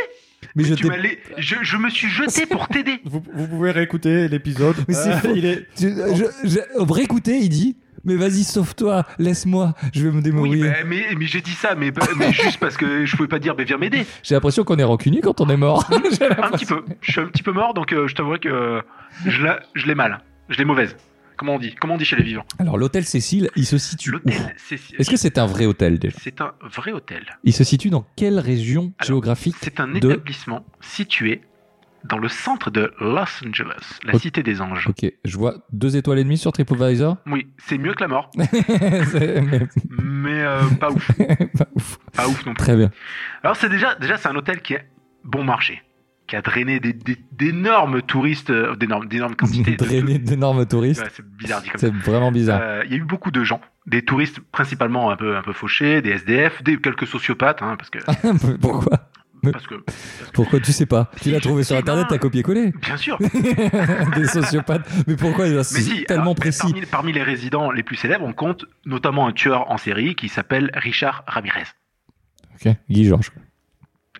C: Mais je
D: Tu
C: t'ai.
D: m'as lé- je, je me suis jeté pour
C: <laughs>
D: t'aider.
H: Vous, vous pouvez réécouter l'épisode.
C: Mais c'est
H: Euh,
C: faux.
H: il est...
C: tu- je- je- au vrai écouter, il dit Mais vas-y, sauve-toi, laisse-moi, je vais me
D: Oui,
C: démourir.
D: bah, mais, mais j'ai dit ça, mais, mais juste parce que je pouvais pas dire, mais viens m'aider.
C: J'ai l'impression qu'on est rancunier quand on est mort. <laughs> J'ai
D: Un
C: l'impression-
D: petit peu. Je suis un petit peu mort, donc euh, je t'avouerai que euh, je la- je l'ai mal. Je l'ai mauvaise. Comment on dit Comment on dit chez les vivants
C: Alors, l'hôtel Cécile, il se situe où
D: L'hôtel, c'est
C: Est-ce que c'est un vrai hôtel déjà
D: c'est un vrai hôtel.
C: Il se situe dans quelle région
D: Alors,
C: géographique
D: C'est un
C: de-
D: établissement situé dans le centre de Los Angeles, la
C: Ok.
D: cité des anges.
C: Ok, je vois deux étoiles et demie sur
D: <laughs>
C: TripAdvisor. <laughs>
D: Oui, c'est mieux que la mort,
C: C'est- mais-
D: mais euh,
C: <laughs>
D: pas ouf,
C: bah, ouf.
D: pas ouf non plus.
C: Très bien.
D: Alors c'est déjà, déjà c'est un hôtel qui est bon marché, qui a drainé des- des- d'énormes touristes, euh, d'énormes, d'énormes
C: <laughs>
D: quantités. de-
C: Drainé d'énormes touristes.
D: Ouais, c'est bizarre dit comme ça.
C: C'est vraiment bizarre.
D: Euh, Il y a eu beaucoup de gens, des touristes principalement un peu un peu fauchés, des SDF, des quelques sociopathes, hein, parce que
C: Ah, <laughs> Pourquoi
D: parce que
C: Pourquoi tu sais pas Tu l'as trouvé sur
D: Eh
C: internet,
D: ben.
C: t'as
D: <laughs>
C: copié-collé <laughs>
D: bien sûr.
C: des sociopathes. Mais pourquoi
D: Mais
C: C'est
D: si,
C: tellement
D: alors,
C: précis.
D: Parmi, parmi les résidents les plus célèbres, on compte notamment un tueur en série qui s'appelle Richard Ramirez.
C: Ok, Guy Georges.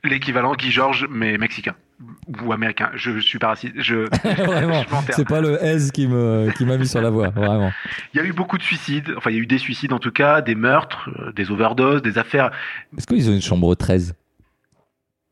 D: L'équivalent Guy Georges, mais mexicain. Ou américain. Je, suis pas raciste. Je, <laughs>
C: vraiment,
D: je m'enterre.
C: c'est pas le S qui me qui m'a mis sur la voie, vraiment.
D: Il y a eu beaucoup de suicides. Enfin, il y a eu des suicides en tout cas, des meurtres, euh, des overdoses, des affaires.
C: Est-ce qu'ils ont une chambre 13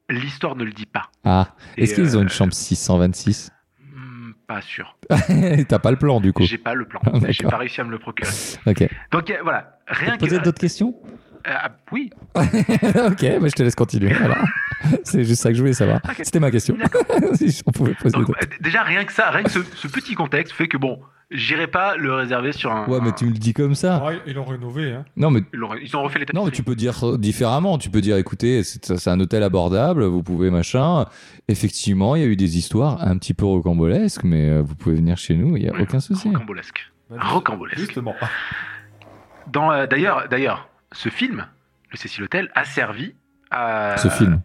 D: L'histoire ne le dit pas.
C: Ah,
D: Et,
C: est-ce qu'ils ont
D: euh,
C: une chambre 626
D: hmm, Pas sûr.
C: <laughs> T'as pas le plan du coup.
D: J'ai pas le plan.
C: <laughs> Ah, d'accord.
D: J'ai pas réussi à me le procurer.
C: Ok.
D: Donc euh, voilà. Rien que.
C: Poser d'autres questions <laughs>
D: Euh, ah, oui.
C: ok, bah, je te laisse continuer. alors. <laughs> C'est juste ça que je voulais savoir.
D: Ok.
C: C'était ma question. <laughs> si j'en pouvais poser
D: Donc,
C: d'autres.
D: bah, d- déjà, rien que ça, rien que ce, ce petit contexte fait que bon, j'irai pas le réserver sur un.
C: Ouais, mais tu me le dis comme ça.
H: Ah, ils l'ont rénové. Hein.
C: Non, mais,
D: Ils l'ont- Ils ont refait les
C: non, mais tu peux dire euh, différemment. Tu peux dire, écoutez, c'est c'est un hôtel abordable, vous pouvez machin. Effectivement, il y a eu des histoires un petit peu rocambolesques, mais euh, vous pouvez venir chez nous, il n'y a
D: Ouais,
C: aucun souci.
D: Rocambolesque. Rocambolesque.
H: Bah, Justement.
D: Dans, euh, D'ailleurs, d'ailleurs, ce film, le Cécile Hôtel, a servi à.
C: Ce film.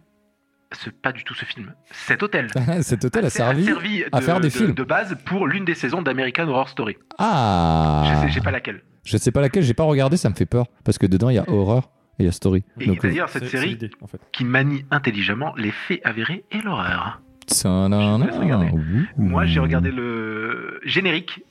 D: Ce- pas du tout ce film. Cet hôtel.
C: <laughs> Cet hôtel a
D: ser-
C: servi. à
D: de-
C: faire des
D: de-
C: films.
D: de base pour l'une des saisons d'American Horror Story. Je
C: Ah
D: sais- j'ai pas laquelle.
C: Je sais pas laquelle, j'ai pas regardé, ça me fait peur. Parce que dedans, il y a horreur et il y a story.
D: Et
C: Donc, euh,
D: d'ailleurs, cette
H: C'est- C'est
D: série
H: l'idée, en fait.
D: qui manie intelligemment les faits avérés et l'horreur.
C: tsa- nan-
D: je te laisse
C: nan-
D: regarder.
C: ouh.
D: Moi, j'ai regardé le générique.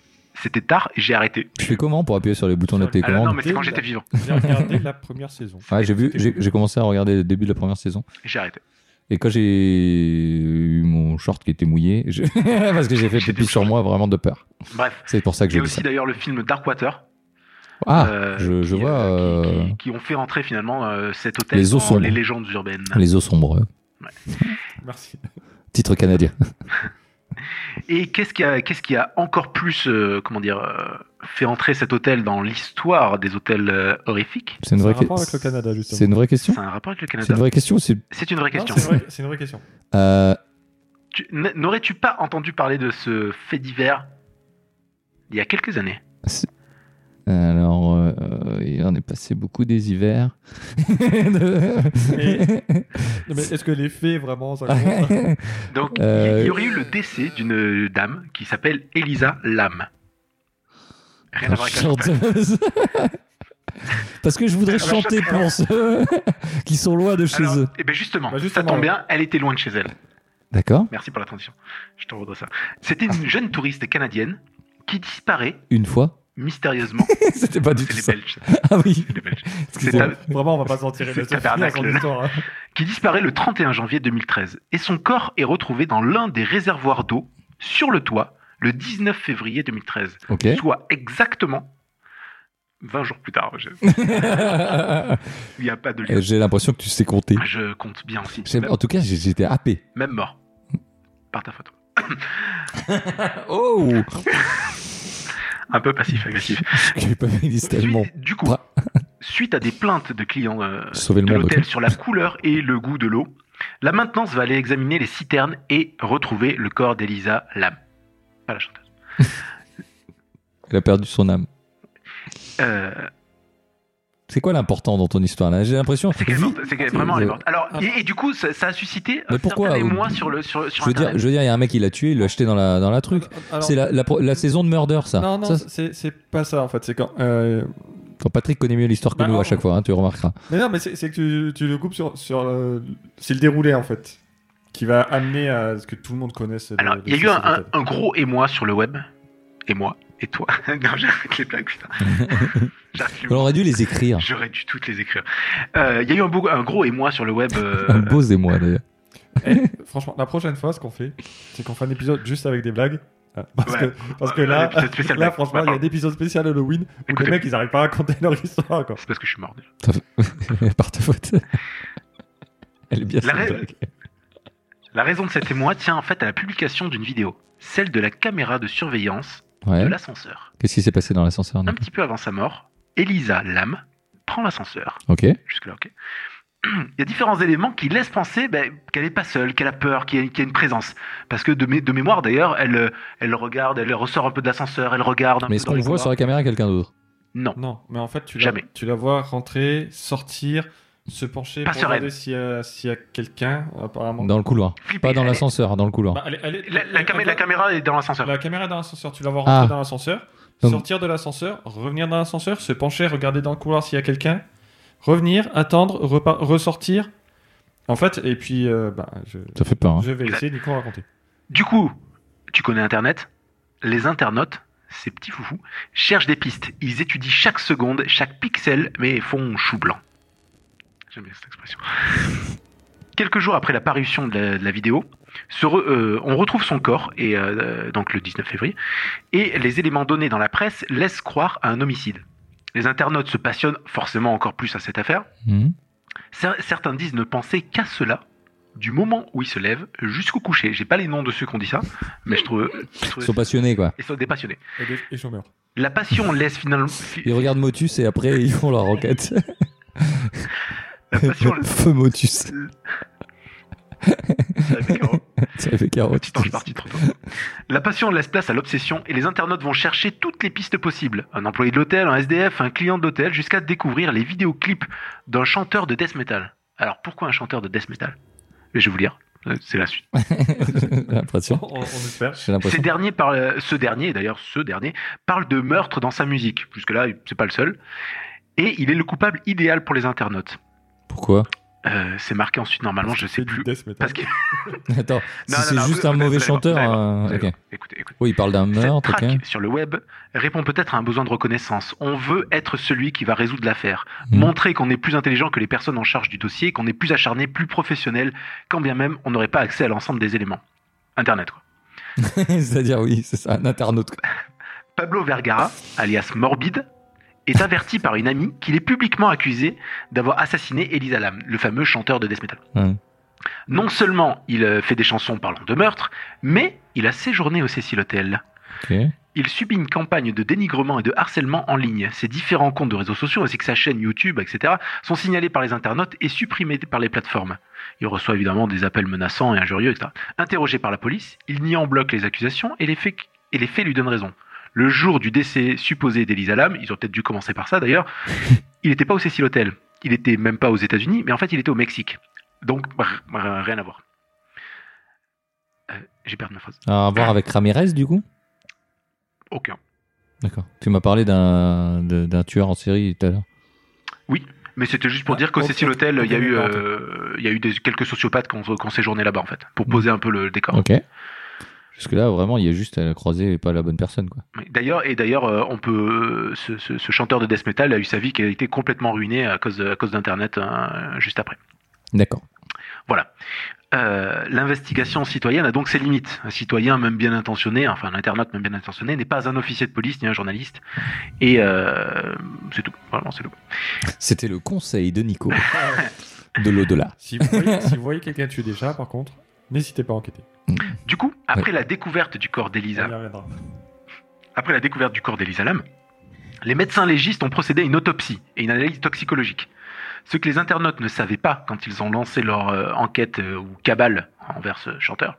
D: C'était tard, j'ai arrêté.
C: Je fais comment pour appuyer sur les boutons de la
D: Ah non, non,
C: télécommande
D: mais c'est quand j'étais vivant.
H: J'ai regardé la première saison.
C: Ouais, Ah, j'ai vu, j'ai j'ai commencé à regarder le début de la première saison.
D: J'ai arrêté.
C: Et quand j'ai eu mon short qui était mouillé, je- <laughs> parce que j'ai fait
D: J'étais
C: pipi sur
D: choqué.
C: moi vraiment de peur.
D: Bref.
C: C'est pour ça que
D: Il y
C: je
D: a
C: dis
D: aussi
C: ça.
D: d'ailleurs le film Darkwater.
C: Ah,
D: euh,
C: je, je
D: qui,
C: vois
D: euh, qui-
C: euh,
D: qui, qui ont fait entrer finalement euh, cet hôtel
C: Les eaux
D: dans
C: sombres.
D: les légendes urbaines.
C: les eaux sombres.
H: Merci.
C: Titre canadien.
D: Et qu'est-ce qui a, qu'est-ce qui a encore plus, euh, comment dire, euh, fait entrer cet hôtel dans l'histoire des hôtels euh, horrifiques
C: C'est une,
A: C'est un
C: vraie que-
A: rapport avec le Canada, justement.
C: c'est une vraie question
D: C'est un rapport avec le
C: C'est
D: Canada.
C: une vraie question c'est-
D: C'est une vraie
A: Non,
D: question.
A: c'est vrai- C'est une vraie question.
C: euh,
D: Tu- n- N'aurais-tu pas entendu parler de ce fait divers il y a quelques années
C: Alors, euh, euh, il en est passé beaucoup des hivers.
A: Et- Non, mais est-ce que les faits, vraiment, ça
C: <laughs>
A: compte
D: Donc, il
C: Euh,
D: y- il y aurait eu le décès d'une dame qui s'appelle Elisa Lam. Rien à voir avec la
C: Chanteuse. Parce que je voudrais
D: Alors,
C: chanter pour ceux qui sont loin de chez
D: Alors,
C: eux.
D: eh ben justement,
A: Bah,
D: ça
A: justement,
D: tombe
A: ouais.
D: bien, elle était loin de chez elle.
C: D'accord
D: Merci pour l'attention. Je te redonne ça. C'était une jeune touriste canadienne qui disparaît
C: Une fois.
D: mystérieusement.
C: <laughs> C'était pas du
D: C'est
C: tout
D: les
C: ça.
D: Belges.
C: Ah oui,
D: c'est les Belges. C'est
C: <laughs> excusez-moi.
D: un-
A: Vraiment, on va pas s'en tirer
D: C'est
A: de ce
D: tabernacle, là.
A: histoire. hein.
D: Qui disparaît le 31 janvier 2013. Et son corps est retrouvé dans l'un des réservoirs d'eau sur le toit le 19 février 2013.
C: Ok.
D: Soit exactement 20 jours plus tard. je- Il n'y a
C: <laughs>
D: pas de lien.
C: Euh, <laughs> J'ai l'impression que tu sais compter.
D: Je compte bien aussi.
C: J'ai-
D: Même-
C: En tout cas, j'ai- j'étais happé.
D: Même mort. Par ta photo.
C: <laughs> Oh
D: Un peu passif-agressif.
C: J'ai pas vu liste tellement.
D: Suite- du coup,
C: Bra-
D: suite à des plaintes de clients euh,
C: Sauver le
D: de
C: monde,
D: l'hôtel
C: ok.
D: sur la couleur et le goût de l'eau, la maintenance va aller examiner les citernes et retrouver le corps d'Elisa Lam. Pas la chanteuse.
C: Elle a perdu son âme.
D: Euh,
C: C'est quoi l'important dans ton histoire là J'ai l'impression.
D: c'est qu'elle est
C: Vie-
D: morte, c'est qu'elle- vraiment elle est morte. Alors,
C: Ah.
D: et, et du coup, ça, ça a suscité
C: Mais
D: un
C: pourquoi,
D: certain
C: euh,
D: émoi sur le sur, sur
C: Je veux
D: Internet.
C: dire, je veux dire, il y a un mec qui l'a tué, il l'a jeté dans la dans la truc.
A: Alors-
C: C'est la, la, pro-
D: euh,
C: la saison de Murder, ça.
A: Non, non,
C: Ça,
A: c'est c'est pas ça en fait. C'est quand. euh,
C: Quand Patrick connaît mieux l'histoire que
A: Bah,
C: nous à
A: on-
C: chaque fois, hein, tu remarqueras.
A: Mais non, mais c'est c'est que tu, tu le coupes sur. sur le- C'est le déroulé en fait. Qui va amener à ce que tout le monde connaisse. le-
C: euh,
D: Alors,
A: le
D: il y a eu
A: suicide
D: un, un-
A: d'hôtel.
D: un gros émoi sur le web. Et moi, et toi. <laughs> non, j'arrête les
C: <laughs>
D: blagues, putain. J'arrête les
C: On aurait dû les écrire.
D: J'aurais dû toutes les écrire. Euh, Il y a eu un, beau- un gros émoi sur
C: <laughs>
D: le web. euh,
C: Un beau émoi d'ailleurs. <laughs>
A: Eh, franchement, la prochaine fois, ce qu'on fait, c'est qu'on fait un épisode juste avec des blagues. Ah, Parce,
D: Ouais.
A: que, parce que
D: Euh, un
A: là, <laughs>
D: épisode spécial
A: là
D: blague.
A: franchement, il
D: Ouais,
A: y a
D: pardon.
A: un épisode spécial Halloween où
D: Écoutez.
A: les mecs, ils arrivent pas à raconter leur histoire. Quoi.
D: C'est parce que je suis mort. déjà.
C: Par ta
D: <laughs>
C: faute. Elle est bien
D: La
C: cette
D: règle.
C: blague.
D: La raison de cet émoi tient en fait à la publication d'une vidéo, celle de la caméra de surveillance de
C: Ouais.
D: l'ascenseur.
C: Qu'est-ce qui s'est passé dans l'ascenseur
D: Un
C: Nick
D: petit peu avant sa mort, Elisa Lam prend l'ascenseur.
C: Ok.
D: Jusque-là, ok. Il y a différents éléments qui laissent penser ben, qu'elle n'est pas seule, qu'elle a peur, qu'il y, a- qu'il y a une présence. Parce que de, mé- de mémoire d'ailleurs, elle, euh, elle regarde, elle ressort un peu de l'ascenseur, elle regarde.
C: Mais
D: Un peu
C: est-ce
D: dans
C: qu'on
D: les
C: voit
D: couloirs.
C: sur la caméra quelqu'un d'autre
D: Non.
A: Non, mais en fait, tu la,
D: Jamais.
A: tu la vois rentrer, sortir, se pencher
D: Pas
A: pour
D: sereine.
A: regarder s'il y a, s'il y a quelqu'un, apparemment.
C: Dans le couloir.
D: Flippée,
C: Pas dans
D: elle-
C: l'ascenseur, dans le couloir.
A: Bah, elle est- elle est-
D: La, la
A: elle-
D: camé-
A: elle-
D: la caméra est dans l'ascenseur.
A: La caméra est dans l'ascenseur, tu la vois rentrer
C: Ah.
A: dans l'ascenseur,
C: Donc-
A: sortir de l'ascenseur, revenir dans l'ascenseur, se pencher, regarder dans le couloir s'il y a quelqu'un, revenir, attendre, repa- ressortir. En fait, et puis, euh, bah, je,
C: Ça fait peur. hein.
A: je vais essayer de Nico raconter.
D: Du coup, tu connais Internet Les internautes, ces petits foufous, cherchent des pistes. Ils étudient chaque seconde, chaque pixel, mais font chou blanc. J'aime bien cette expression. Quelques jours après la parution de la, de la vidéo, se re- euh, on retrouve son corps, et, euh, donc le 19 février, et les éléments donnés dans la presse laissent croire à un homicide. Les internautes se passionnent forcément encore plus à cette affaire.
C: Mhm.
D: Cer- Certains disent ne penser qu'à cela, du moment où ils se lèvent jusqu'au coucher. J'ai pas les noms de ceux qui ont dit ça, mais je trouve. je trouve-
C: Ils sont passionnés quoi.
D: Ils sont des passionnés.
A: Et, des- et chômeur.
D: La passion laisse finalement. fi-
C: Ils regardent Motus et après ils font leur
D: <laughs>
C: enquête. <laughs>
D: La passion.
C: Feu Motus.
D: ah,
C: <laughs> Oh, Tu avais carotte.
D: Petit ange parti trop tôt. La passion laisse place à l'obsession et les internautes vont chercher toutes les pistes possibles. Un employé de l'hôtel, un SDF, un client de l'hôtel, jusqu'à découvrir les vidéoclips d'un chanteur de death metal. Alors pourquoi un chanteur de death metal Mais je vais vous lire. Euh, C'est la suite.
C: <laughs> J'ai l'impression.
A: On, on espère.
C: J'ai l'impression.
D: Ces derniers parlent- ce dernier, d'ailleurs, ce dernier, parle de meurtre dans sa musique. Jusque-là, c'est pas le seul. Et il est le coupable idéal pour les internautes.
C: Pourquoi
D: Euh, c'est marqué ensuite, normalement, je sais
A: C'est du
D: plus.
A: death metal.
D: Parce que,
C: Attends,
D: Non,
C: si
D: non,
C: c'est
D: non,
C: juste
D: vous-
C: un
D: vous
C: mauvais
D: allez voir,
C: chanteur.
D: vous allez voir,
C: euh,
D: vous allez
C: ok.
D: voir. écoutez, écoutez.
C: Oui, il parle d'un
D: Cette
C: meurtre. ok.
D: traque sur le web répond peut-être à un besoin de reconnaissance. On veut être celui qui va résoudre l'affaire.
C: Mhm.
D: Montrer qu'on est plus intelligent que les personnes en charge du dossier, qu'on est plus acharné, plus professionnel, quand bien même on n'aurait pas accès à l'ensemble des éléments. Internet, quoi.
C: <laughs> C'est-à-dire, oui, c'est ça, un internaute. quoi.
D: Pablo Vergara, alias Morbide, est averti par une amie qu'il est publiquement accusé d'avoir assassiné Elisa Lam, le fameux chanteur de death metal.
C: Ouais.
D: Non seulement il euh, fait des chansons parlant de meurtre, mais il a séjourné au Cecil Hotel.
C: Ok.
D: Il subit une campagne de dénigrement et de harcèlement en ligne. Ses différents comptes de réseaux sociaux ainsi que sa chaîne YouTube, etc., sont signalés par les internautes et supprimés par les plateformes. Il reçoit évidemment des appels menaçants et injurieux, etc. Interrogé par la police, il nie en bloc les accusations et les faits, et les faits lui donnent raison. Le jour du décès supposé d'Elisa Lam, ils ont peut-être dû commencer par ça d'ailleurs, il n'était pas au Cecil Hotel. Il n'était même pas aux États-Unis, mais en fait il était au Mexique. Donc brr, brr, rien à voir. Euh, J'ai perdu ma phrase.
C: À voir avec Ramirez, du coup
D: Aucun.
C: D'accord. Tu m'as parlé d'un de- d'un tueur en série tout à l'heure.
D: Mais c'était juste pour
C: Ah,
D: dire qu'au
C: ok,
D: Cecil Hotel, il y a
C: ok,
D: eu,
C: d'accord,
D: euh, il y a eu des, quelques sociopathes qui ont, qui ont séjourné là-bas, en fait, pour poser un peu le décor.
C: Ok. Jusque-là, vraiment, il y a juste à croiser pas la bonne personne, quoi.
D: Mais D'ailleurs, et d'ailleurs, euh, on peut, ce, ce- ce chanteur de death metal a eu sa vie qui a été complètement ruinée à cause de- à cause d'Internet hein, juste après.
C: D'accord.
D: Euh, l'investigation citoyenne a donc ses limites. Un citoyen, même bien intentionné, enfin un internaute, même bien intentionné, n'est pas un officier de police ni un journaliste. Et euh, c'est tout. Vraiment, c'est tout.
C: C'était le conseil
A: <laughs>
C: de Nico de l'au-delà.
A: Si vous voyez, si vous voyez quelqu'un tuer déjà, par contre, n'hésitez pas à enquêter.
D: Du coup, après la découverte du corps
A: On y
D: d'Elisa,
A: reviendra.
D: Après la découverte du corps d'Elisa Lam, les médecins légistes ont procédé à une autopsie et une analyse toxicologique. Ce que les internautes ne savaient pas quand ils ont lancé leur euh, enquête euh, ou cabale envers ce chanteur,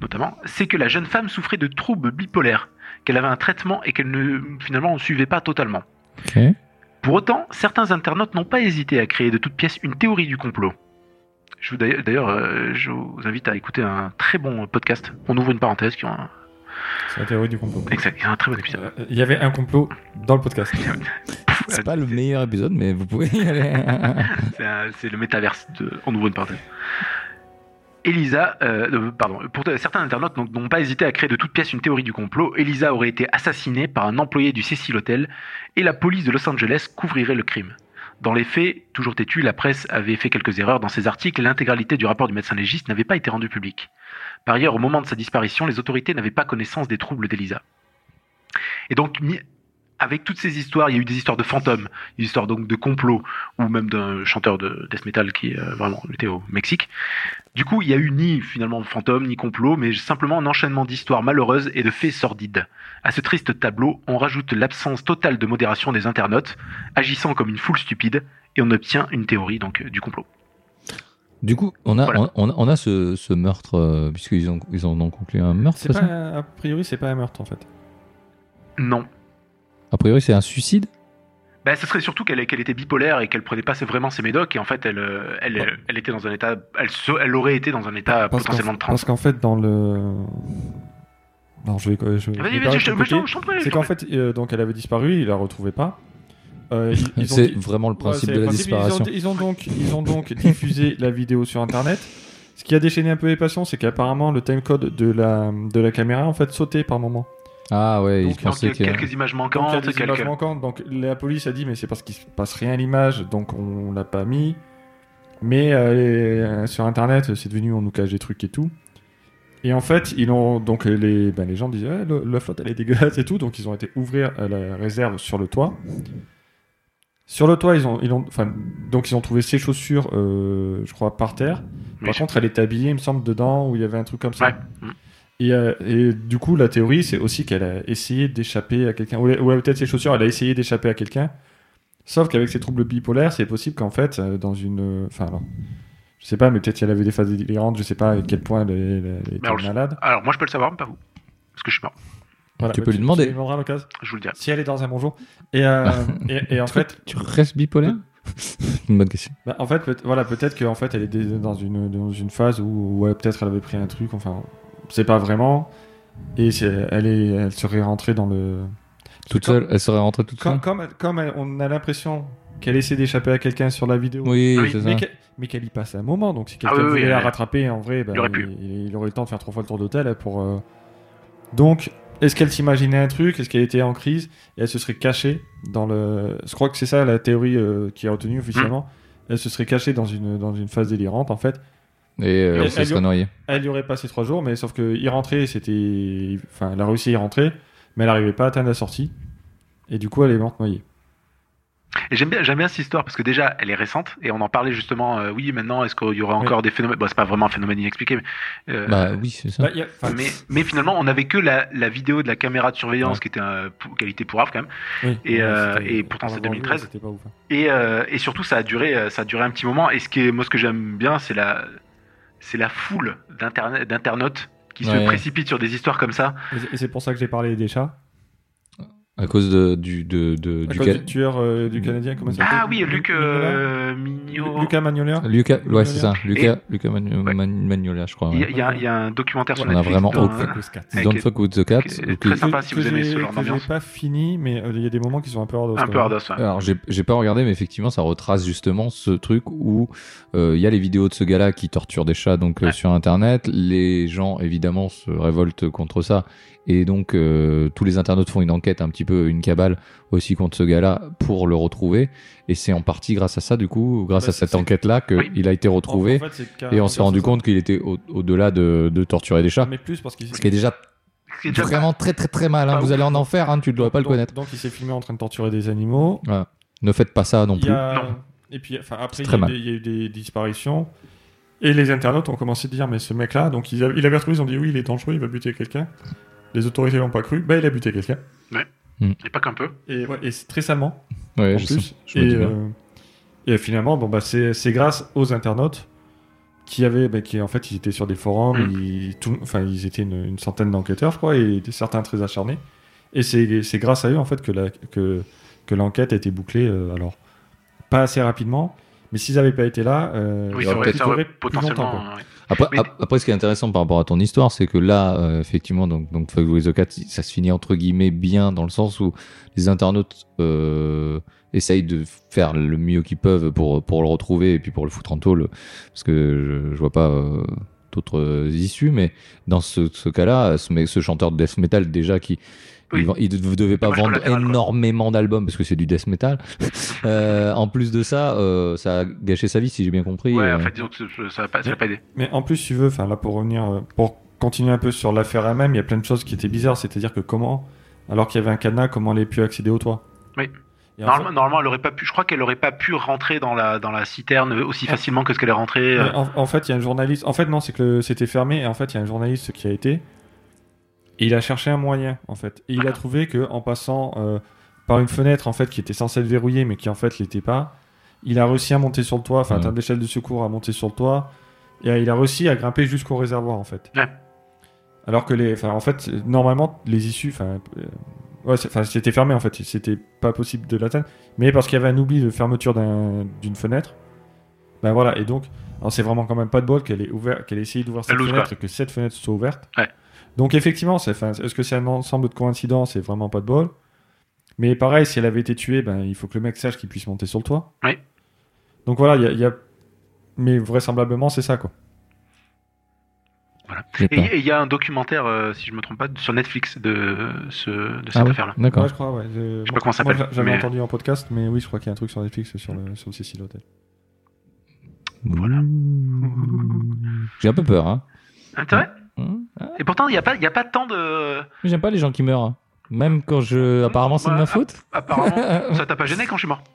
D: notamment, c'est que la jeune femme souffrait de troubles bipolaires, qu'elle avait un traitement et qu'elle ne finalement ne suivait pas totalement.
C: Ok.
D: Pour autant, certains internautes n'ont pas hésité à créer de toutes pièces une théorie du complot. Je vous d'ailleurs- D'ailleurs, euh, je vous invite à écouter un très bon podcast. On ouvre une parenthèse qui est un,
A: C'est la théorie du complot.
D: exact, qui est un très bon épisode.
A: Euh, Il y avait un complot dans le podcast.
C: C'est
D: Euh,
C: pas le meilleur épisode, mais vous pouvez y aller.
D: C'est un- C'est le métaverse de On ouvre une parenthèse. Elisa, euh, euh, pardon, pour euh, certains internautes donc, n'ont pas hésité à créer de toutes pièces une théorie du complot. Elisa aurait été assassinée par un employé du Cecil Hotel et la police de Los Angeles couvrirait le crime. Dans les faits, toujours têtu, la presse avait fait quelques erreurs dans ses articles et l'intégralité du rapport du médecin légiste n'avait pas été rendue publique. Par ailleurs, au moment de sa disparition, les autorités n'avaient pas connaissance des troubles d'Elisa. Et donc, mi- avec toutes ces histoires, il y a eu des histoires de fantômes, des histoires donc de complots, ou même d'un chanteur de death metal qui euh, vraiment était au Mexique. Du coup, il y a eu ni finalement fantôme ni complot, mais simplement un enchaînement d'histoires malheureuses et de faits sordides. À ce triste tableau, on rajoute l'absence totale de modération des internautes, agissant comme une foule stupide, et on obtient une théorie donc euh, du complot.
C: <laughs> Du coup, on a,
D: Voilà.
C: on, on a- on a ce, ce meurtre, euh, puisqu'ils ont, ils en ont conclu un meurtre, <laughs>
A: C'est
C: c'est
A: pas
C: ça
A: un- a priori, c'est pas un meurtre en fait.
D: Non.
C: A priori, c'est un suicide
D: Bah, ce serait surtout qu'elle qu'elle était bipolaire et qu'elle prenait pas vraiment ses médocs, et en fait, elle, euh, elle,
C: Ouais.
D: elle était dans un état, elle, se- elle aurait été dans un état
A: Parce qu'en-
D: Ah, potentiellement de transe.
A: Parce qu'en fait, dans le. Non, je vais. Je, je vais
D: Vas-y,
A: pas
D: vas-y, je te- mais je
A: répéter.
D: t'en- je t'en prie, je
A: C'est
D: t'en
A: qu'en
D: prie.
A: fait, euh, donc elle avait disparu, ils la retrouvaient pas. Euh,
C: <laughs>
A: ils- ils ont
C: C'est
A: dit-
C: vraiment le
A: Ouais,
C: principe
A: c'est
C: de
A: le
C: la
A: principe. Ils ont-
C: disparition.
A: Ils ont, donc, ils ont donc diffusé la vidéo sur Internet. Ce qui a déchaîné un peu les passions, c'est qu'apparemment le timecode de la, de la caméra en fait sautait par moment.
C: Ah ouais, ils
D: Donc, il manque
C: pensaient que...
D: quelques images
A: Donc il y a
D: manquantes,
A: des images
D: quelques-
A: manquantes. Donc la police a dit mais c'est parce qu'il se passe rien à l'image, donc on l'a pas mis. Mais euh, sur internet, c'est devenu on nous cache des trucs et tout. Et en fait, ils ont donc les ben, les gens disaient Ah, le- la flotte elle est dégueulasse et tout, donc ils ont été ouvrir euh, la réserve sur le toit. Sur le toit, ils ont ils ont enfin donc ils ont trouvé ses chaussures, euh, je crois par terre.
D: Oui,
A: Par contre, elle était habillée, il me semble, dedans, où il y avait un truc comme ça.
D: Ouais. Mm.
A: Et, euh, et du coup, la théorie, c'est aussi qu'elle a essayé d'échapper à quelqu'un, ou, elle- ou elle- peut-être ses chaussures, elle a essayé d'échapper à quelqu'un. Sauf qu'avec ses troubles bipolaires, c'est possible qu'en fait, euh, dans une. Enfin, alors, je sais pas, mais peut-être qu'elle avait des phases délirantes, je sais pas à quel point elle, elle- elle était
D: alors, je-
A: malade.
D: Alors, moi, je peux le savoir, mais pas vous. Parce que je suis mort,
A: Voilà,
C: Tu
A: mais
C: peux lui demander.
A: Tu lui demanderas à l'occasion.
D: je vous le dirai.
A: Si elle est dans un bonjour. Et,
C: <laughs>
A: euh, et, et en fait,
C: Tu restes bipolaire <laughs> Une bonne question.
A: Bah, en fait, peut voilà, peut-être qu'en fait, elle est dé- dans une, dans une phase où, où elle- peut-être elle avait pris un truc, enfin, c'est pas vraiment. Et c'est- elle, est, elle serait rentrée dans le.
C: Toute
A: Comme-
C: seule, elle serait rentrée toute
A: Comme,
C: seule
A: comme, elle- comme elle- on a l'impression qu'elle essaie d'échapper à quelqu'un sur la vidéo.
C: Oui,
D: Ah Oui,
C: c'est ça.
A: Mais qu'elle- mais qu'elle y passe un moment, donc si
D: Ah
A: quelqu'un
D: oui, oui,
A: voulait la
D: elle-
A: rattraper en vrai, bah,
D: il aurait pu.
A: il, il aurait le temps de faire trois fois le tour d'hôtel pour. euh, Donc, est-ce qu'elle s'imaginait un truc Est-ce qu'elle était en crise Et elle se serait cachée dans le. Je crois que c'est ça la théorie euh, qui est retenue officiellement.
D: Hmm.
A: Elle se serait cachée dans une, dans une phase délirante en fait.
C: Et euh,
A: Elle-
C: elle se
A: elle-
C: serait noyée.
A: Elle y aurait passé trois jours, mais sauf que y rentrer, c'était. Enfin, elle a réussi à y rentrer, mais elle n'arrivait pas à atteindre la sortie. Et du coup, elle est morte noyée.
D: Et j'aime bien, j'aime bien cette histoire parce que déjà, elle est récente et on en parlait justement. euh, oui, maintenant, est-ce qu'il y aura encore des phénomènes Bon, c'est pas vraiment un phénomène inexpliqué, mais. euh,
C: Bah oui, c'est ça.
A: Bah, y a- enfin,
D: mais, mais finalement, on n'avait que la, la vidéo de la caméra de surveillance
A: Ouais.
D: qui était euh, pou- qualité pourrave quand même.
A: oui.
D: et,
A: Ouais,
D: euh,
A: c'était-
D: et pourtant, c'est
A: avant,
D: 2013.
A: c'était pas ouf, hein.
D: Et, euh, et surtout, ça a duré, euh, ça a duré un petit moment. Et ce qui est, moi, ce que j'aime bien, c'est la, c'est la foule d'interne- d'internautes qui
C: Ouais.
D: se précipitent sur des histoires comme ça.
A: Et c'est- Et c'est pour ça que j'ai parlé des chats.
C: À cause de, du, de, de-
A: À
C: du Mm.
A: cause
C: ca-
A: du tueur euh, du Canadien, comment ça
D: Ah
A: s'appelle
D: oui, Luc euh, Mignot.
A: Lucas Magnolia.
C: Lucas, ouais, c'est ça.
D: Et-
C: Lucas, Lucas Manu-
D: Ouais.
C: Man- Magnolia, je crois.
D: Il y,
C: ouais.
D: a- il y a- il y a un documentaire sur
C: On a
D: Netflix.
C: vraiment
D: dans-
C: aucun- Don't
D: avec-
C: fuck with the cat.
D: c'est
C: ok.
D: très sympa si vous aimez ce genre
A: que j'ai
D: d'ambiance.
A: pas fini, mais euh, il y a des moments qui sont un peu hors d'os,
D: Un
A: quand
D: peu
A: même.
D: hard ouais.
C: Alors, j'ai j'ai pas regardé, mais effectivement, ça retrace justement ce truc où euh, il y a les vidéos de ce gars-là qui torture des chats donc euh, sur Internet. Les gens, évidemment, se révoltent contre ça. Et donc, euh, tous les internautes font une enquête, un petit peu une cabale aussi contre ce gars-là pour le retrouver. Et c'est en partie grâce à ça, du coup, grâce
A: Bah,
C: à cette
A: c'est-
C: enquête-là, qu'il
D: Oui.
C: il a été
A: En-
C: retrouvé.
A: en fait, c'est carrément
C: et on s'est rendu
A: ça.
C: compte qu'il était au- au-delà de, de torturer des chats.
A: Mais plus parce qu'il
C: Ce qui est déjà
D: Ce qui est déjà-
C: vraiment très très très mal. hein.
D: Pas
C: Vous
D: ouf.
C: allez en enfer, hein, tu ne dois pas le
A: Donc-
C: connaître.
A: Donc il s'est filmé en train de torturer des animaux.
C: Ne faites pas ça non
A: Il y
C: plus.
A: a-
D: Non.
A: Et puis enfin, après,
C: C'est
A: il y,
C: très
A: a eu
C: mal.
A: des- il y a eu des disparitions. Et les internautes ont commencé à dire Mais ce mec-là, donc ils avaient- il avait retrouvé, ils ont dit Oui, il est dangereux, il va buter quelqu'un. Les autorités l'ont pas cru. Bah, il a buté quelqu'un.
D: Et pas qu'un peu.
A: Et, ouais, et c'est très salement.
C: Ouais,
A: en
C: je
A: plus.
C: sais, je me
A: et,
C: dis bien.
A: euh, et finalement, bon, bah, c'est c'est grâce aux internautes qui avaient, bah, qui en fait, ils étaient sur des forums,
C: Mm.
A: ils, tout- enfin, ils étaient une, une centaine d'enquêteurs, je crois, et certains très acharnés. Et c'est c'est grâce à eux, en fait, que la- que, que l'enquête a été bouclée. euh, alors, pas assez rapidement, mais s'ils n'avaient pas été là, euh,
D: Oui,
C: ça aurait hein.
D: ça aurait,
A: peut-être
D: ça aurait
A: duré plus longtemps, quoi.
D: potentiellement. ouais.
C: Après,
D: Mais-
C: ap- après, ce qui est intéressant par rapport à ton histoire, c'est que là, euh, effectivement, donc, donc Fuck with the Cat, ça se finit entre guillemets bien dans le sens où les internautes euh, essayent de faire le mieux qu'ils peuvent pour, pour le retrouver et puis pour le foutre en tôle, parce que je, je vois pas euh, d'autres issues, mais dans ce, ce cas-là, ce, mec- ce chanteur de death metal déjà qui.
D: Oui.
C: il vend- Il ne devait pas
D: Dommage
C: vendre
D: collatéral, quoi.
C: énormément d'albums parce que c'est du death
D: <laughs>
C: metal. Euh, en plus de ça, euh, ça a gâché sa vie, si j'ai bien compris.
D: Ouais,
C: Euh,
D: en fait, disons que ce- ça n'a pas,
A: mais-
D: ça l'a pas aidé.
A: Mais en plus, tu veux, enfin là pour revenir, euh, pour continuer un peu sur l'affaire elle-même, il y a plein de choses qui étaient bizarres. C'est-à-dire que comment, alors qu'il y avait un cadenas, comment elle a pu accéder au toit
D: Oui.
A: Et en fait-
D: Normalement, normalement, elle aurait pas pu. Je crois qu'elle aurait pas pu rentrer dans la dans la citerne aussi
A: Ah.
D: facilement que ce qu'elle est rentrée. euh,
A: Mais en, en fait, il y a un journaliste. En fait, non, c'est que le- c'était fermé. Et en fait, il y a un journaliste qui a été. Et il a cherché un moyen, en fait. Et il a trouvé que en passant euh, par une fenêtre, en fait, qui était censée être verrouillée, mais qui en fait l'était pas, il a réussi à monter sur le toit, enfin,
C: Mhm.
A: atteindre l'échelle de secours, à monter sur le toit, et euh, il a réussi à grimper jusqu'au réservoir, en fait.
D: Ouais.
A: Alors que les, enfin, en fait, euh, normalement, les issues, enfin, euh, ouais, c'est- enfin, c'était fermé, en fait, c'était pas possible de l'atteindre, mais parce qu'il y avait un oubli de fermeture d'un- d'une fenêtre. Ben voilà, et donc, alors c'est vraiment quand même pas de bol qu'elle ait ouvert, qu'elle ait essayé d'ouvrir cette
D: Elle ose,
A: fenêtre et que cette fenêtre soit ouverte.
D: Ouais.
A: Donc effectivement, c'est- enfin, est-ce que c'est un ensemble de coïncidences C'est vraiment pas de bol. Mais pareil, si elle avait été tuée, ben, il faut que le mec sache qu'il puisse monter sur le toit.
D: Ouais.
A: Donc voilà, il y a- il y, a... Mais vraisemblablement, c'est ça, quoi.
C: j'ai
D: Et
C: pas-
D: et il y a un documentaire, euh, si je me trompe pas, sur Netflix de ce de cette
C: Ah ouais,
D: affaire-là.
C: D'accord.
A: Ouais, je crois, ouais. Je,
D: sais pas comment ça
A: moi,
D: s'appelle,
A: j'a- J'avais
D: mais-
A: entendu en podcast, mais oui, je crois qu'il y a un truc sur Netflix sur le, sur le Cécile Hotel.
D: <laughs> Voilà.
C: J'ai un peu peur. Hein.
D: Ah, c'est vrai
C: Hein Ah,
D: Et pourtant, il n'y a pas il y a pas tant de.
C: mais J'aime pas les gens qui meurent. hein. Même quand je. Apparemment, c'est de
D: Ouais,
C: ma faute.
D: Apparemment, ça t'a pas gêné quand je suis mort.
C: <laughs>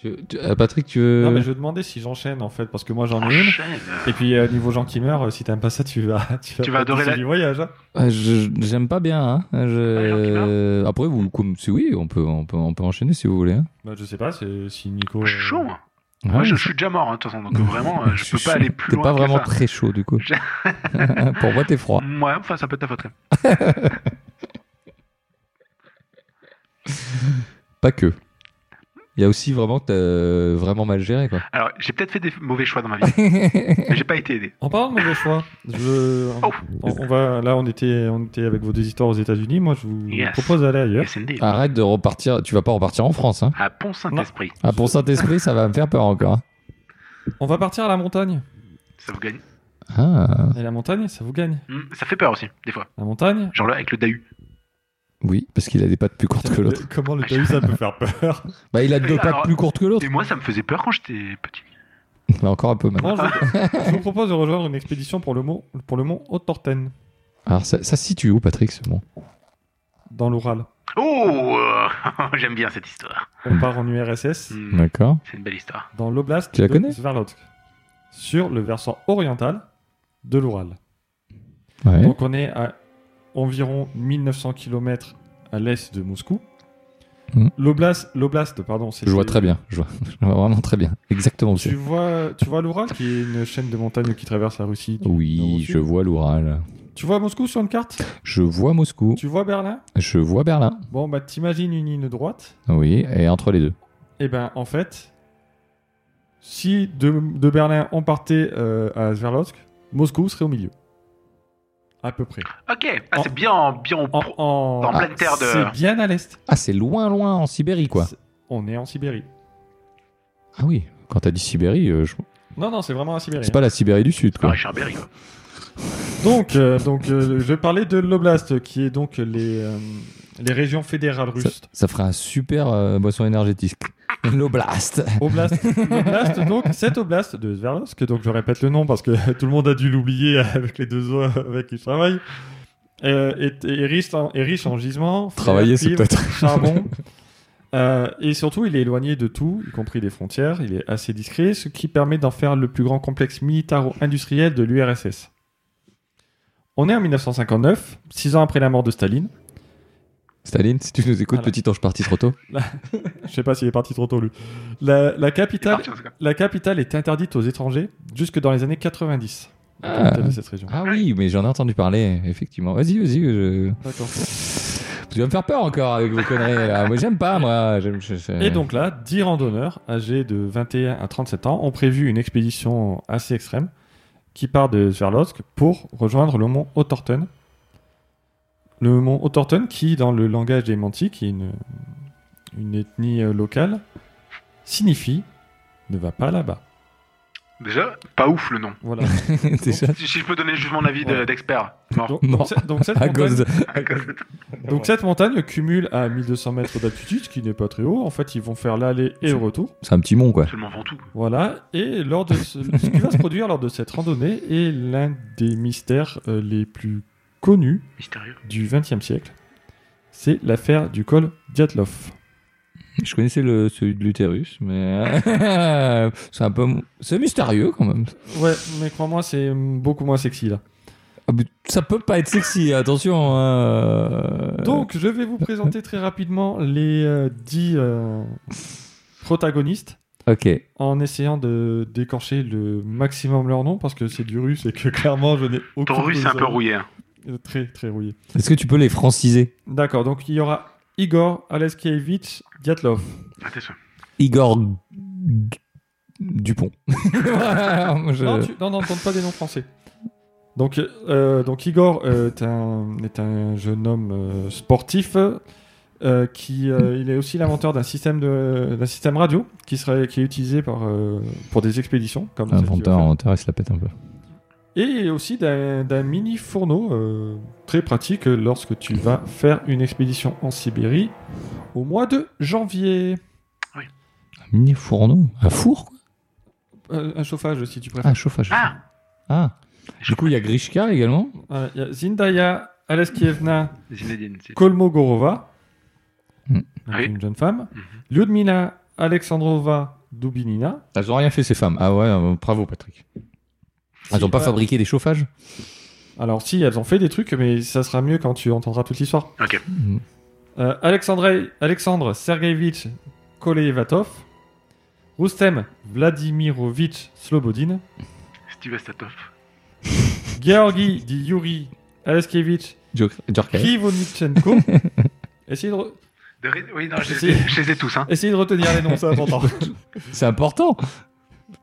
C: Tu- tu- euh, Patrick, tu veux.
A: Non, mais je demandais si j'enchaîne, en fait, parce que moi, j'en ai une.
D: Enchaîne.
A: Et puis, euh, niveau gens qui meurent, euh, si t'aimes pas ça, tu vas, <laughs> tu vas,
D: Tu vas adorer
A: passer
D: la-
A: du voyage. hein.
C: Euh, je- J'aime pas bien. hein.
D: Ah, les gens qui
C: Je... Après, vous. Comme... Si oui, on peut, on, peut, on peut enchaîner si vous voulez. hein.
A: Bah, je sais pas, c'est- si Nico. euh,
D: Je suis chaud. Moi,
C: Ouais,
D: Moi, je,
C: ça-
D: je suis déjà mort, hein, de toute façon. Donc vraiment, euh, je,
C: suis
D: peux pas
C: chaud.
D: aller plus loin.
C: T'es pas
D: que
C: vraiment
D: ça.
C: très chaud du coup.
D: Je-
C: <laughs> Pour moi, t'es froid.
D: Ouais, enfin, ça peut être ta faute. quand même.
C: Pas que. Il y a aussi vraiment que t'as euh, vraiment mal géré quoi.
D: Alors, j'ai peut-être fait des mauvais choix dans
C: <laughs>
D: ma vie, mais j'ai pas été aidé.
A: En parlant de mauvais choix, je-
D: Oh.
A: on, on va, là on était, on était avec vos deux histoires aux États-Unis. Moi, je vous
D: Yes.
A: propose d'aller ailleurs.
D: Yes, indeed.
C: Arrête de repartir. Tu vas pas repartir en France. Hein.
D: À Pont-Saint-Esprit,
C: Ah, pour Saint-Esprit, ça va me faire peur encore. hein.
A: On va partir à la montagne.
D: ça vous gagne.
C: Ah,
A: Et la montagne, ça vous gagne.
D: Hmm, ça fait peur aussi, des fois.
A: La montagne.
D: Genre là, avec le Dahu.
C: oui, parce qu'il a des pattes plus courtes que l'autre.
A: Comment
D: Ah,
A: le Dahu, ça peut faire peur
C: <laughs> Bah, il a deux
D: Oui,
C: pattes
D: alors-
C: plus courtes que l'autre.
D: Et moi, ça me faisait peur quand j'étais petit.
C: Mais encore un peu
A: <laughs>
C: même.
A: Non, je, je vous propose de rejoindre une expédition pour le mont, pour le mont Haute-Torten.
C: Alors, ça, ça se situe où, Patrick, ce mont
H: dans l'Oural.
D: Oh euh, <laughs> J'aime bien cette histoire.
A: On part en URSS
D: Hmm,
C: D'accord.
D: C'est une belle histoire.
A: dans l'oblast
C: Tu la
A: de
C: connais
A: Sverdlovsk, sur le versant oriental de l'Oural.
C: Ouais.
A: Donc on est à environ 1900 km à l'est de Moscou.
C: Mhm.
A: L'oblast, l'oblast, pardon, c'est
C: je vois très bien. Je vois, <laughs> je vois vraiment très bien. Exactement,
A: Tu
C: monsieur.
A: vois, tu vois l'Oural qui est une chaîne de montagnes qui traverse la Russie. du nord au
C: Oui,
A: sud.
C: je vois l'Oural.
A: Tu vois Moscou sur une carte
C: Je vois Moscou.
A: Tu vois Berlin
C: Je vois Berlin.
A: Bon, bah t'imagines une ligne droite.
C: Oui, et entre les deux.
A: Et ben en fait, si de, de Berlin on partait euh, à Sverdlovsk, Moscou serait au milieu. À peu près.
D: Ok, ah,
A: En-
D: c'est bien, bien au
A: En,
D: pro-
A: en-
D: en pleine terre de-
A: C'est bien à l'est.
C: Ah, c'est loin, loin en Sibérie, quoi.
A: C'est- On est en Sibérie.
C: Ah oui. Quand t'as dit Sibérie, euh, je-
A: Non, non, c'est vraiment la Sibérie.
C: c'est pas la Sibérie du Sud,
D: par
A: Ah,
C: quoi.
D: Richard Berry. quoi.
A: Donc, euh, donc euh, je parlais de l'oblast, qui est donc les, euh, les régions fédérales
C: Ça,
A: russes.
C: ça fera un super euh, boisson énergétique. <laughs> L'Oblast.
A: Oblast, l'oblast, donc cet oblast de Sverdlovsk, donc je répète le nom parce que <laughs> tout le monde a dû l'oublier avec les deux oies avec qui je travaille, euh, est, est riche en, est riche en gisements, fer,
C: Travailler, c'est
A: cuivre,
C: peut-être.
A: charbon. Euh, et surtout, il est éloigné de tout, y compris des frontières. Il est assez discret, ce qui permet d'en faire le plus grand complexe militaro-industriel de l'URSS. On est en 1959, six ans après la mort de Staline.
C: Staline, si tu nous écoutes,
A: Voilà.
C: petit ange parti trop tôt.
A: Je sais pas s'il est parti trop tôt, lui. La, la
C: Ah.
A: capitale,
D: Parti, en tout cas.
A: la capitale est interdite aux étrangers jusque dans les années 90. La capitale de cette région.
C: Ah oui, mais j'en ai entendu parler, effectivement. Vas-y, vas-y. Je...
A: D'accord.
C: Tu vas me faire peur encore avec vos conneries. Là. Moi, j'aime pas, moi. J'aime- je- je-
A: Et donc là, 10 randonneurs âgés de 21 à 37 ans ont prévu une expédition assez extrême qui part de Sverdlovsk pour rejoindre le mont Ottorten. Le mont Ottorten qui, dans le langage des Mantis, qui est une, une ethnie euh, locale, signifie ne va pas là-bas.
D: Déjà, pas ouf le nom.
C: <laughs>
A: Voilà.
C: Déjà,
D: Si si je peux donner juste mon avis de-
A: Ouais.
D: d'expert. Mort.
A: Donc, donc
C: Bon.
A: c'est- donc cette
C: <laughs> à
A: montagne-
C: cause de-
A: Donc cette montagne cumule à 1200 mètres d'altitude, ce qui n'est pas très haut. En fait, ils vont faire l'aller et le retour.
C: C'est un petit mont, quoi.
D: Tout le monde vend tout.
A: Voilà. Et lors de <laughs> ce, ce qui va se produire lors de cette randonnée est l'un des mystères euh, les plus connus
D: Mystérieux.
A: du XXe siècle. C'est l'affaire du col Diatlov.
C: Je connaissais le, celui de l'utérus, mais <laughs> euh, c'est un peu. C'est mystérieux quand même.
A: Ouais, mais crois-moi, c'est hum, beaucoup moins sexy là.
C: Ah, mais Ça peut pas être sexy, attention. hein.
A: Donc, je vais vous présenter très rapidement les euh, dix euh, protagonistes.
C: Ok.
A: en essayant de décorcher le maximum leur nom parce que c'est du russe et que <laughs> clairement je n'ai aucune
D: Ton russe, c'est un peu
A: notion.
D: rouillé. hein.
A: Euh, Très très rouillé.
C: Est-ce que tu peux les franciser
A: D'accord, donc il y aura Igor Aleskievich Diatlov,
D: Attention.
C: Igor D- Dupont. <laughs> Je-
A: Non, tu, non, non, tente pas des noms français. Euh, Donc, euh, donc Igor euh, est, un, est un jeune homme euh, sportif euh, qui euh, il est aussi l'inventeur d'un système de d'un système radio qui serait qui est utilisé par euh, pour des expéditions comme celle qu'il va
C: Inventeur,
A: faire.
C: inventeur, il se la pète un peu.
A: et aussi d'un d'un mini fourneau euh, très pratique lorsque tu vas faire une expédition en Sibérie au mois de janvier.
C: Un mini fourneau Un four quoi
A: Euh, un chauffage si tu
C: Ah,
A: préfères.
C: chauffage.
D: Ah
C: Ah. Du coup, il y a Grishka également.
A: Voilà, Il y a Zindaya Aleskievna
D: Zinedine, c'est-
A: Kolmogorova,
C: Mm.
A: donc
D: Oui.
A: une jeune femme,
D: Mhm.
A: Lyudmila Alexandrova Dubinina.
C: Elles ont rien fait, ces femmes. Ah ouais, euh, bravo, Patrick. Elles
A: Si,
C: ont pas
A: ouais.
C: fabriqué des chauffages
A: Alors si, elles ont fait des trucs, mais ça sera mieux quand tu entendras toute l'histoire.
D: Ok.
C: Mm.
A: Euh, Alexandre, Alexandre Sergeevitch Kolevatov, Roustem Vladimirovitch Slobodin,
D: Steve Astatov.
A: Georgi dit Yuri Aleskevitch
C: Jo- Jorka.
A: Krivonichenko. essayez, de re-
D: De Ri- Oui, non, je
A: Si.
D: les ai- je les ai tous. Hein. <laughs>
A: essayez de retenir les noms, c'est important.
C: C'est important.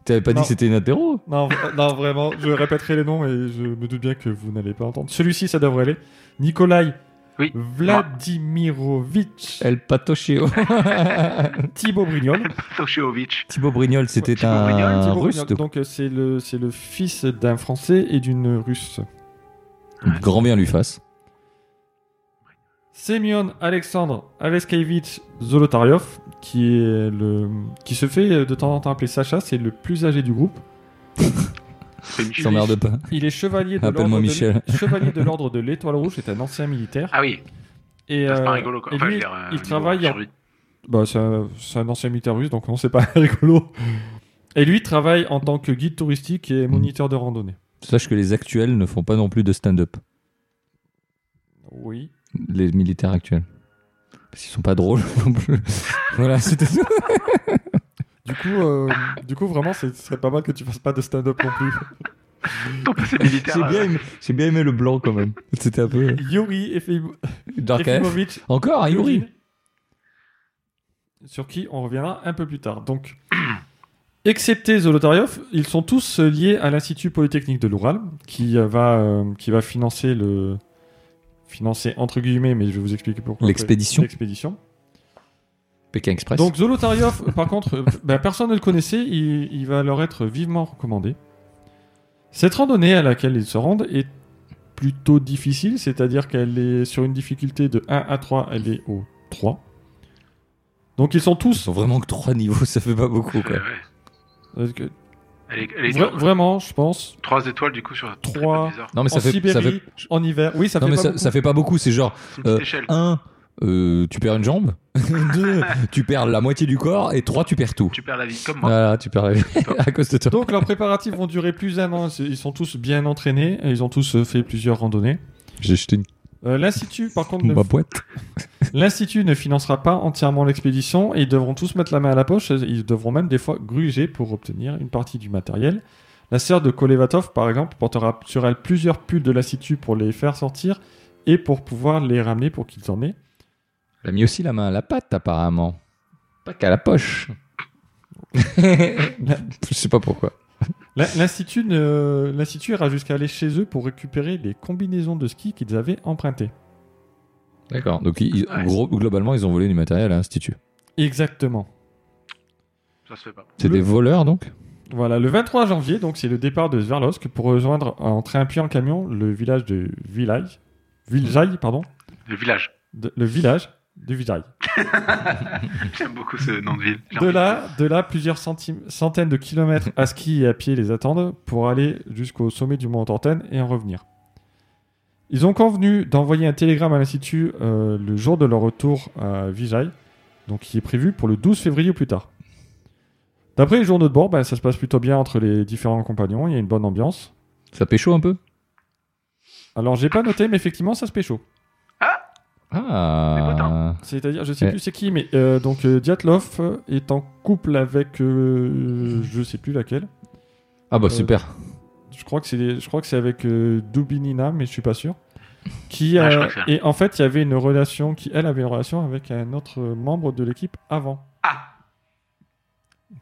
C: T'avais pas
A: Non.
C: dit que c'était une interro
A: non, v- non, vraiment, je répéterai les noms et je me doute bien que vous n'allez pas entendre. Celui-ci, ça devrait aller. Nikolai
D: Oui.
A: Vladimirovitch
C: El Patocheo.
A: Thibaut Brignol.
D: Tosheovitch.
C: <laughs> Thibaut Brignol, c'était
D: Thibaut
C: un
D: Brignol,
A: Thibaut
C: russe
A: Brignol.
C: de
A: Donc euh, c'est le, c'est le fils d'un Français et d'une Russe.
C: grand bien lui fasse.
A: Sémion Alexandre Aleskevitch Zolotaryov, qui, est le, qui se fait euh, de temps en temps appeler Sacha, c'est le plus âgé du groupe.
C: Je t'emmerde pas.
A: Il est chevalier de
C: Appelle-moi
A: l'ordre de-
C: Michel.
A: chevalier de l'ordre de l'Étoile Rouge, est un ancien militaire.
D: Ah oui,
A: Et,
D: c'est
A: euh,
D: pas rigolo quoi.
A: et
D: Enfin,
A: lui,
D: je veux dire, euh,
A: il
D: niveau
A: travaille en-
D: survie.
A: Bah, c'est un, c'est un ancien militaire russe, donc on sait pas <laughs> rigolo. Et lui travaille en tant que guide touristique et moniteur de randonnée.
C: Sache que les actuels ne font pas non plus de stand-up.
A: Oui.
C: Les militaires actuels. Parce qu'ils sont pas drôles <laughs> non plus. voilà, c'était tout.
A: Du coup, euh, du coup vraiment, c'est- ce serait pas mal que tu fasses pas de stand-up non plus.
D: Ton passé militaire.
C: J'ai
D: là,
A: euh,
C: bien, aimé- j'ai bien aimé le blanc quand même. C'était un
A: <laughs>
C: peu. euh,
A: Yuri Efim-
C: Dark F.
A: Efimovic
C: Encore, hein, Yuri
A: Yuri. Sur qui on reviendra un peu plus tard. Donc,
C: <clears throat>
A: excepté Zolotaryov, ils sont tous euh, liés à l'Institut Polytechnique de l'Oural, qui euh, va, euh, qui va financer le. Financer entre guillemets, mais je vais vous expliquer pourquoi. après.
C: L'expédition.
A: L'expédition.
C: Pékin Express.
A: Donc Zolotaryov, par contre, euh, bah, personne ne le connaissait, il, il va leur être vivement recommandé. Cette randonnée à laquelle ils se rendent est plutôt difficile, c'est-à-dire qu'elle est sur une difficulté de 1 à 3, elle est au 3. Donc ils sont
C: Ils
A: tous,
C: sont vraiment que trois niveaux, <laughs> ça fait pas beaucoup
D: c'est-
C: quoi.
D: ouais.
A: euh, que-
D: Elle est, elle est
A: vra-
D: dure.
A: vraiment, je pense,
D: 3 étoiles du coup sur
A: Trois.
D: Tripadvisor.
C: Non mais
A: en
C: ça fait,
A: Sibérie,
C: ça fait,
A: en hiver. Oui, ça
C: non,
A: fait
C: mais
A: pas
C: ça,
A: beaucoup.
C: ça fait pas beaucoup, c'est genre
D: C'est une petite
C: Euh,
D: échelle.
C: 1, tu perds une jambe, <laughs>
A: <laughs>
C: 2, tu perds la moitié du corps, et 3, tu perds tout.
D: Tu perds la vie comme moi.
C: Voilà, tu perds la vie <laughs> à cause de toi.
A: Donc leurs préparatifs vont durer plus d'un an, ils sont tous bien entraînés, et ils ont tous euh, fait plusieurs randonnées.
C: J'ai jeté une
A: Euh, L'Institut, par contre, ne
C: ma boîte.
A: L'Institut ne financera pas entièrement l'expédition et ils devront tous mettre la main à la poche. Ils devront même des fois gruger pour obtenir une partie du matériel. La sœur de Kolevatov, par exemple, portera sur elle plusieurs pulls de l'Institut pour les faire sortir et pour pouvoir les ramener pour qu'ils en aient.
C: Elle a mis aussi la main à la patte, apparemment. Pas qu'à
A: <laughs>
C: la poche. Je sais pas pourquoi.
A: La- L'Institut ne- l'Institut ira jusqu'à aller chez eux pour récupérer les combinaisons de ski qu'ils avaient empruntées.
C: D'accord. Donc, ils- ils-
D: Ouais.
C: gros- globalement, ils ont volé du matériel à l'Institut.
A: Exactement.
D: Ça se fait pas.
C: C'est
A: Le-
C: des voleurs, donc
A: Voilà, le 23 janvier, donc c'est le départ de Sverlovsk pour rejoindre en train puis en camion le village de Vilay. Viljaï, pardon.
D: Le village.
A: de- le village de Vidaille.
D: J'aime beaucoup ce nom de ville. J'ai
A: De
D: envie
A: là, de là, plusieurs centim- centaines de kilomètres à ski et à pied les attendent pour aller jusqu'au sommet du mont Torten et en revenir. Ils ont convenu d'envoyer un télégramme à l'Institut euh, le jour de leur retour à Vijay, donc qui est prévu pour le 12 février ou plus tard. D'après les journaux de bord, ben, ça se passe plutôt bien entre les différents compagnons, il y a une bonne ambiance.
C: ça pécho un peu
A: Alors j'ai pas noté, mais effectivement ça se pécho.
D: Les
C: Ah.
D: potins.
A: C'est-à-dire, je sais
C: Ouais.
A: plus c'est qui, mais euh, donc euh, Diatlov est en couple avec euh, je sais plus laquelle.
C: Ah, bah
A: Euh,
C: super.
A: Je crois que c'est, je crois que c'est avec euh, Dubinina, mais je suis pas sûr. Qui
D: Ah, je
A: euh,
D: crois que c'est
A: et en fait, il y avait une relation qui, elle, avait une relation avec un autre euh, membre de l'équipe avant.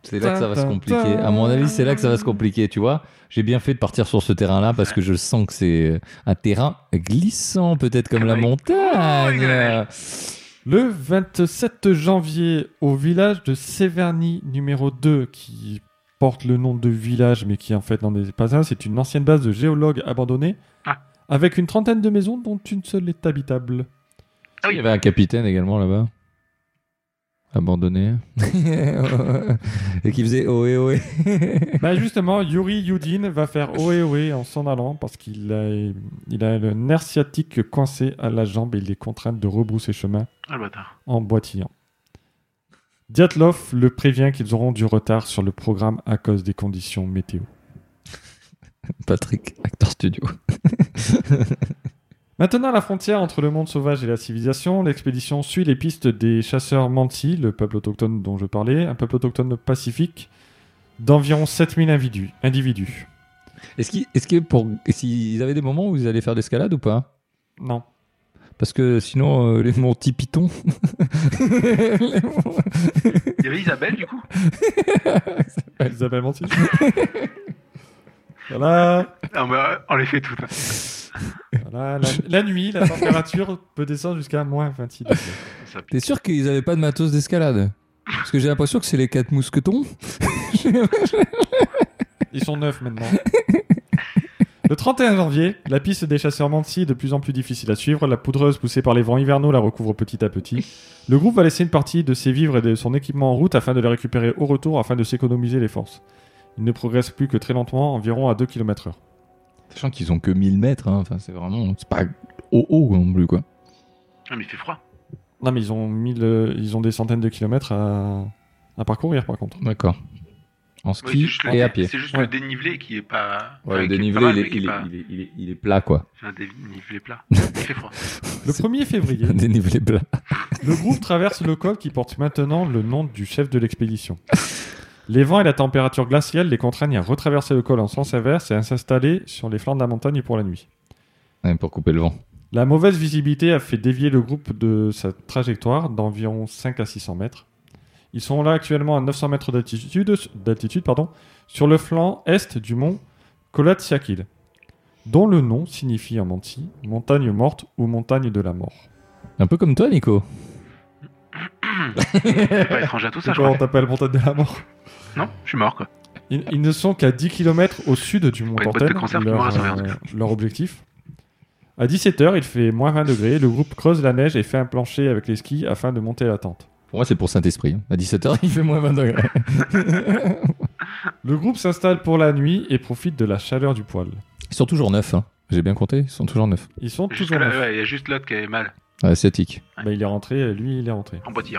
C: C'est là que ça va se
A: Tin, tin,
C: compliquer.
A: tin.
C: À mon avis, c'est là que ça va se compliquer, tu vois. J'ai bien fait de partir sur ce terrain-là parce que je sens que c'est un terrain glissant, peut-être comme la
D: Oui.
C: montagne.
D: Oui, oui,
A: Le 27 janvier, au village de Severny numéro 2, qui porte le nom de village, mais qui en fait n'en est pas un, c'est une ancienne base de géologues abandonnée,
D: Ah.
A: avec une trentaine de maisons, dont une seule est habitable.
D: Ah
C: Il y
D: oui,
C: avait un capitaine également là-bas. Abandonné. <laughs> Et qui faisait ohé ohé.
A: Bah justement, Yuri Yudin va faire ohé ohé en s'en allant parce qu'il a, il a le nerf sciatique coincé à la jambe et il est contraint de rebrousser chemin
D: ah, le bâtard.
A: en boitillant. Diatlov le prévient qu'ils auront du retard sur le programme à cause des conditions météo.
C: Patrick, acteur studio.
A: Maintenant, à la frontière entre le monde sauvage et la civilisation, l'expédition suit les pistes des chasseurs Mansi, le peuple autochtone dont je parlais, un peuple autochtone pacifique d'environ 7000 individus. individus.
C: Est-ce qu'ils est-ce que pour s'ils avaient des moments où ils allaient faire de l'escalade ou pas
A: Non.
C: Parce que sinon euh, les Monty <laughs> Python. Les Mon-
D: Il y avait Isabelle du coup.
A: Isabelle Mansi. voilà.
D: Ah, bah, on les fait toutes.
A: Voilà, la, la nuit, la température peut descendre jusqu'à moins 26 degrés.
D: Ça pique.
C: T'es sûr qu'ils avaient pas de matos d'escalade Parce que j'ai l'impression que c'est les quatre mousquetons.
A: Ils sont neufs maintenant. Le 31 janvier, la piste des chasseurs Mansi est de plus en plus difficile à suivre. La poudreuse poussée par les vents hivernaux la recouvre petit à petit. Le groupe va laisser une partie de ses vivres et de son équipement en route afin de les récupérer au retour afin de s'économiser les forces. Ils ne progressent plus que très lentement, environ à 2 km/h.
C: Sachant qu'ils ont que 1000 mètres, hein. enfin c'est vraiment c'est pas haut haut non plus quoi.
D: Ah, mais il fait froid.
A: Non, mais ils ont, mille, euh, ils ont des centaines de kilomètres à, à parcourir, par contre.
C: D'accord. En
D: Oui,
C: ski
D: c'est juste,
C: et
D: le,
C: à pied.
D: c'est juste
A: Ouais.
D: le dénivelé qui est pas.
C: Ouais, le
D: qui est pas
C: dénivelé,
D: mal,
C: il
D: mais
C: est,
D: qui est
C: il est-
D: pas-
C: il est- il est- il est plat, <laughs> quoi.
D: C'est un dénivelé
C: <laughs>
D: plat. Il fait froid.
A: Le
C: C'est-
A: 1er février,
C: Un dénivelé plat.
A: le groupe traverse le col qui porte maintenant le nom du chef de l'expédition. Les vents et la température glaciale les contraignent à retraverser le col en sens inverse et à s'installer sur les flancs de la montagne pour la nuit.
C: Ouais, pour couper le vent.
A: La mauvaise visibilité a fait dévier le groupe de sa trajectoire d'environ 5 à 600 mètres. Ils sont là actuellement à 900 mètres d'altitude, d'altitude pardon, sur le flanc est du mont Kolatsiakil, dont le nom signifie en manti montagne morte ou montagne de la mort.
C: Un peu comme toi, Nico.
D: C'est pas étranger à tout ça, je
A: Pourquoi on
D: crois.
A: t'appelle montagne de la mort
D: Non, je suis mort, quoi.
A: Ils, ils ne sont qu'à 10 km au sud du mont
D: Ouais, une boîte de
A: Torten,
D: conserve qui
A: leur,
D: m'aura sauvé, en tout
A: euh, leur objectif. À 17h, il fait moins 20 degrés, le groupe creuse la neige et fait un plancher avec les skis afin de monter la tente.
C: Pour moi, c'est pour Saint-Esprit. hein. À 17h, <laughs> il fait moins 20 degrés.
A: Le groupe s'installe pour la nuit et profite de la chaleur du poêle.
C: Ils sont toujours neufs. hein. J'ai bien compté, ils sont toujours neufs.
A: Ils sont
D: Jusque
A: toujours
D: là,
A: neufs.
D: ouais, il y a juste l'autre qui avait mal
C: Asiatiques.
A: Bah, il est rentré, lui, il est rentré.
D: en boîtier.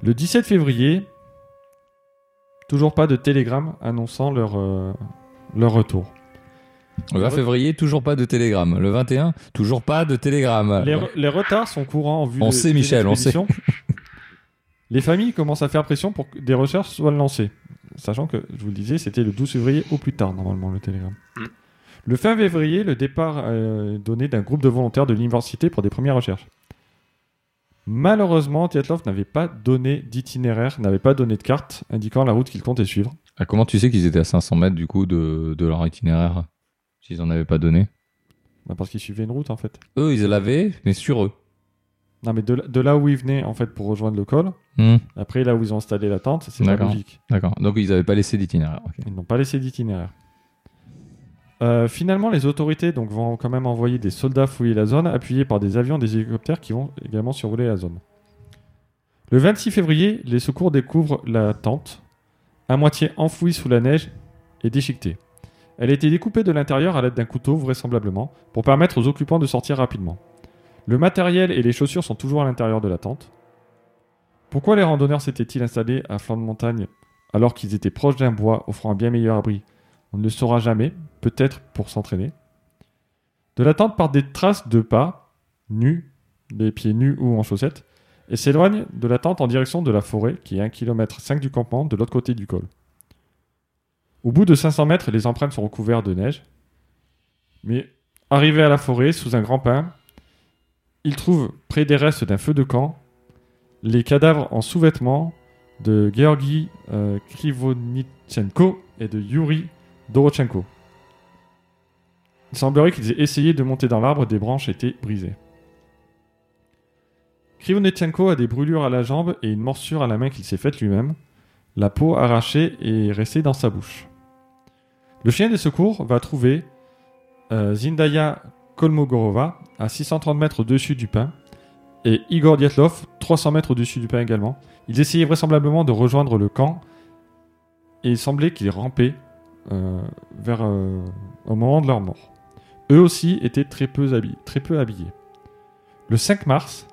A: Le 17 février, toujours pas de télégramme annonçant leur, euh, leur retour.
C: Le 20 février, toujours pas de télégramme. Le 21, toujours pas de télégramme.
A: Les, re- les retards sont courants en vue
C: Ah, On
A: de-
C: sait,
A: de
C: Michel, on
A: l'expédition. <laughs> Les familles commencent à faire pression pour que des recherches soient lancées. Sachant que, je vous le disais, c'était le 12 février au plus tard, normalement, le télégramme.
D: Mm.
A: Le fin février, le départ euh, est donné d'un groupe de volontaires de l'université pour des premières recherches. Malheureusement, Tietloff n'avait pas donné d'itinéraire, n'avait pas donné de carte indiquant la route qu'il comptait suivre.
C: Ah, comment tu sais qu'ils étaient à 500 mètres du coup de, de leur itinéraire S'ils en avaient pas donné
A: Bah, parce qu'il suivait une route, en fait.
C: Eux, ils l'avaient, mais sur eux.
A: Non, mais de, là- de là où ils venaient, en fait, pour rejoindre le col,
C: Hmm,
A: après, là où ils ont installé la tente, c'est pas
C: D'accord.
A: logique.
C: D'accord. Donc, ils avaient pas laissé d'itinéraire. ok.
A: Ils n'ont pas laissé d'itinéraire. Euh, finalement, les autorités donc, vont quand même envoyer des soldats fouiller la zone, appuyés par des avions, des hélicoptères qui vont également survoler la zone. Le 26 février, les secours découvrent la tente, à moitié enfouie sous la neige et déchiquetée. Elle a été découpée de l'intérieur à l'aide d'un couteau, vraisemblablement, pour permettre aux occupants de sortir rapidement. Le matériel et les chaussures sont toujours à l'intérieur de la tente. Pourquoi les randonneurs s'étaient-ils installés à flanc de montagne alors qu'ils étaient proches d'un bois offrant un bien meilleur abri. On ne le saura jamais, peut-être pour s'entraîner. De la tente partent des traces de pas, nus, des pieds nus ou en chaussettes, et s'éloignent de la tente en direction de la forêt, qui est 1,5 km du campement, de l'autre côté du col. Au bout de 500 mètres, les empreintes sont recouvertes de neige. Mais arrivés à la forêt, sous un grand pin, ils trouvent près des restes d'un feu de camp les cadavres en sous-vêtements de Georgi euh, Krivonichenko et de Yuri Dorochenko. Il semblerait qu'ils aient essayé de monter dans l'arbre, des branches étaient brisées. Krivonichenko a des brûlures à la jambe et une morsure à la main qu'il s'est faite lui-même. La peau arrachée est restée dans sa bouche. Le chien des secours va trouver euh, Zindaya Kolmogorova à 630 mètres au-dessus du pin et Igor Dyatlov 300 mètres au-dessus du pin également. Ils essayaient vraisemblablement de rejoindre le camp et il semblait qu'ils rampaient euh, vers, euh, au moment de leur mort. Eux aussi étaient très peu, habi- très peu habillés. Le 5 mars,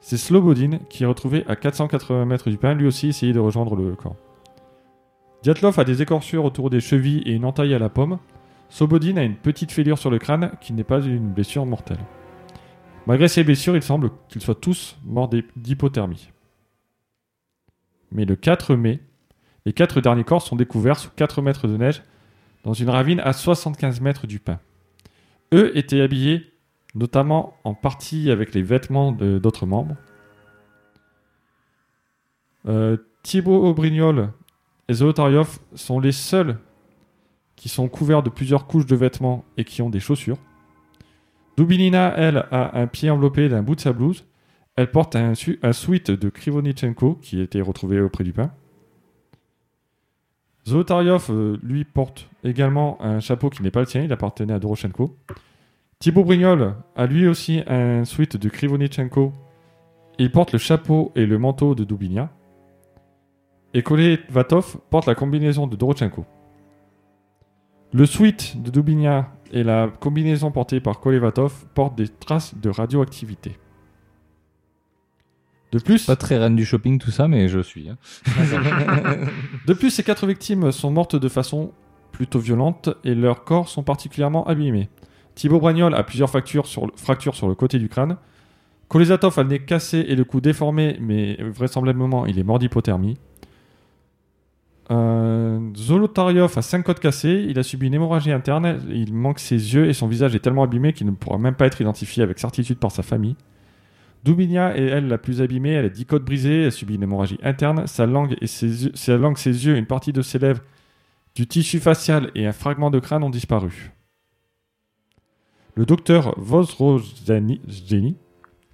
A: c'est Slobodin qui est retrouvé à 480 mètres du pin, lui aussi essayait de rejoindre le camp. Diatlov a des écorchures autour des chevilles et une entaille à la pomme. Slobodin a une petite fêlure sur le crâne qui n'est pas une blessure mortelle. Malgré ces blessures, il semble qu'ils soient tous morts d'hy- d'hypothermie mais le 4 mai, les quatre derniers corps sont découverts sous 4 mètres de neige dans une ravine à 75 mètres du pin. Eux étaient habillés notamment en partie avec les vêtements de- d'autres membres. Euh, Thibaut Aubrignol et Zolotaryov sont les seuls qui sont couverts de plusieurs couches de vêtements et qui ont des chaussures. Dubinina, elle, a un pied enveloppé d'un bout de sa blouse. Elle porte un, su- un suite de Krivonichenko qui a été retrouvé auprès du pain. Zolotaryov, euh, lui, porte également un chapeau qui n'est pas le sien, il appartenait à Doroshenko. Thibaut Brignol a lui aussi un suite de Krivonichenko. Il porte le chapeau et le manteau de Dubinia. Et Kolevatov porte la combinaison de Dorochenko. Le suite de Dubinia et la combinaison portée par Kolevatov porte des traces de radioactivité. De plus,
C: Pas très reine du shopping, tout ça, mais je suis. hein.
A: de plus, ces quatre victimes sont mortes de façon plutôt violente et leurs corps sont particulièrement abîmés. Thibaut Bragnol a plusieurs fractures sur le, fractures sur le côté du crâne. Kolesatov a le nez cassé et le cou déformé, mais vraisemblablement il est mort d'hypothermie. Euh, Zolotaryov a 5 côtes cassées, il a subi une hémorragie interne, il manque ses yeux et son visage est tellement abîmé qu'il ne pourra même pas être identifié avec certitude par sa famille. Doubinia est elle la plus abîmée, elle a 10 côtes brisées, elle a subi une hémorragie interne, sa langue, et ses yeux, sa langue, ses yeux, une partie de ses lèvres, du tissu facial et un fragment de crâne ont disparu. Le docteur Vozrozeni,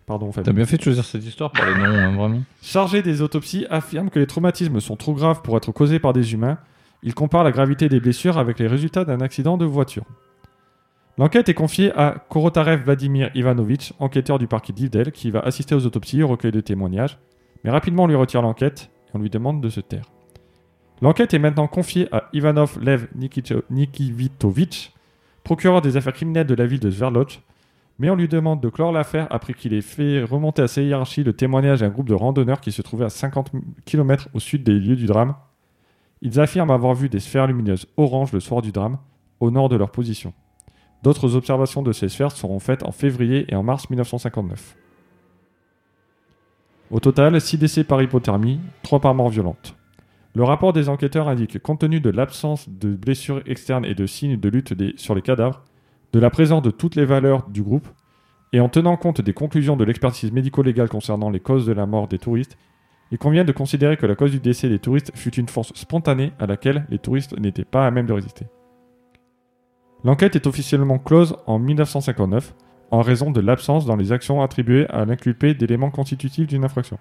A: pardon, Fabien,
C: T'as bien fait de choisir cette histoire pour les noms, hein, vraiment.
A: chargé des autopsies, affirme que les traumatismes sont trop graves pour être causés par des humains. Il compare la gravité des blessures avec les résultats d'un accident de voiture. L'enquête est confiée à Korotarev Vladimir Ivanovitch, enquêteur du parquet d'Ivdel, qui va assister aux autopsies et au recueil de témoignages, mais rapidement on lui retire l'enquête et on lui demande de se taire. L'enquête est maintenant confiée à Ivanov Lev Nikicho- Nikivitovitch, procureur des affaires criminelles de la ville de Sverdlovsk, mais on lui demande de clore l'affaire après qu'il ait fait remonter à sa hiérarchie le témoignage d'un groupe de randonneurs qui se trouvait à 50 km au sud des lieux du drame. Ils affirment avoir vu des sphères lumineuses oranges le soir du drame, au nord de leur position. D'autres observations de ces sphères seront faites en février et en mars 1959. Au total, 6 décès par hypothermie, 3 par mort violente. Le rapport des enquêteurs indique que, compte tenu de l'absence de blessures externes et de signes de lutte des- sur les cadavres, de la présence de toutes les valeurs du groupe, et en tenant compte des conclusions de l'expertise médico-légale concernant les causes de la mort des touristes, il convient de considérer que la cause du décès des touristes fut une force spontanée à laquelle les touristes n'étaient pas à même de résister. L'enquête est officiellement close en 1959 en raison de l'absence dans les actions attribuées à l'inculpé d'éléments constitutifs d'une infraction.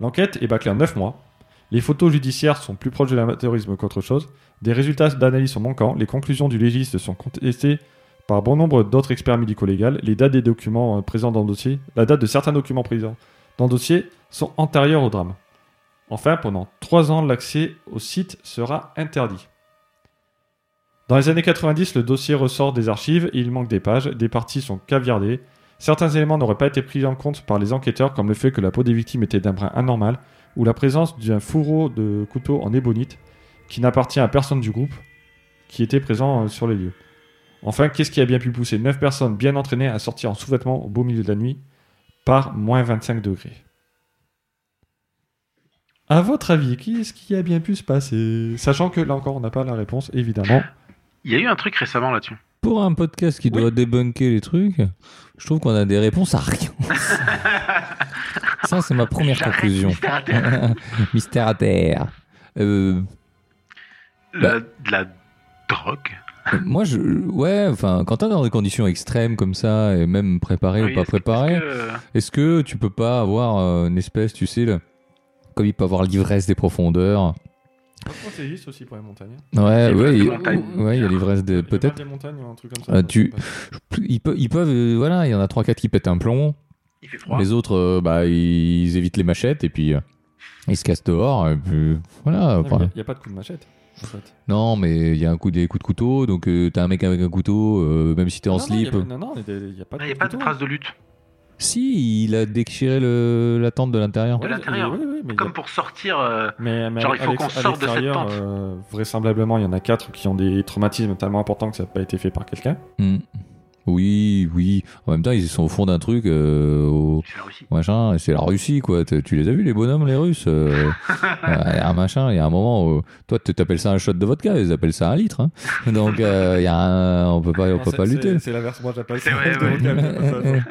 A: L'enquête est bâclée en 9 mois. Les photos judiciaires sont plus proches de l'amateurisme qu'autre chose. Des résultats d'analyse sont manquants. Les conclusions du légiste sont contestées par bon nombre d'autres experts médico-légaux. Les dates des documents euh, présents dans le dossier, la date de certains documents présents dans le dossier sont antérieures au drame. Enfin, pendant 3 ans, l'accès au site sera interdit. Dans les années 90, le dossier ressort des archives et il manque des pages, des parties sont caviardées. Certains éléments n'auraient pas été pris en compte par les enquêteurs, comme le fait que la peau des victimes était d'un brin anormal, ou la présence d'un fourreau de couteau en ébonite, qui n'appartient à personne du groupe, qui était présent euh, sur les lieux. Enfin, qu'est-ce qui a bien pu pousser 9 personnes bien entraînées à sortir en sous-vêtements au beau milieu de la nuit par moins 25 degrés À votre avis, qu'est-ce qui a bien pu se passer Sachant que là encore, on n'a pas la réponse, évidemment.
D: Il y a eu un truc récemment là-dessus.
C: Pour un podcast qui doit débunker les trucs, je trouve qu'on a des réponses à
D: <laughs>
C: rien. Ça, c'est ma première conclusion.
D: Mystère à terre.
C: <laughs> Mystère à terre. Euh,
D: La-
C: Bah.
D: De la drogue.
C: moi, je, ouais, enfin, quand t'es dans des conditions extrêmes comme ça, et même préparé
D: Oui,
C: ou pas
D: est-ce que-
C: préparé,
D: est-ce que, euh,
C: Est-ce que tu peux pas avoir euh, une espèce, tu sais, le- comme il peut avoir l'ivresse des profondeurs
A: aussi pour les montagnes.
C: Ouais,
D: L'ivresse
C: ouais,
D: des
C: il,
D: montagnes.
C: ouais, il y a l'ivresse des. Peut-être.
A: Des montagnes ou un truc comme ça.
C: ça. Euh, tu- Ils, pe- ils peuvent. euh, voilà, il y en a 3-4 qui pètent un plomb.
D: Il fait froid.
C: Les autres, euh, bah, ils évitent les machettes et puis. euh, ils se cassent dehors, et puis, voilà.
A: Il
C: enfin,
A: n'y a, pas de coup de machette. En fait.
C: non, mais il y a un coup, des coups de couteau, donc euh, t'as un mec avec un couteau, euh, même si t'es en
A: non,
C: slip.
A: Non, il n'y a, non, non, il y a pas hein. de,
D: Ah, Il n'y a pas de
A: couteau.
D: trace de lutte.
C: Si, il a déchiré le- la tente de l'intérieur.
D: de l'intérieur.
A: Oui, oui, mais il y a-
D: Comme pour sortir. euh,
A: Mais, mais
D: Genre,
A: à-
D: il faut
A: à
D: qu'on
A: l'ex- à
D: sorte de cette
A: l'extérieur,
D: tente.
A: euh, vraisemblablement, il y en a quatre qui ont des traumatismes tellement importants que ça n'a pas été fait par quelqu'un.
C: Hmm. Oui, oui. En même temps, ils sont au fond d'un truc, euh, au
D: C'est la Russie.
C: machin, et c'est la Russie, quoi. T'as- Tu les as vus, les bonhommes, les Russes euh, ouais, Un machin, il y a un moment où. Toi, tu t'appelles ça un shot de vodka, ils appellent ça un litre. hein. Donc, euh, il y a un- on peut pas, on peut pas lutter.
A: Ah, C'est la version, moi j'appelle
D: ça-
A: <laughs>
D: Ouais, ouais.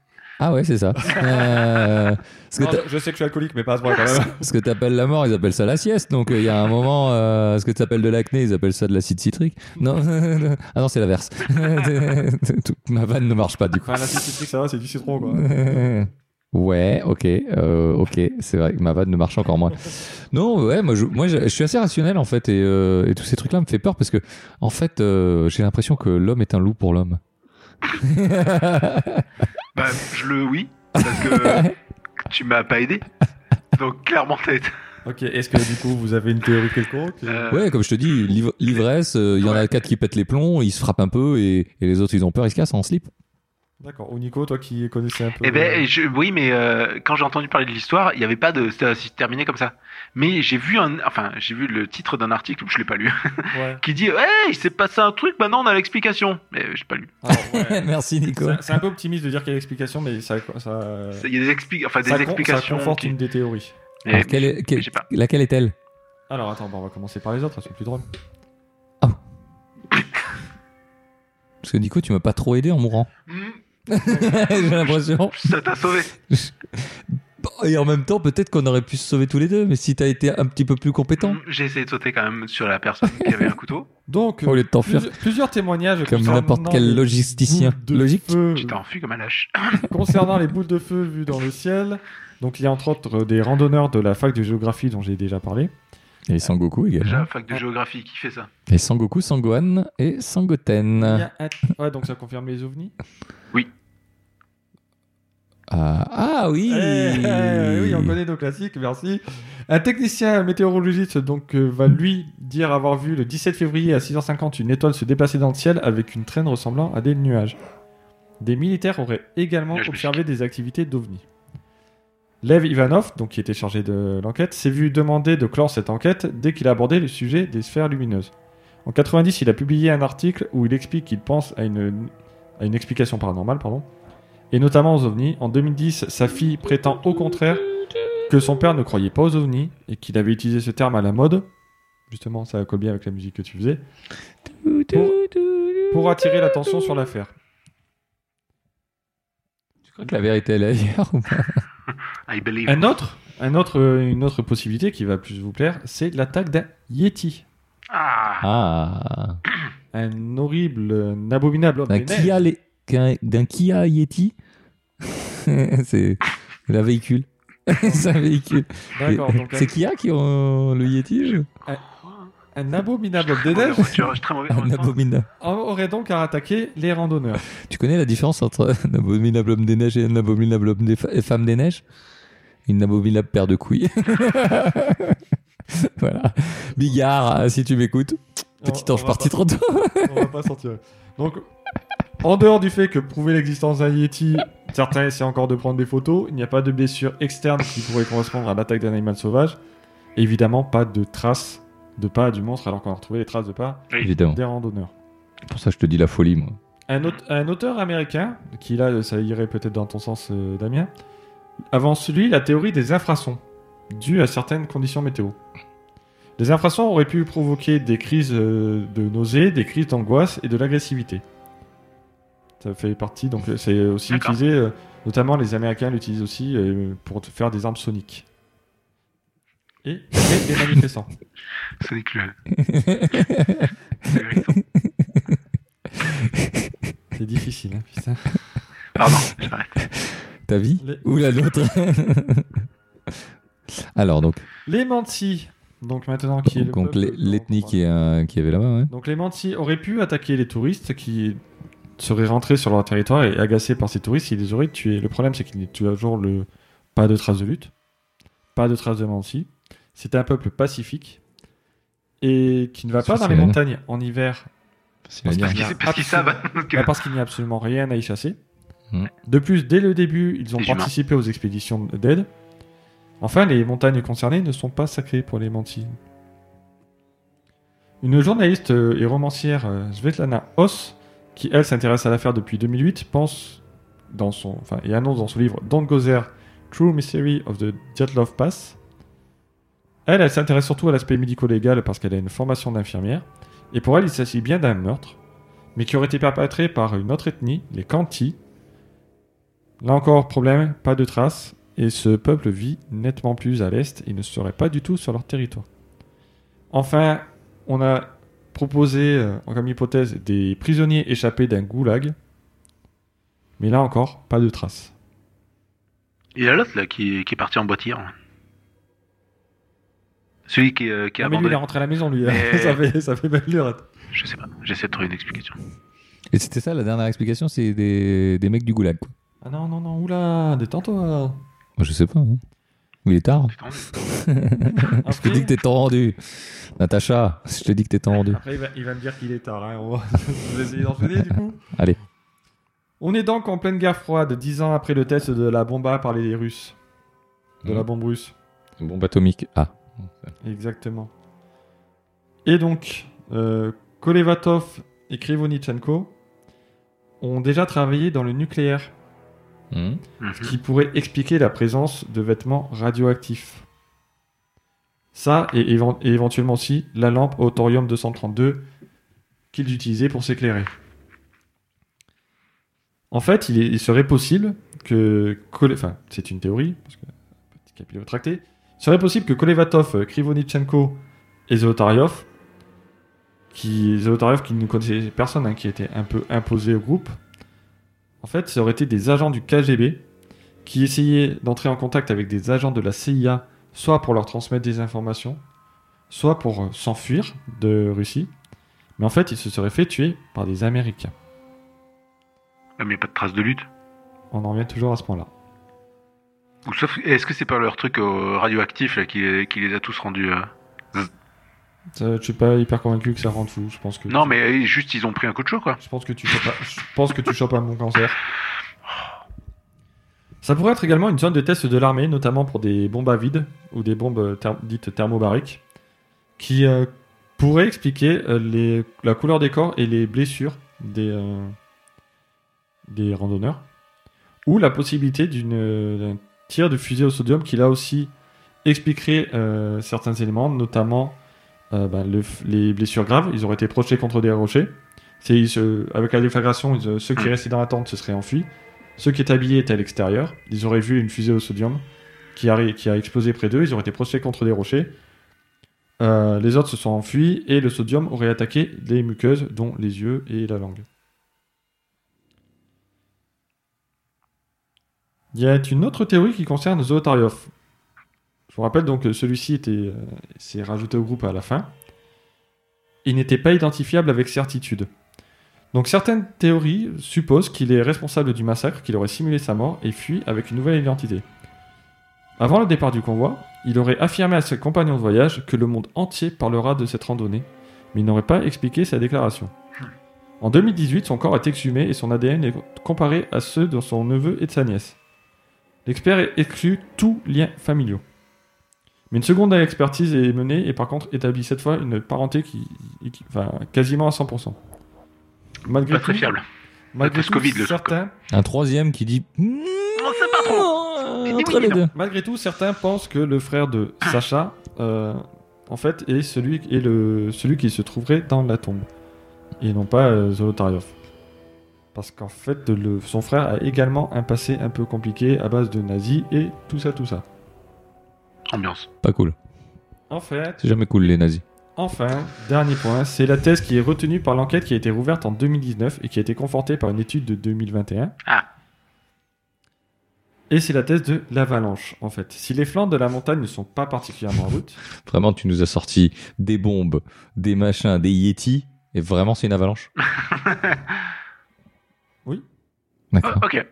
C: <laughs> ah ouais, c'est ça. Euh, ce que t'as-
A: Je sais que je suis alcoolique, mais pas à ce point quand même.
C: ce que t'appelles la mort, ils appellent ça la sieste. Donc euh, il y a un moment, euh, ce que t'appelles de l'acné, ils appellent ça de l'acide citrique. Non, <laughs> ah non, c'est l'inverse. <laughs> Toute Ma vanne ne marche pas <laughs> du coup.
A: Enfin, la citrique, ça va, c'est du citron quoi.
C: <laughs> Ouais, ok, euh, ok, c'est vrai que ma vanne ne marche encore moins. Non, ouais, moi je, moi, je, je suis assez rationnel en fait, et, euh, et tous ces trucs-là me fait peur parce que, en fait, euh, j'ai l'impression que l'homme est un loup pour l'homme.
D: Bah,
A: <laughs>
D: je le. Oui. Parce que. tu m'as pas aidé. Donc, clairement, t'as été-
A: Ok, est-ce que du coup vous avez une théorie quelconque
D: Euh,
C: Ouais, comme je te dis, l'iv- l'ivresse, euh, il y en a quatre qui pètent les plombs, ils se frappent un peu et, et les autres ils ont peur, ils se cassent en slip.
A: D'accord. Ou Nico, toi qui connaissais un peu.
D: Eh ben, je- oui, mais euh, quand j'ai entendu parler de l'histoire, il n'y avait pas de. C'était c'était terminé comme ça. Mais j'ai vu un. Enfin, j'ai vu le titre d'un article, je l'ai pas lu, <laughs>
A: Ouais.
D: qui dit Hey, il s'est passé un truc, maintenant on a l'explication. Mais euh, j'ai pas lu.
A: Alors, ouais.
C: <laughs> Merci Nico.
A: C'est- C'est un peu optimiste de dire qu'il y a l'explication, mais ça, ça,
D: Il y a des, expli- enfin, des
A: ça con- ça
D: explications.
A: conforte
D: qui- Eh,
A: une des théories.
D: Mais-
C: Alors, quelle est- quelle-
D: je sais pas.
C: laquelle est-elle
A: Alors attends, bah, on va commencer par les autres, elles sont plus drôles.
C: Parce que Nico, tu m'as pas trop aidé en mourant.
D: Hmm,
C: <laughs> J'ai l'impression.
D: ça t'a sauvé.
C: Bon, Et en même temps, peut-être qu'on aurait pu se sauver tous les deux, mais si t'as été un petit peu plus compétent,
D: Hmm, J'ai essayé de sauter quand même sur la personne qui avait un couteau.
A: Donc,
C: au lieu de t'enfuir
A: plusieurs, plusieurs témoignages
C: comme
A: concernant
C: n'importe quel
A: les
C: logisticien.
A: boules de
C: Logique
A: feu-
D: J'étais enfui comme un lâche.
A: concernant les boules de feu vues dans le ciel. Donc il y a entre autres euh, des randonneurs de la fac de géographie dont j'ai déjà parlé.
C: Et Sangoku
D: Déjà,
C: également.
D: la Ah,
A: Ah.
D: fac de géographie qui fait ça.
C: Et Sangoku, Sangohan et
A: Il y
C: Sangoten.
A: a un- Ouais, donc ça confirme les ovnis.
C: Ah, ah oui
A: Eh, eh, oui, on connaît nos classiques, merci. Un technicien météorologiste donc euh, va lui dire avoir vu le 17 février à 6h50 une étoile se déplacer dans le ciel avec une traîne ressemblant à des nuages. Des militaires auraient également
D: Nuages
A: observé des activités d'ovnis. Lev Ivanov, donc qui était chargé de l'enquête, s'est vu demander de clore cette enquête dès qu'il a abordé le sujet des sphères lumineuses. En 90, il a publié un article où il explique qu'il pense à une, à une explication paranormale, pardon, et notamment aux ovnis. En 2010, sa fille prétend au contraire que son père ne croyait pas aux ovnis et qu'il avait utilisé ce terme à la mode. Justement, ça colle bien avec la musique que tu faisais. Pour, pour attirer l'attention sur l'affaire.
C: Je crois que la vérité elle est ailleurs ou pas
D: I believe.
A: Un autre, un autre, euh, une autre possibilité qui va plus vous plaire, c'est l'attaque d'un Yeti.
D: Ah,
C: Ah
A: Un horrible, un abominable homme
C: D'un
A: des neiges.
C: Kia, les- qu'un- d'un Kia Yeti <laughs> C'est la véhicule. <laughs> c'est un véhicule.
A: D'accord, donc euh,
C: C'est
A: un,
C: Kia qui ont le Yeti je-
A: un abominable
D: <laughs>
A: homme des
D: mauvais en
A: neiges
D: voiture, je suis très mauvais en
C: Un
D: même temps.
C: abominable.
A: aurait donc à attaquer les randonneurs.
C: Tu connais la différence entre un abominable homme des neiges et un abominable homme des fe- femme des neiges Une abominable paire de couilles. <laughs> voilà. Bigard, si tu m'écoutes, petit
A: On- on
C: ange
A: va
C: parti
A: pas-
C: trop tôt.
A: On va pas sortir. Donc, en dehors du fait que prouver l'existence d'un Yeti, certains essaient encore de prendre des photos, il n'y a pas de blessure externe qui pourrait correspondre à l'attaque d'un animal sauvage. Évidemment, pas de traces de pas du monstre, alors qu'on a retrouvé les traces de pas
C: Évidemment.
A: des randonneurs.
C: C'est pour ça que je te dis la folie, moi.
A: Un, aute- un auteur américain, qui là, ça irait peut-être dans ton sens, euh, Damien, avance lui la théorie des infrasons, due à certaines conditions météo. Les infrasons auraient pu provoquer des crises euh, de nausées, des crises d'angoisse et de l'agressivité. Ça fait partie, donc euh, c'est aussi
D: D'accord.
A: utilisé, euh, notamment les Américains l'utilisent aussi euh, pour faire des armes soniques. Et, et des manifestants. <laughs>
D: Sonic le.
A: C'est difficile, hein, putain. <laughs>
D: Pardon, j'arrête.
C: Ta vie
A: Les-
C: Ou
A: <laughs>
C: la nôtre Alors, donc,
A: Les mantis, donc maintenant qui est le
C: contre
A: peuple
C: l'e-
A: dont on
C: l'ethnie
A: parle.
C: qui, est, euh, qui avait là-bas, ouais.
A: Donc les mantis auraient pu attaquer les touristes qui seraient rentrés sur leur territoire et agacés par ces touristes, ils les auraient tués. Le problème, c'est qu'il n'y a toujours le... pas de traces de lutte, pas de traces de mantis. C'était un peuple pacifique et qui ne va
C: Ça,
A: pas dans
C: c'est
A: les
C: la-
A: montagnes en hiver
C: Facile à
A: Parce
C: dire.
D: Parce qu'ils- parce qu'ils
A: Absolument.
D: savent que
A: bah, parce qu'il n'y a absolument rien à y chasser.
C: Mm.
A: De plus, dès le début, ils ont
D: Les humains.
A: participé aux expéditions d'aide. Enfin, les montagnes concernées ne sont pas sacrées pour les mantis. Une journaliste euh, et romancière euh, Svetlana Hoss, qui elle s'intéresse à l'affaire depuis 2008, pense dans son, enfin, et annonce dans son livre Don't Go There, True Mystery of the Jatlov Pass. Elle, elle s'intéresse surtout à l'aspect médico-légal parce qu'elle a une formation d'infirmière. Et pour elle, il s'agit bien d'un meurtre, mais qui aurait été perpétré par une autre ethnie, les Kanti. Là encore, problème, pas de traces, et ce peuple vit nettement plus à l'est et ne serait pas du tout sur leur territoire. Enfin, on a proposé euh, comme hypothèse des prisonniers échappés d'un goulag, mais là encore, pas de traces.
D: Il y a l'autre là qui, qui est parti en boitir. Celui qui, euh, qui a
A: Ah, mais lui, il est
D: abandonné.
A: rentré à la maison, lui. hein. <laughs>
D: Mais-
A: ça, fait, ça fait belle lurette.
D: Je sais pas, j'essaie de trouver une explication.
C: Et c'était ça, la dernière explication, c'est des, des mecs du goulag, quoi.
A: Ah non, non, non, oula, détends-toi.
C: Moi, Je sais pas. hein. Il est tard.
D: T'es tendu.
C: Je te dis que t'es temps rendu. Natacha, je te dis que t'es temps rendu.
A: Après, il va, il va me dire qu'il est tard. hein, on va- <laughs> je vais essayer d'enchaîner, du coup.
C: Allez.
A: On est donc en pleine guerre froide, dix ans après le test de la bombe A par les Russes. De la bombe russe.
C: Bombe atomique. Ah.
A: Exactement. Et donc, euh, Kolevatov et Krivonichenko ont déjà travaillé dans le nucléaire,
C: Hmm.
A: ce qui pourrait expliquer la présence de vêtements radioactifs. Ça, et, éven- et éventuellement aussi la lampe au thorium-232 qu'ils utilisaient pour s'éclairer. En fait, il, est- il serait possible que... Kole- Enfin, c'est une théorie, parce que... Petit capillot tracté. Il serait possible que Kolevatov, euh, Krivonichenko et Zolotaryov, qui, Zolotaryov qui ne connaissait personne, hein, qui était un peu imposé au groupe, en fait, ça aurait été des agents du KGB qui essayaient d'entrer en contact avec des agents de la CIA, soit pour leur transmettre des informations, soit pour euh, s'enfuir de Russie. Mais en fait, ils se seraient fait tuer par des Américains.
D: Ah, Mais pas de traces de lutte.
A: On en revient toujours à ce point-là.
D: Ou sauf, est-ce que c'est pas leur truc euh, radioactif là, qui, qui les a tous rendus euh
A: Ça, Je suis pas hyper convaincu que ça rende fou. Je pense que
D: Non, mais euh, juste ils ont pris un coup de chaud quoi.
A: Je pense que tu chopes un- je pense que tu chopes un bon cancer. Ça pourrait être également une zone de test de l'armée, notamment pour des bombes à vide ou des bombes euh, ther- dites thermobariques, qui euh, pourraient expliquer euh, les- la couleur des corps et les blessures des, euh, des randonneurs, ou la possibilité d'une, euh, d'un tir de fusil au sodium qui là aussi expliquerait euh, certains éléments, notamment euh, bah, le f- les blessures graves. Ils auraient été projetés contre des rochers. C'est, ils se- avec la déflagration, ils, euh, ceux qui restaient dans la tente se seraient enfuis. Ceux qui étaient habillés étaient à l'extérieur. Ils auraient vu une fusée au sodium qui, arri- qui a explosé près d'eux. Ils auraient été projetés contre des rochers. Euh, les autres se sont enfuis et le sodium aurait attaqué les muqueuses, dont les yeux et la langue. Il y a une autre théorie qui concerne Zolotaryov. Je vous rappelle donc que celui-ci était, euh, s'est rajouté au groupe à la fin. Il n'était pas identifiable avec certitude. Donc certaines théories supposent qu'il est responsable du massacre, qu'il aurait simulé sa mort et fui avec une nouvelle identité. Avant le départ du convoi, il aurait affirmé à ses compagnons de voyage que le monde entier parlera de cette randonnée, mais il n'aurait pas expliqué sa déclaration. En 2018, son corps est exhumé et son ADN est comparé à ceux de son neveu et de sa nièce. L'expert exclut tout lien familial. Mais une seconde expertise est menée et par contre établit cette fois une parenté qui, qui- enfin, quasiment à 100%. Malgré
D: Pas très
A: tout-
D: fiable.
A: Malgré
D: Plus
A: tout,
D: Covid, le
A: certains,
C: Un troisième qui dit. Hmm, euh,
D: On sait pas trop. Il dit
C: Entre
D: oui,
C: les
D: non.
C: deux.
A: malgré tout, certains pensent que le frère de Sacha, euh, en fait, est celui, est le, celui qui se trouverait dans la tombe. Et non pas euh, Zolotaryov. Parce qu'en fait, le- son frère a également un passé un peu compliqué à base de nazis et tout ça, tout ça.
D: Ambiance.
C: Pas cool.
A: En fait,
C: C'est jamais cool les nazis.
A: Enfin, dernier point, c'est la thèse qui est retenue par l'enquête qui a été rouverte en 2019 et qui a été confortée par une étude de 2021.
D: Ah.
A: Et c'est la thèse de l'avalanche, en fait. Si les flancs de la montagne ne sont pas particulièrement en route,
C: Vraiment, tu nous as sorti des bombes, des machins, des yétis. Et vraiment, c'est une
D: <laughs>
C: avalanche.
A: Oui.
C: D'accord.
D: <laughs> Ah, ok.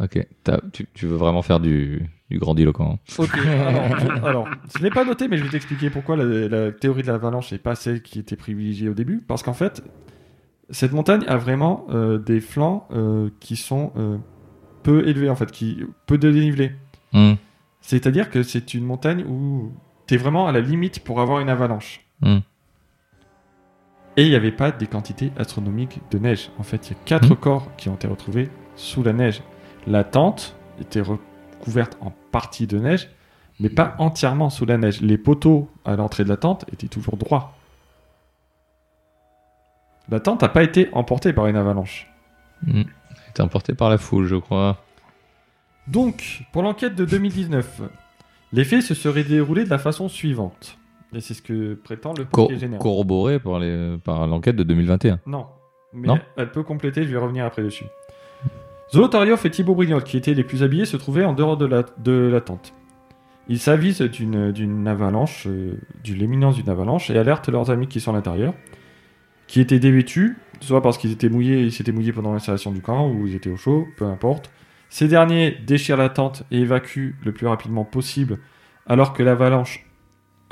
C: Ok. T'as- Tu, tu veux vraiment faire du, du grandiloquent. hein.
A: ok, alors, je- alors, je l'ai pas noté, mais je vais t'expliquer pourquoi la, la théorie de l'avalanche n'est pas celle qui était privilégiée au début, parce qu'en fait, cette montagne a vraiment euh, des flancs euh, qui sont euh, peu élevés, en fait, qui peu de dénivelé.
C: Hmm.
A: C'est-à-dire que c'est une montagne où t'es vraiment à la limite pour avoir une avalanche.
C: Mm.
A: Et il n'y avait pas des quantités astronomiques de neige. En fait, il y a quatre
C: Mm.
A: corps qui ont été retrouvés sous la neige. La tente était recouverte en partie de neige, mais pas entièrement sous la neige. Les poteaux à l'entrée de la tente étaient toujours droits. La tente n'a pas été emportée par une avalanche.
C: Hmm. T'es emporté par la foule, je crois.
A: Donc, pour l'enquête de 2019, les faits se seraient déroulés de la façon suivante. Et c'est ce que prétend le
C: Co-
A: parquet général.
C: corroboré par les- par l'enquête de
D: <laughs>
C: 2021.
A: Non. Mais
C: Non
A: elle peut compléter, je vais revenir après dessus. Zolotaryov et Thibaut Brignol, qui étaient les plus habillés, se trouvaient en dehors de la, de la tente. Ils s'avisent d'une d'une avalanche, euh, de l'éminence d'une avalanche, et alertent leurs amis qui sont à l'intérieur, qui étaient dévêtus, soit parce qu'ils étaient mouillés, ils s'étaient mouillés pendant l'installation du camp, ou ils étaient au chaud, peu importe. Ces derniers déchirent la tente et évacuent le plus rapidement possible alors que l'avalanche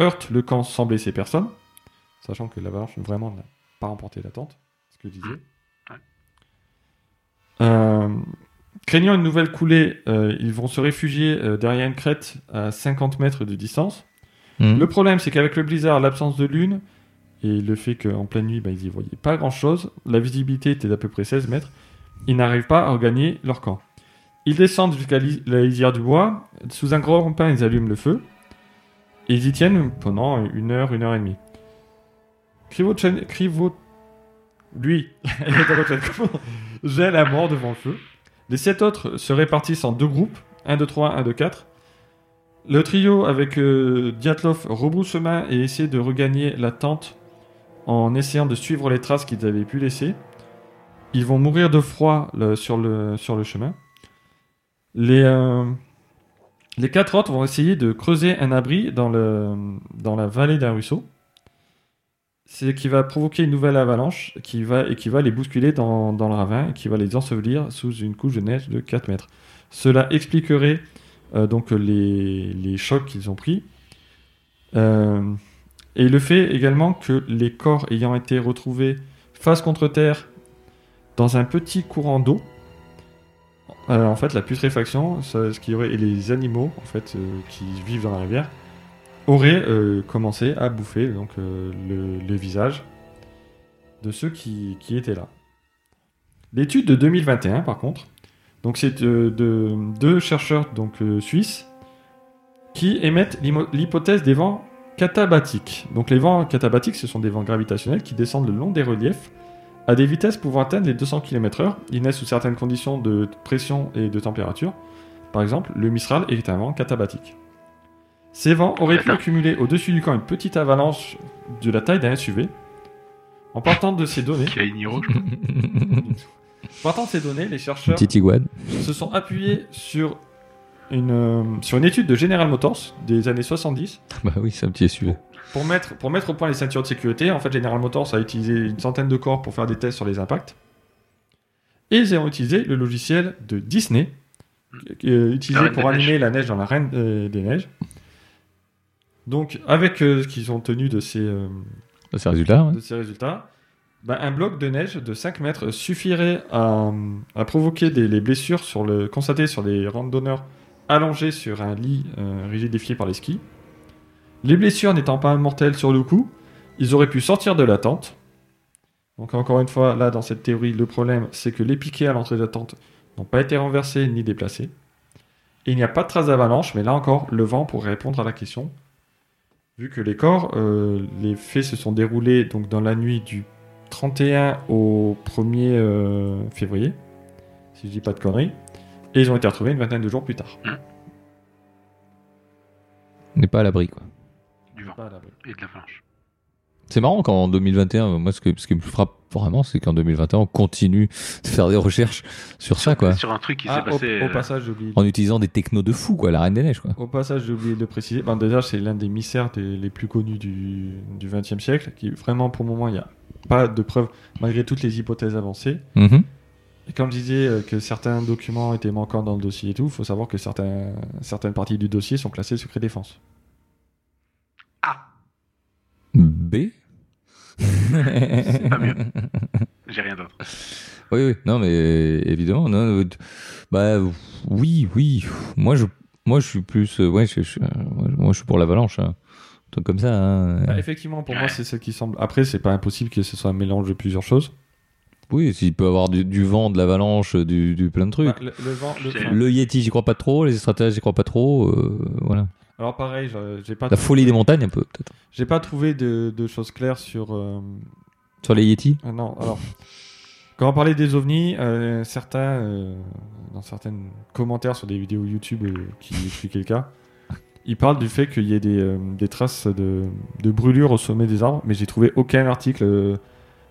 A: heurte le camp sans blesser personne, sachant que l'avalanche vraiment n'a pas remporté la tente, ce que je disais.
D: Ouais.
A: Ah. Euh, craignant une nouvelle coulée, euh, ils vont se réfugier euh, derrière une crête à 50 mètres de distance.
C: Mhm.
A: Le problème, c'est qu'avec le blizzard, l'absence de lune et le fait qu'en pleine nuit, bah, ils y voyaient pas grand-chose, la visibilité était d'à peu près 16 mètres, ils n'arrivent pas à regagner leur camp. Ils descendent jusqu'à li- la lisière du bois. Sous un grand rampin, ils allument le feu. Et ils y tiennent pendant une heure, une heure et demie. Krivotchen... Krivo... Lui, <laughs> Krivotchenko, gèle à mort devant le feu. Les sept autres se répartissent en deux groupes. 1, 2, 3, 1, 2, 4. Le trio avec euh, Diatlov rebrousse chemin et essaie de regagner la tente en essayant de suivre les traces qu'ils avaient pu laisser. Ils vont mourir de froid le- sur, le, sur le chemin. Les, euh, les quatre autres vont essayer de creuser un abri dans, le, dans la vallée d'un ruisseau. C'est qui va provoquer une nouvelle avalanche qui va, et qui va les bousculer dans, dans le ravin et qui va les ensevelir sous une couche de neige de 4 mètres. Cela expliquerait euh, donc les, les chocs qu'ils ont pris. Euh, et le fait également que les corps ayant été retrouvés face contre terre dans un petit courant d'eau, euh, en fait, la putréfaction, ça- ce qui aurait, et les animaux en fait euh, qui vivent dans la rivière auraient euh, commencé à bouffer donc euh, le, le visage de ceux qui, qui étaient là. L'étude de 2021, par contre, donc c'est de, de- deux chercheurs donc euh, suisses qui émettent l'hymo- l'hypothèse des vents catabatiques. Donc les vents catabatiques, ce sont des vents gravitationnels qui descendent le long des reliefs à des vitesses pouvant atteindre les 200 km/h, il naît sous certaines conditions de pression et de température. Par exemple, le Mistral est un vent catabatique. Ces vents auraient pu
D: D'accord.
A: accumuler au-dessus du camp une petite avalanche de la taille d'un SUV. En partant de ces données,
D: Qui a une hero, je
A: partant de ces données, les chercheurs
C: Petite iguane.
A: se sont appuyés sur une, euh, sur une étude de General Motors des années 70
C: <laughs> Bah oui, c'est un petit SUV.
D: Oh.
A: pour mettre, pour mettre au point les ceintures de sécurité. En fait, General Motors a utilisé une centaine de corps pour faire des tests sur les impacts. Et ils ont utilisé le logiciel de Disney, euh, utilisé
D: Reine
A: pour
D: des
A: animer la neige dans la Reine euh, des Neiges. Donc, avec euh, ce qu'ils ont tenu de ces, euh,
C: Bah, C'est résultat.
A: de ces résultats, bah, un bloc de neige de 5 mètres suffirait à, à provoquer des, les blessures sur le, constatées sur les randonneurs allongés sur un lit euh, rigidifié par les skis. Les blessures n'étant pas mortelles sur le coup, ils auraient pu sortir de la tente. Donc encore une fois, là dans cette théorie, le problème c'est que les piquets à l'entrée de la tente n'ont pas été renversés ni déplacés. Et il n'y a pas de trace d'avalanche, mais là encore, le vent pourrait répondre à la question. Vu que les corps, euh, les faits se sont déroulés donc dans la nuit du 31 au 1er euh, février, si je dis pas de conneries, et ils ont été retrouvés une vingtaine de jours plus tard.
C: On n'est pas à l'abri, quoi.
D: Du vent et de la flanche.
C: C'est marrant qu'en 2021, moi, ce, que, ce qui me frappe vraiment, c'est qu'en 2021, on continue de faire des recherches sur ça, quoi.
D: Sur un truc qui
A: Ah,
D: s'est passé.
A: au, au
D: euh,
A: passage, j'ai oublié,
C: En utilisant des technos de fou, quoi, la Reine des Neiges, quoi.
A: au passage, j'ai oublié de le préciser. Ben, déjà, c'est l'un des mystères des- les plus connus du, du 20e siècle, qui vraiment, pour le moment, il n'y a pas de preuves, malgré toutes les hypothèses avancées.
C: Mhm.
A: Et quand je disais euh, que certains documents étaient manquants dans le dossier et tout, il faut savoir que certains, certaines parties du dossier sont classées secret défense.
C: B. <laughs>
A: <laughs>
D: pas mieux. J'ai rien d'autre.
C: Oui, oui, non, mais évidemment, non, euh, t- bah oui, oui. Moi, je, moi, je suis plus, euh, ouais, je, je- euh, moi, je- moi, je suis pour l'avalanche, hein. Un truc comme ça. hein.
A: Bah, effectivement, pour moi, c'est ce qui semble. Après, c'est pas impossible que ce soit un mélange de plusieurs choses.
C: Oui, s'il peut avoir du, du vent, de l'avalanche, du, du plein de trucs.
A: Bah, le, le vent, le-
D: C'est-
C: le Yeti, j'y crois pas trop. Les stratèges, j'y crois pas trop. euh, voilà.
A: Alors pareil, je- j'ai pas,
C: La folie des montagnes, un peu, peut-être.
A: j'ai pas trouvé de, de choses claires sur. euh,
C: Sur les Yeti.
A: Ah Non, alors. Quand on parlait des ovnis, euh, certains, euh, dans certains commentaires sur des vidéos YouTube euh, qui expliquaient le cas, ils parlent du fait qu'il y ait des, euh, des traces de, de brûlures au sommet des arbres, mais j'ai trouvé aucun article euh,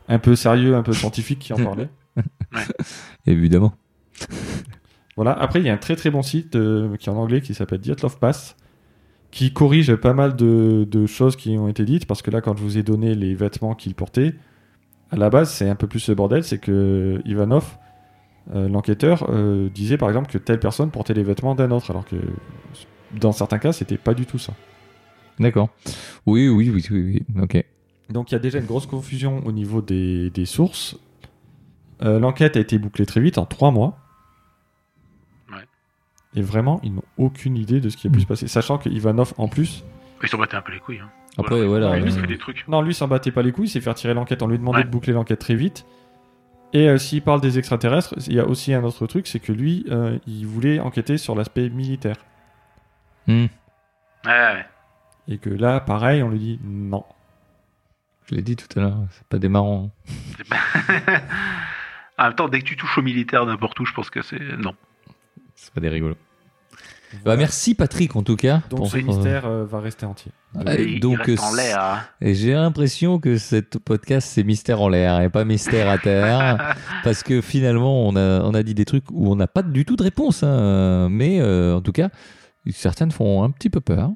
A: un peu sérieux, un peu scientifique
C: <laughs>
A: qui en parlait.
C: Évidemment.
A: Voilà. Après, il y a un très très bon site euh, qui est en anglais qui s'appelle Dyatlov Pass, qui corrige pas mal de, de choses qui ont été dites parce que là, quand je vous ai donné les vêtements qu'il portait, à la base, c'est un peu plus ce bordel, c'est que Ivanov, euh, l'enquêteur, euh, disait par exemple que telle personne portait les vêtements d'un autre, alors que dans certains cas, c'était pas du tout ça.
C: D'accord. Oui, oui, oui, oui, oui. Ok.
A: Donc il y a déjà une grosse confusion au niveau des, des sources. Euh, L'enquête a été bouclée très vite, en trois mois.
D: Ouais.
A: Et vraiment, ils n'ont aucune idée de ce qui a pu se passer. Sachant que Ivanov, en plus...
D: Ils s'en battaient un peu les couilles. Hein.
C: Après,
D: Voilà.
C: voilà.
D: Lui, il
C: euh,
D: fait des trucs.
A: Non, lui s'en battait pas les couilles, il s'est fait tirer l'enquête. On lui demandait
D: Ouais.
A: de boucler l'enquête très vite. Et euh, s'il parle des extraterrestres, il y a aussi un autre truc, c'est que lui, euh, il voulait enquêter sur l'aspect militaire.
C: hmm,
D: Ouais, ouais.
A: Et que là, pareil, on lui dit non.
C: je l'ai dit tout à l'heure, c'est pas des hein. marrants.
D: En même temps, dès que tu touches au militaire n'importe où, je pense que c'est. Non.
C: C'est pas des rigolos. Bah, merci Patrick en tout cas.
A: Donc
C: pour
A: ce
C: cette-
A: mystère euh, va rester entier.
C: Ah, et
D: Il- il
C: donc,
D: reste en
C: euh,
D: l'air. hein.
C: Et j'ai l'impression que ce podcast c'est mystère en l'air et pas mystère à
D: <laughs>
C: terre parce que finalement on a, on a dit des trucs où on n'a pas du tout de réponse. hein. Mais euh, en tout cas, certaines font un petit peu peur.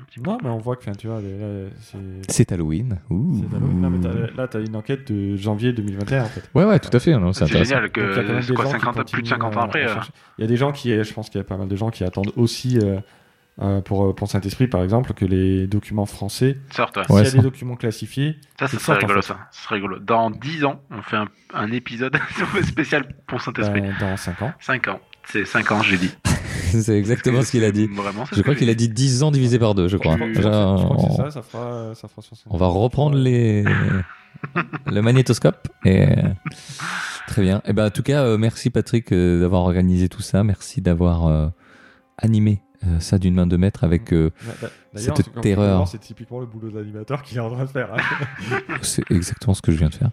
D: Un petit peu.
A: Non, mais on voit que, enfin, tu vois, là, c'est...
C: C'est Halloween. Ouh.
A: c'est Halloween. Non, mais t'as- là, t'as une enquête de janvier 2021, en fait.
C: Ouais, ouais, tout à fait. non, c'est
D: C'est
C: intéressant.
D: génial
A: Donc, il y a quand
D: que
A: même
D: c'est
A: des
D: quoi,
A: gens qui
D: 50 ans- plus
A: continuent,
D: de 50 ans
A: euh,
D: après.
A: à
D: euh,
A: chercher. Il y a des gens qui, euh, je pense qu'il y a pas mal de gens qui attendent aussi euh, euh, pour, euh, pour Saint-Esprit, par exemple, que les documents français,
D: Sorte, ouais.
A: s'il
C: Ouais,
A: y a
C: ça.
A: des documents classifiés,
D: Ça, ça
A: Ils
D: serait
A: sortent, en
D: rigolo,
A: fait.
D: ça. Ça serait rigolo. Dans 10 ans, on fait un, un épisode <laughs> spécial pour Saint-Esprit.
A: ben, dans 5 ans.
D: 5 ans. C'est 5 ans, j'ai dit.
C: <laughs> C'est exactement ce qu'il a dit.
D: <laughs> Vraiment, c'est
C: Je crois qu'il a dit 10 ans divisé par 2, je crois.
D: Je
A: Je crois que- je crois que c'est
C: on,
A: ça, ça fera, euh, ça fera 60.
C: on va reprendre les... le magnétoscope. Et... Très bien. Et ben, en tout cas, euh, merci Patrick euh, d'avoir organisé tout ça. Merci d'avoir euh, animé euh, ça d'une main de maître avec... euh,
A: Ouais, bah, d'ailleurs,
C: Cette
A: quand vous
C: terreur.
A: pouvez voir, C'est typiquement le boulot de l'animateur qu'il est en train de faire. hein.
C: C'est exactement ce que je viens de faire.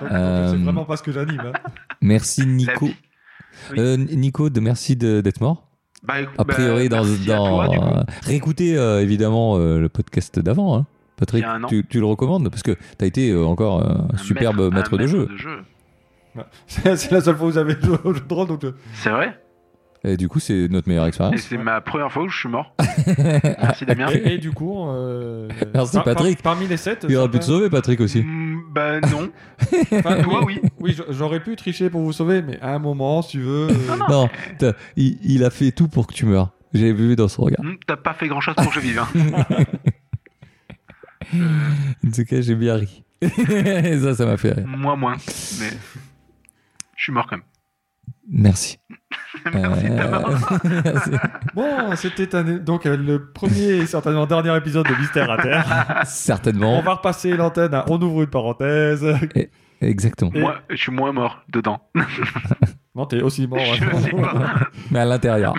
A: Donc,
C: Euh,
A: C'est vraiment pas ce que j'anime. hein.
C: Merci Nico.
D: vie. Oui.
C: Euh, Nico, de, merci de- d'être mort.
D: Bah, écoute,
C: A priori,
D: bah,
C: dans.
D: merci à
C: dans
D: toi, du coup.
C: réécoutez euh, évidemment euh, le podcast d'avant, hein. Patrick.
D: Il y a un an.
C: Tu, tu le recommandes Parce que tu as été euh, encore euh, un
D: Un
C: superbe maître,
D: un
C: de jeu.
A: Bah, C'est c'est la seule fois où vous avez joué au jeu de rôle. Donc, euh,
D: C'est vrai
C: Et du coup, c'est notre meilleure
D: Et
C: expérience.
D: c'est ma première fois où je
C: <laughs>
D: suis mort. Merci Damien.
A: et, et du coup, euh, euh,
C: Merci, Patrick.
A: parmi les 7,
C: Il aurait pu te sauver, Patrick aussi.
D: Mm, bah non.
C: <laughs>
D: Toi, oui.
A: oui, j- j'aurais pu tricher pour vous sauver, mais à un moment, si tu veux. euh,
C: <laughs> Non, t'as- il, il a fait tout pour que tu meurs. J'ai vu dans son regard.
D: Mm, T'as pas fait grand chose pour que je vive. hein.
C: En tout cas, j'ai bien ri. <laughs> ça, ça m'a fait rire.
D: Moi, moins. Mais je suis mort quand même.
C: Merci.
D: <laughs> Merci
C: Euh,
D: Damien.
C: merci.
A: Bon, c'était un- donc euh, le premier et certainement dernier épisode de Mystère à
C: <laughs>
A: Terre. On
C: Certainement.
A: va repasser l'antenne à On ouvre une parenthèse. <laughs>
C: Exactement.
D: Moi, je suis moins mort dedans.
A: Non, t'es aussi mort. hein.
D: Je sais pas.
C: Mais à
D: <laughs>
C: l'intérieur.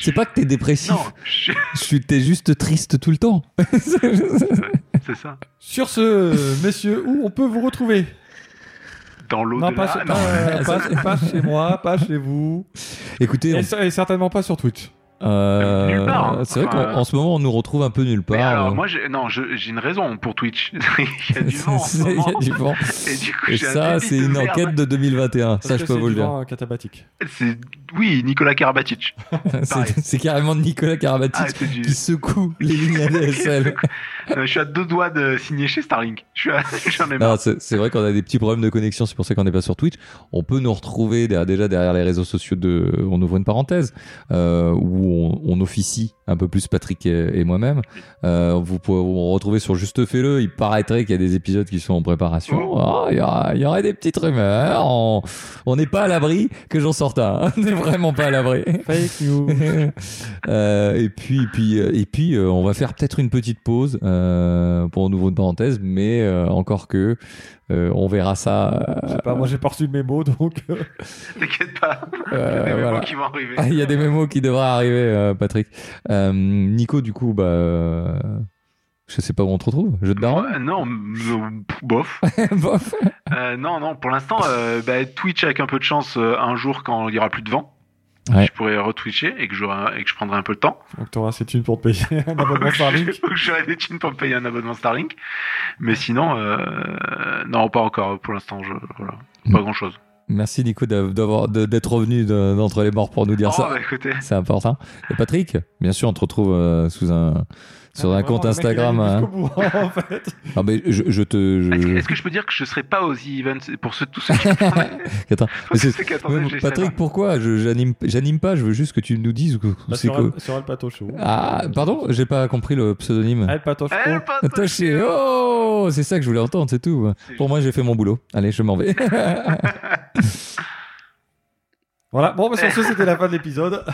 C: c'est pas que t'es dépressif.
D: Non, je-
C: Je suis- T'es juste triste tout le temps.
D: c'est ça.
A: Sur ce, euh, messieurs, où on peut vous retrouver
D: Dans l'eau
A: Non,
D: de
A: pas,
D: la-
A: chez-
D: non.
A: pas, euh, pas-
C: <laughs>
A: pas chez moi, pas chez vous.
C: Écoutez, on-
A: Et, ça- et certainement pas sur Twitch.
C: euh,
D: Nulle part, hein.
C: c'est vrai
D: Enfin,
C: qu'en en ce moment on nous retrouve un peu nulle part.
D: Mais alors,
C: euh.
D: moi, j'ai- non, je- j'ai une raison pour Twitch. <laughs> Il y a
C: <laughs>
D: du vent en ce
C: C'est- il y a
D: moment.
C: du
D: <laughs>
C: vent.
D: Et du coup,
C: Et
D: j'ai un
C: ça,
D: débit
C: c'est
D: de
C: une
D: merde.
C: enquête de 2021.
A: Parce
C: ça,
A: que
C: je peux
A: c'est
C: vous le
A: du
C: dire.
A: vent, euh, catabatique.
D: C'est- Oui, Nicolas Karabatic. pareil.
C: <laughs> C'est c'est carrément Nicolas Karabatic
D: Ah, c'est du-
C: qui
D: <laughs>
C: secoue les lignes ADSL.
D: Euh, je suis à deux doigts de signer chez Starlink. Je suis à- <laughs> J'en ai marre.
C: Non, c'est c'est vrai qu'on a des petits problèmes de connexion, c'est pour ça qu'on n'est pas sur Twitch. On peut nous retrouver derrière- déjà derrière les réseaux sociaux de On ouvre une parenthèse, euh, où on, on officie un peu plus Patrick et, et moi-même. Euh, vous pouvez vous retrouver sur Juste Fais-le. Il paraîtrait qu'il y a des épisodes qui sont en préparation.
D: Oh.
C: Ah, Il y, aura- il y aurait des petites rumeurs. On on n'est pas à l'abri que j'en sorte un. <laughs> On n'est vraiment pas à l'abri.
A: Fake news.
C: <laughs> Euh, et puis, et puis, euh, et puis euh, on va faire peut-être une petite pause euh, pour un nouveau de parenthèse, mais euh, encore que euh, on verra ça.
A: Je
C: euh,
A: sais pas, moi j'ai pas reçu mes mots, donc. euh,
D: T'inquiète pas.
C: euh,
D: Ah, Il y a des
C: voilà. Ah,
D: mots qui vont arriver.
C: Il y a des mémos qui devraient arriver, euh, Patrick. Euh, Nico, du coup, bah, euh, je sais pas où on te retrouve. Jeu de daron.
D: Euh, Non, m- pff, bof.
C: <laughs> Bof.
D: Euh, non, non, pour l'instant, euh, bah, Twitch avec un peu de chance, euh, un jour quand il y aura plus de vent,
C: Ouais.
D: je pourrai retwitcher et que, j'aurai- et que je prendrai un peu de temps.
A: Donc t'auras cette une pour te payer <laughs> un abonnement
D: <laughs>
A: Starlink.
D: Ou que j'aurai des thunes pour me payer un abonnement Starlink. Mais sinon, euh, non, pas encore. Pour l'instant, je, voilà, pas grand chose.
C: Merci Nico d'av- d'avoir de- d'être revenu de- d'entre les morts pour nous dire ça.
D: Oh, bah,
C: Euh.
D: écoutez,
C: C'est important. Et Patrick, bien sûr, on te retrouve euh, sous un sur
D: Ah,
C: un compte Instagram. hein.
A: <laughs>
C: Ah, mais je, je te. je-
D: Est-ce que- est-ce que je peux dire que je serais pas aux E-Events pour ceux, tous
C: <laughs>
D: ceux qui attendaient
C: Attends,
D: Pour
C: mais c'est-
D: ceux qui
C: Ouais,
D: attendaient,
C: mais
D: je les
C: Patrick,
D: savais.
C: pourquoi Je- J'anime j'anime pas, je veux juste que tu nous dises que
D: Bah,
C: c'est quoi.
H: Bah, Sur El Pato Show.
C: Ah, pardon, j'ai pas compris le pseudonyme.
H: El Pato Show.
D: Eh, le pote,
C: Attaché, oh, c'est ça que je voulais entendre, c'est tout.
D: C'est
C: Pour moi, j'ai fait mon boulot. Allez, je m'en
D: <laughs>
C: vais.
H: Voilà, bon, bah, sur ce, c'était la fin de
C: <laughs>
H: l'épisode.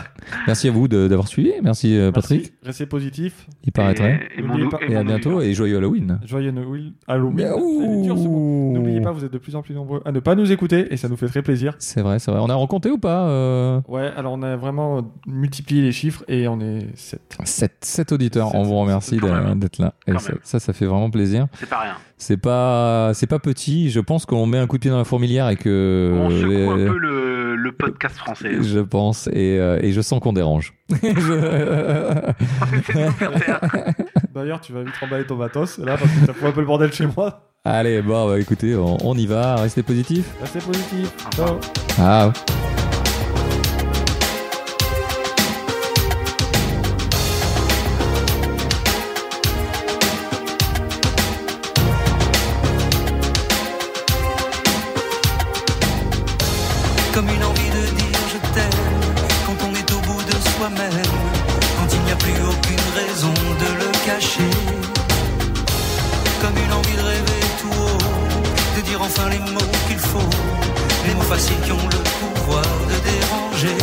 C: Merci à vous de- d'avoir suivi. Merci euh, Patrick,
H: Merci, Restez positif.
C: il paraîtrait.
D: Et, et mon,
H: N'oubliez
D: nou-
H: pas-
D: et
C: Et
D: mon
C: à bientôt
D: univers.
C: et joyeux Halloween.
H: Joyeux Noël. Halloween.
C: Mais-
H: Elle est dure, ce mot.
C: Ouh.
H: N'oubliez pas, vous êtes de plus en plus nombreux à ne pas nous écouter et ça nous fait très plaisir.
C: C'est vrai, c'est vrai. On a rencontré ou pas euh,
H: Ouais, alors on a vraiment euh, multiplié les chiffres et on est
C: <laughs>
H: 7.
C: sept, sept auditeurs.
H: Sept,
C: on vous remercie
D: quand
C: d'a-
D: même. hein.
C: d'être là. Et
D: Quand
C: ça,
D: même.
C: ça, ça fait vraiment plaisir.
D: C'est pas rien.
C: C'est pas, c'est pas petit. Je pense qu'on met un coup de pied dans la fourmilière et que.
D: On secoue un
C: les-
D: peu le, le podcast
C: <laughs>
D: français. <laughs>
C: Je pense et, euh, et je sens qu'on dérange. <laughs> Je-
D: C'est de nous faire taire.
H: D'ailleurs, tu vas vite remballer ton matos là parce que ça fout un peu le bordel chez moi.
C: Allez, bon, bah, écoutez, on, on y va. Restez positifs.
H: Restez positif. Ciao.
C: Ah.
J: Comme une envie de dire je t'aime quand on est au bout de soi-même, quand il n'y a plus aucune raison de le cacher. Comme une envie de rêver tout haut, de dire enfin les mots qu'il faut, les mots faciles qui ont le pouvoir de déranger.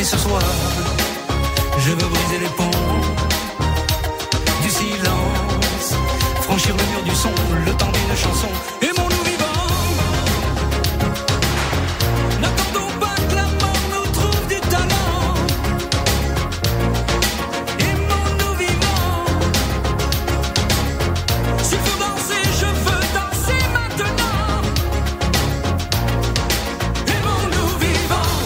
J: Et ce soir, je veux briser les ponts du silence, franchir le mur du son, le temps d'une chanson. Et mon nous vivant N'attendons pas que la mort nous trouve du talent. Aimons-nous vivants. S'il faut danser, je veux danser maintenant. Aimons-nous vivants.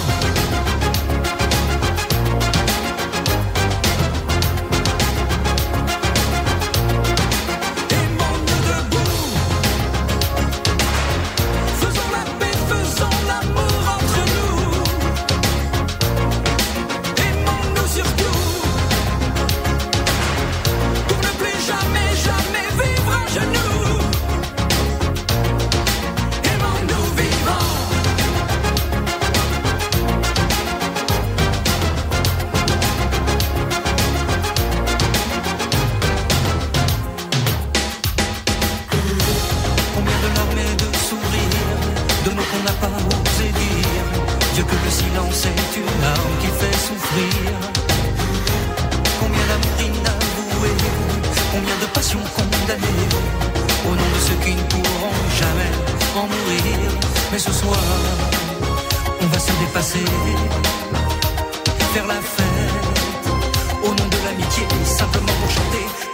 J: Aimons-nous debout. Faisons la paix, faisons l'amour entre nous. Aimons-nous surtout. Pour ne plus jamais, jamais vivre à genoux. Aimons-nous vivants. Combien de larmes et de sourires, de mots qu'on n'a pas osé dire. Dieu que le silence est une arme qui fait souffrir. Combien d'amour inavoué, combien de passions condamnées, au nom de ceux qui ne pourront jamais en mourir. Mais ce soir, on va se dépasser, faire la fête, au nom de l'amitié, simplement pour chanter.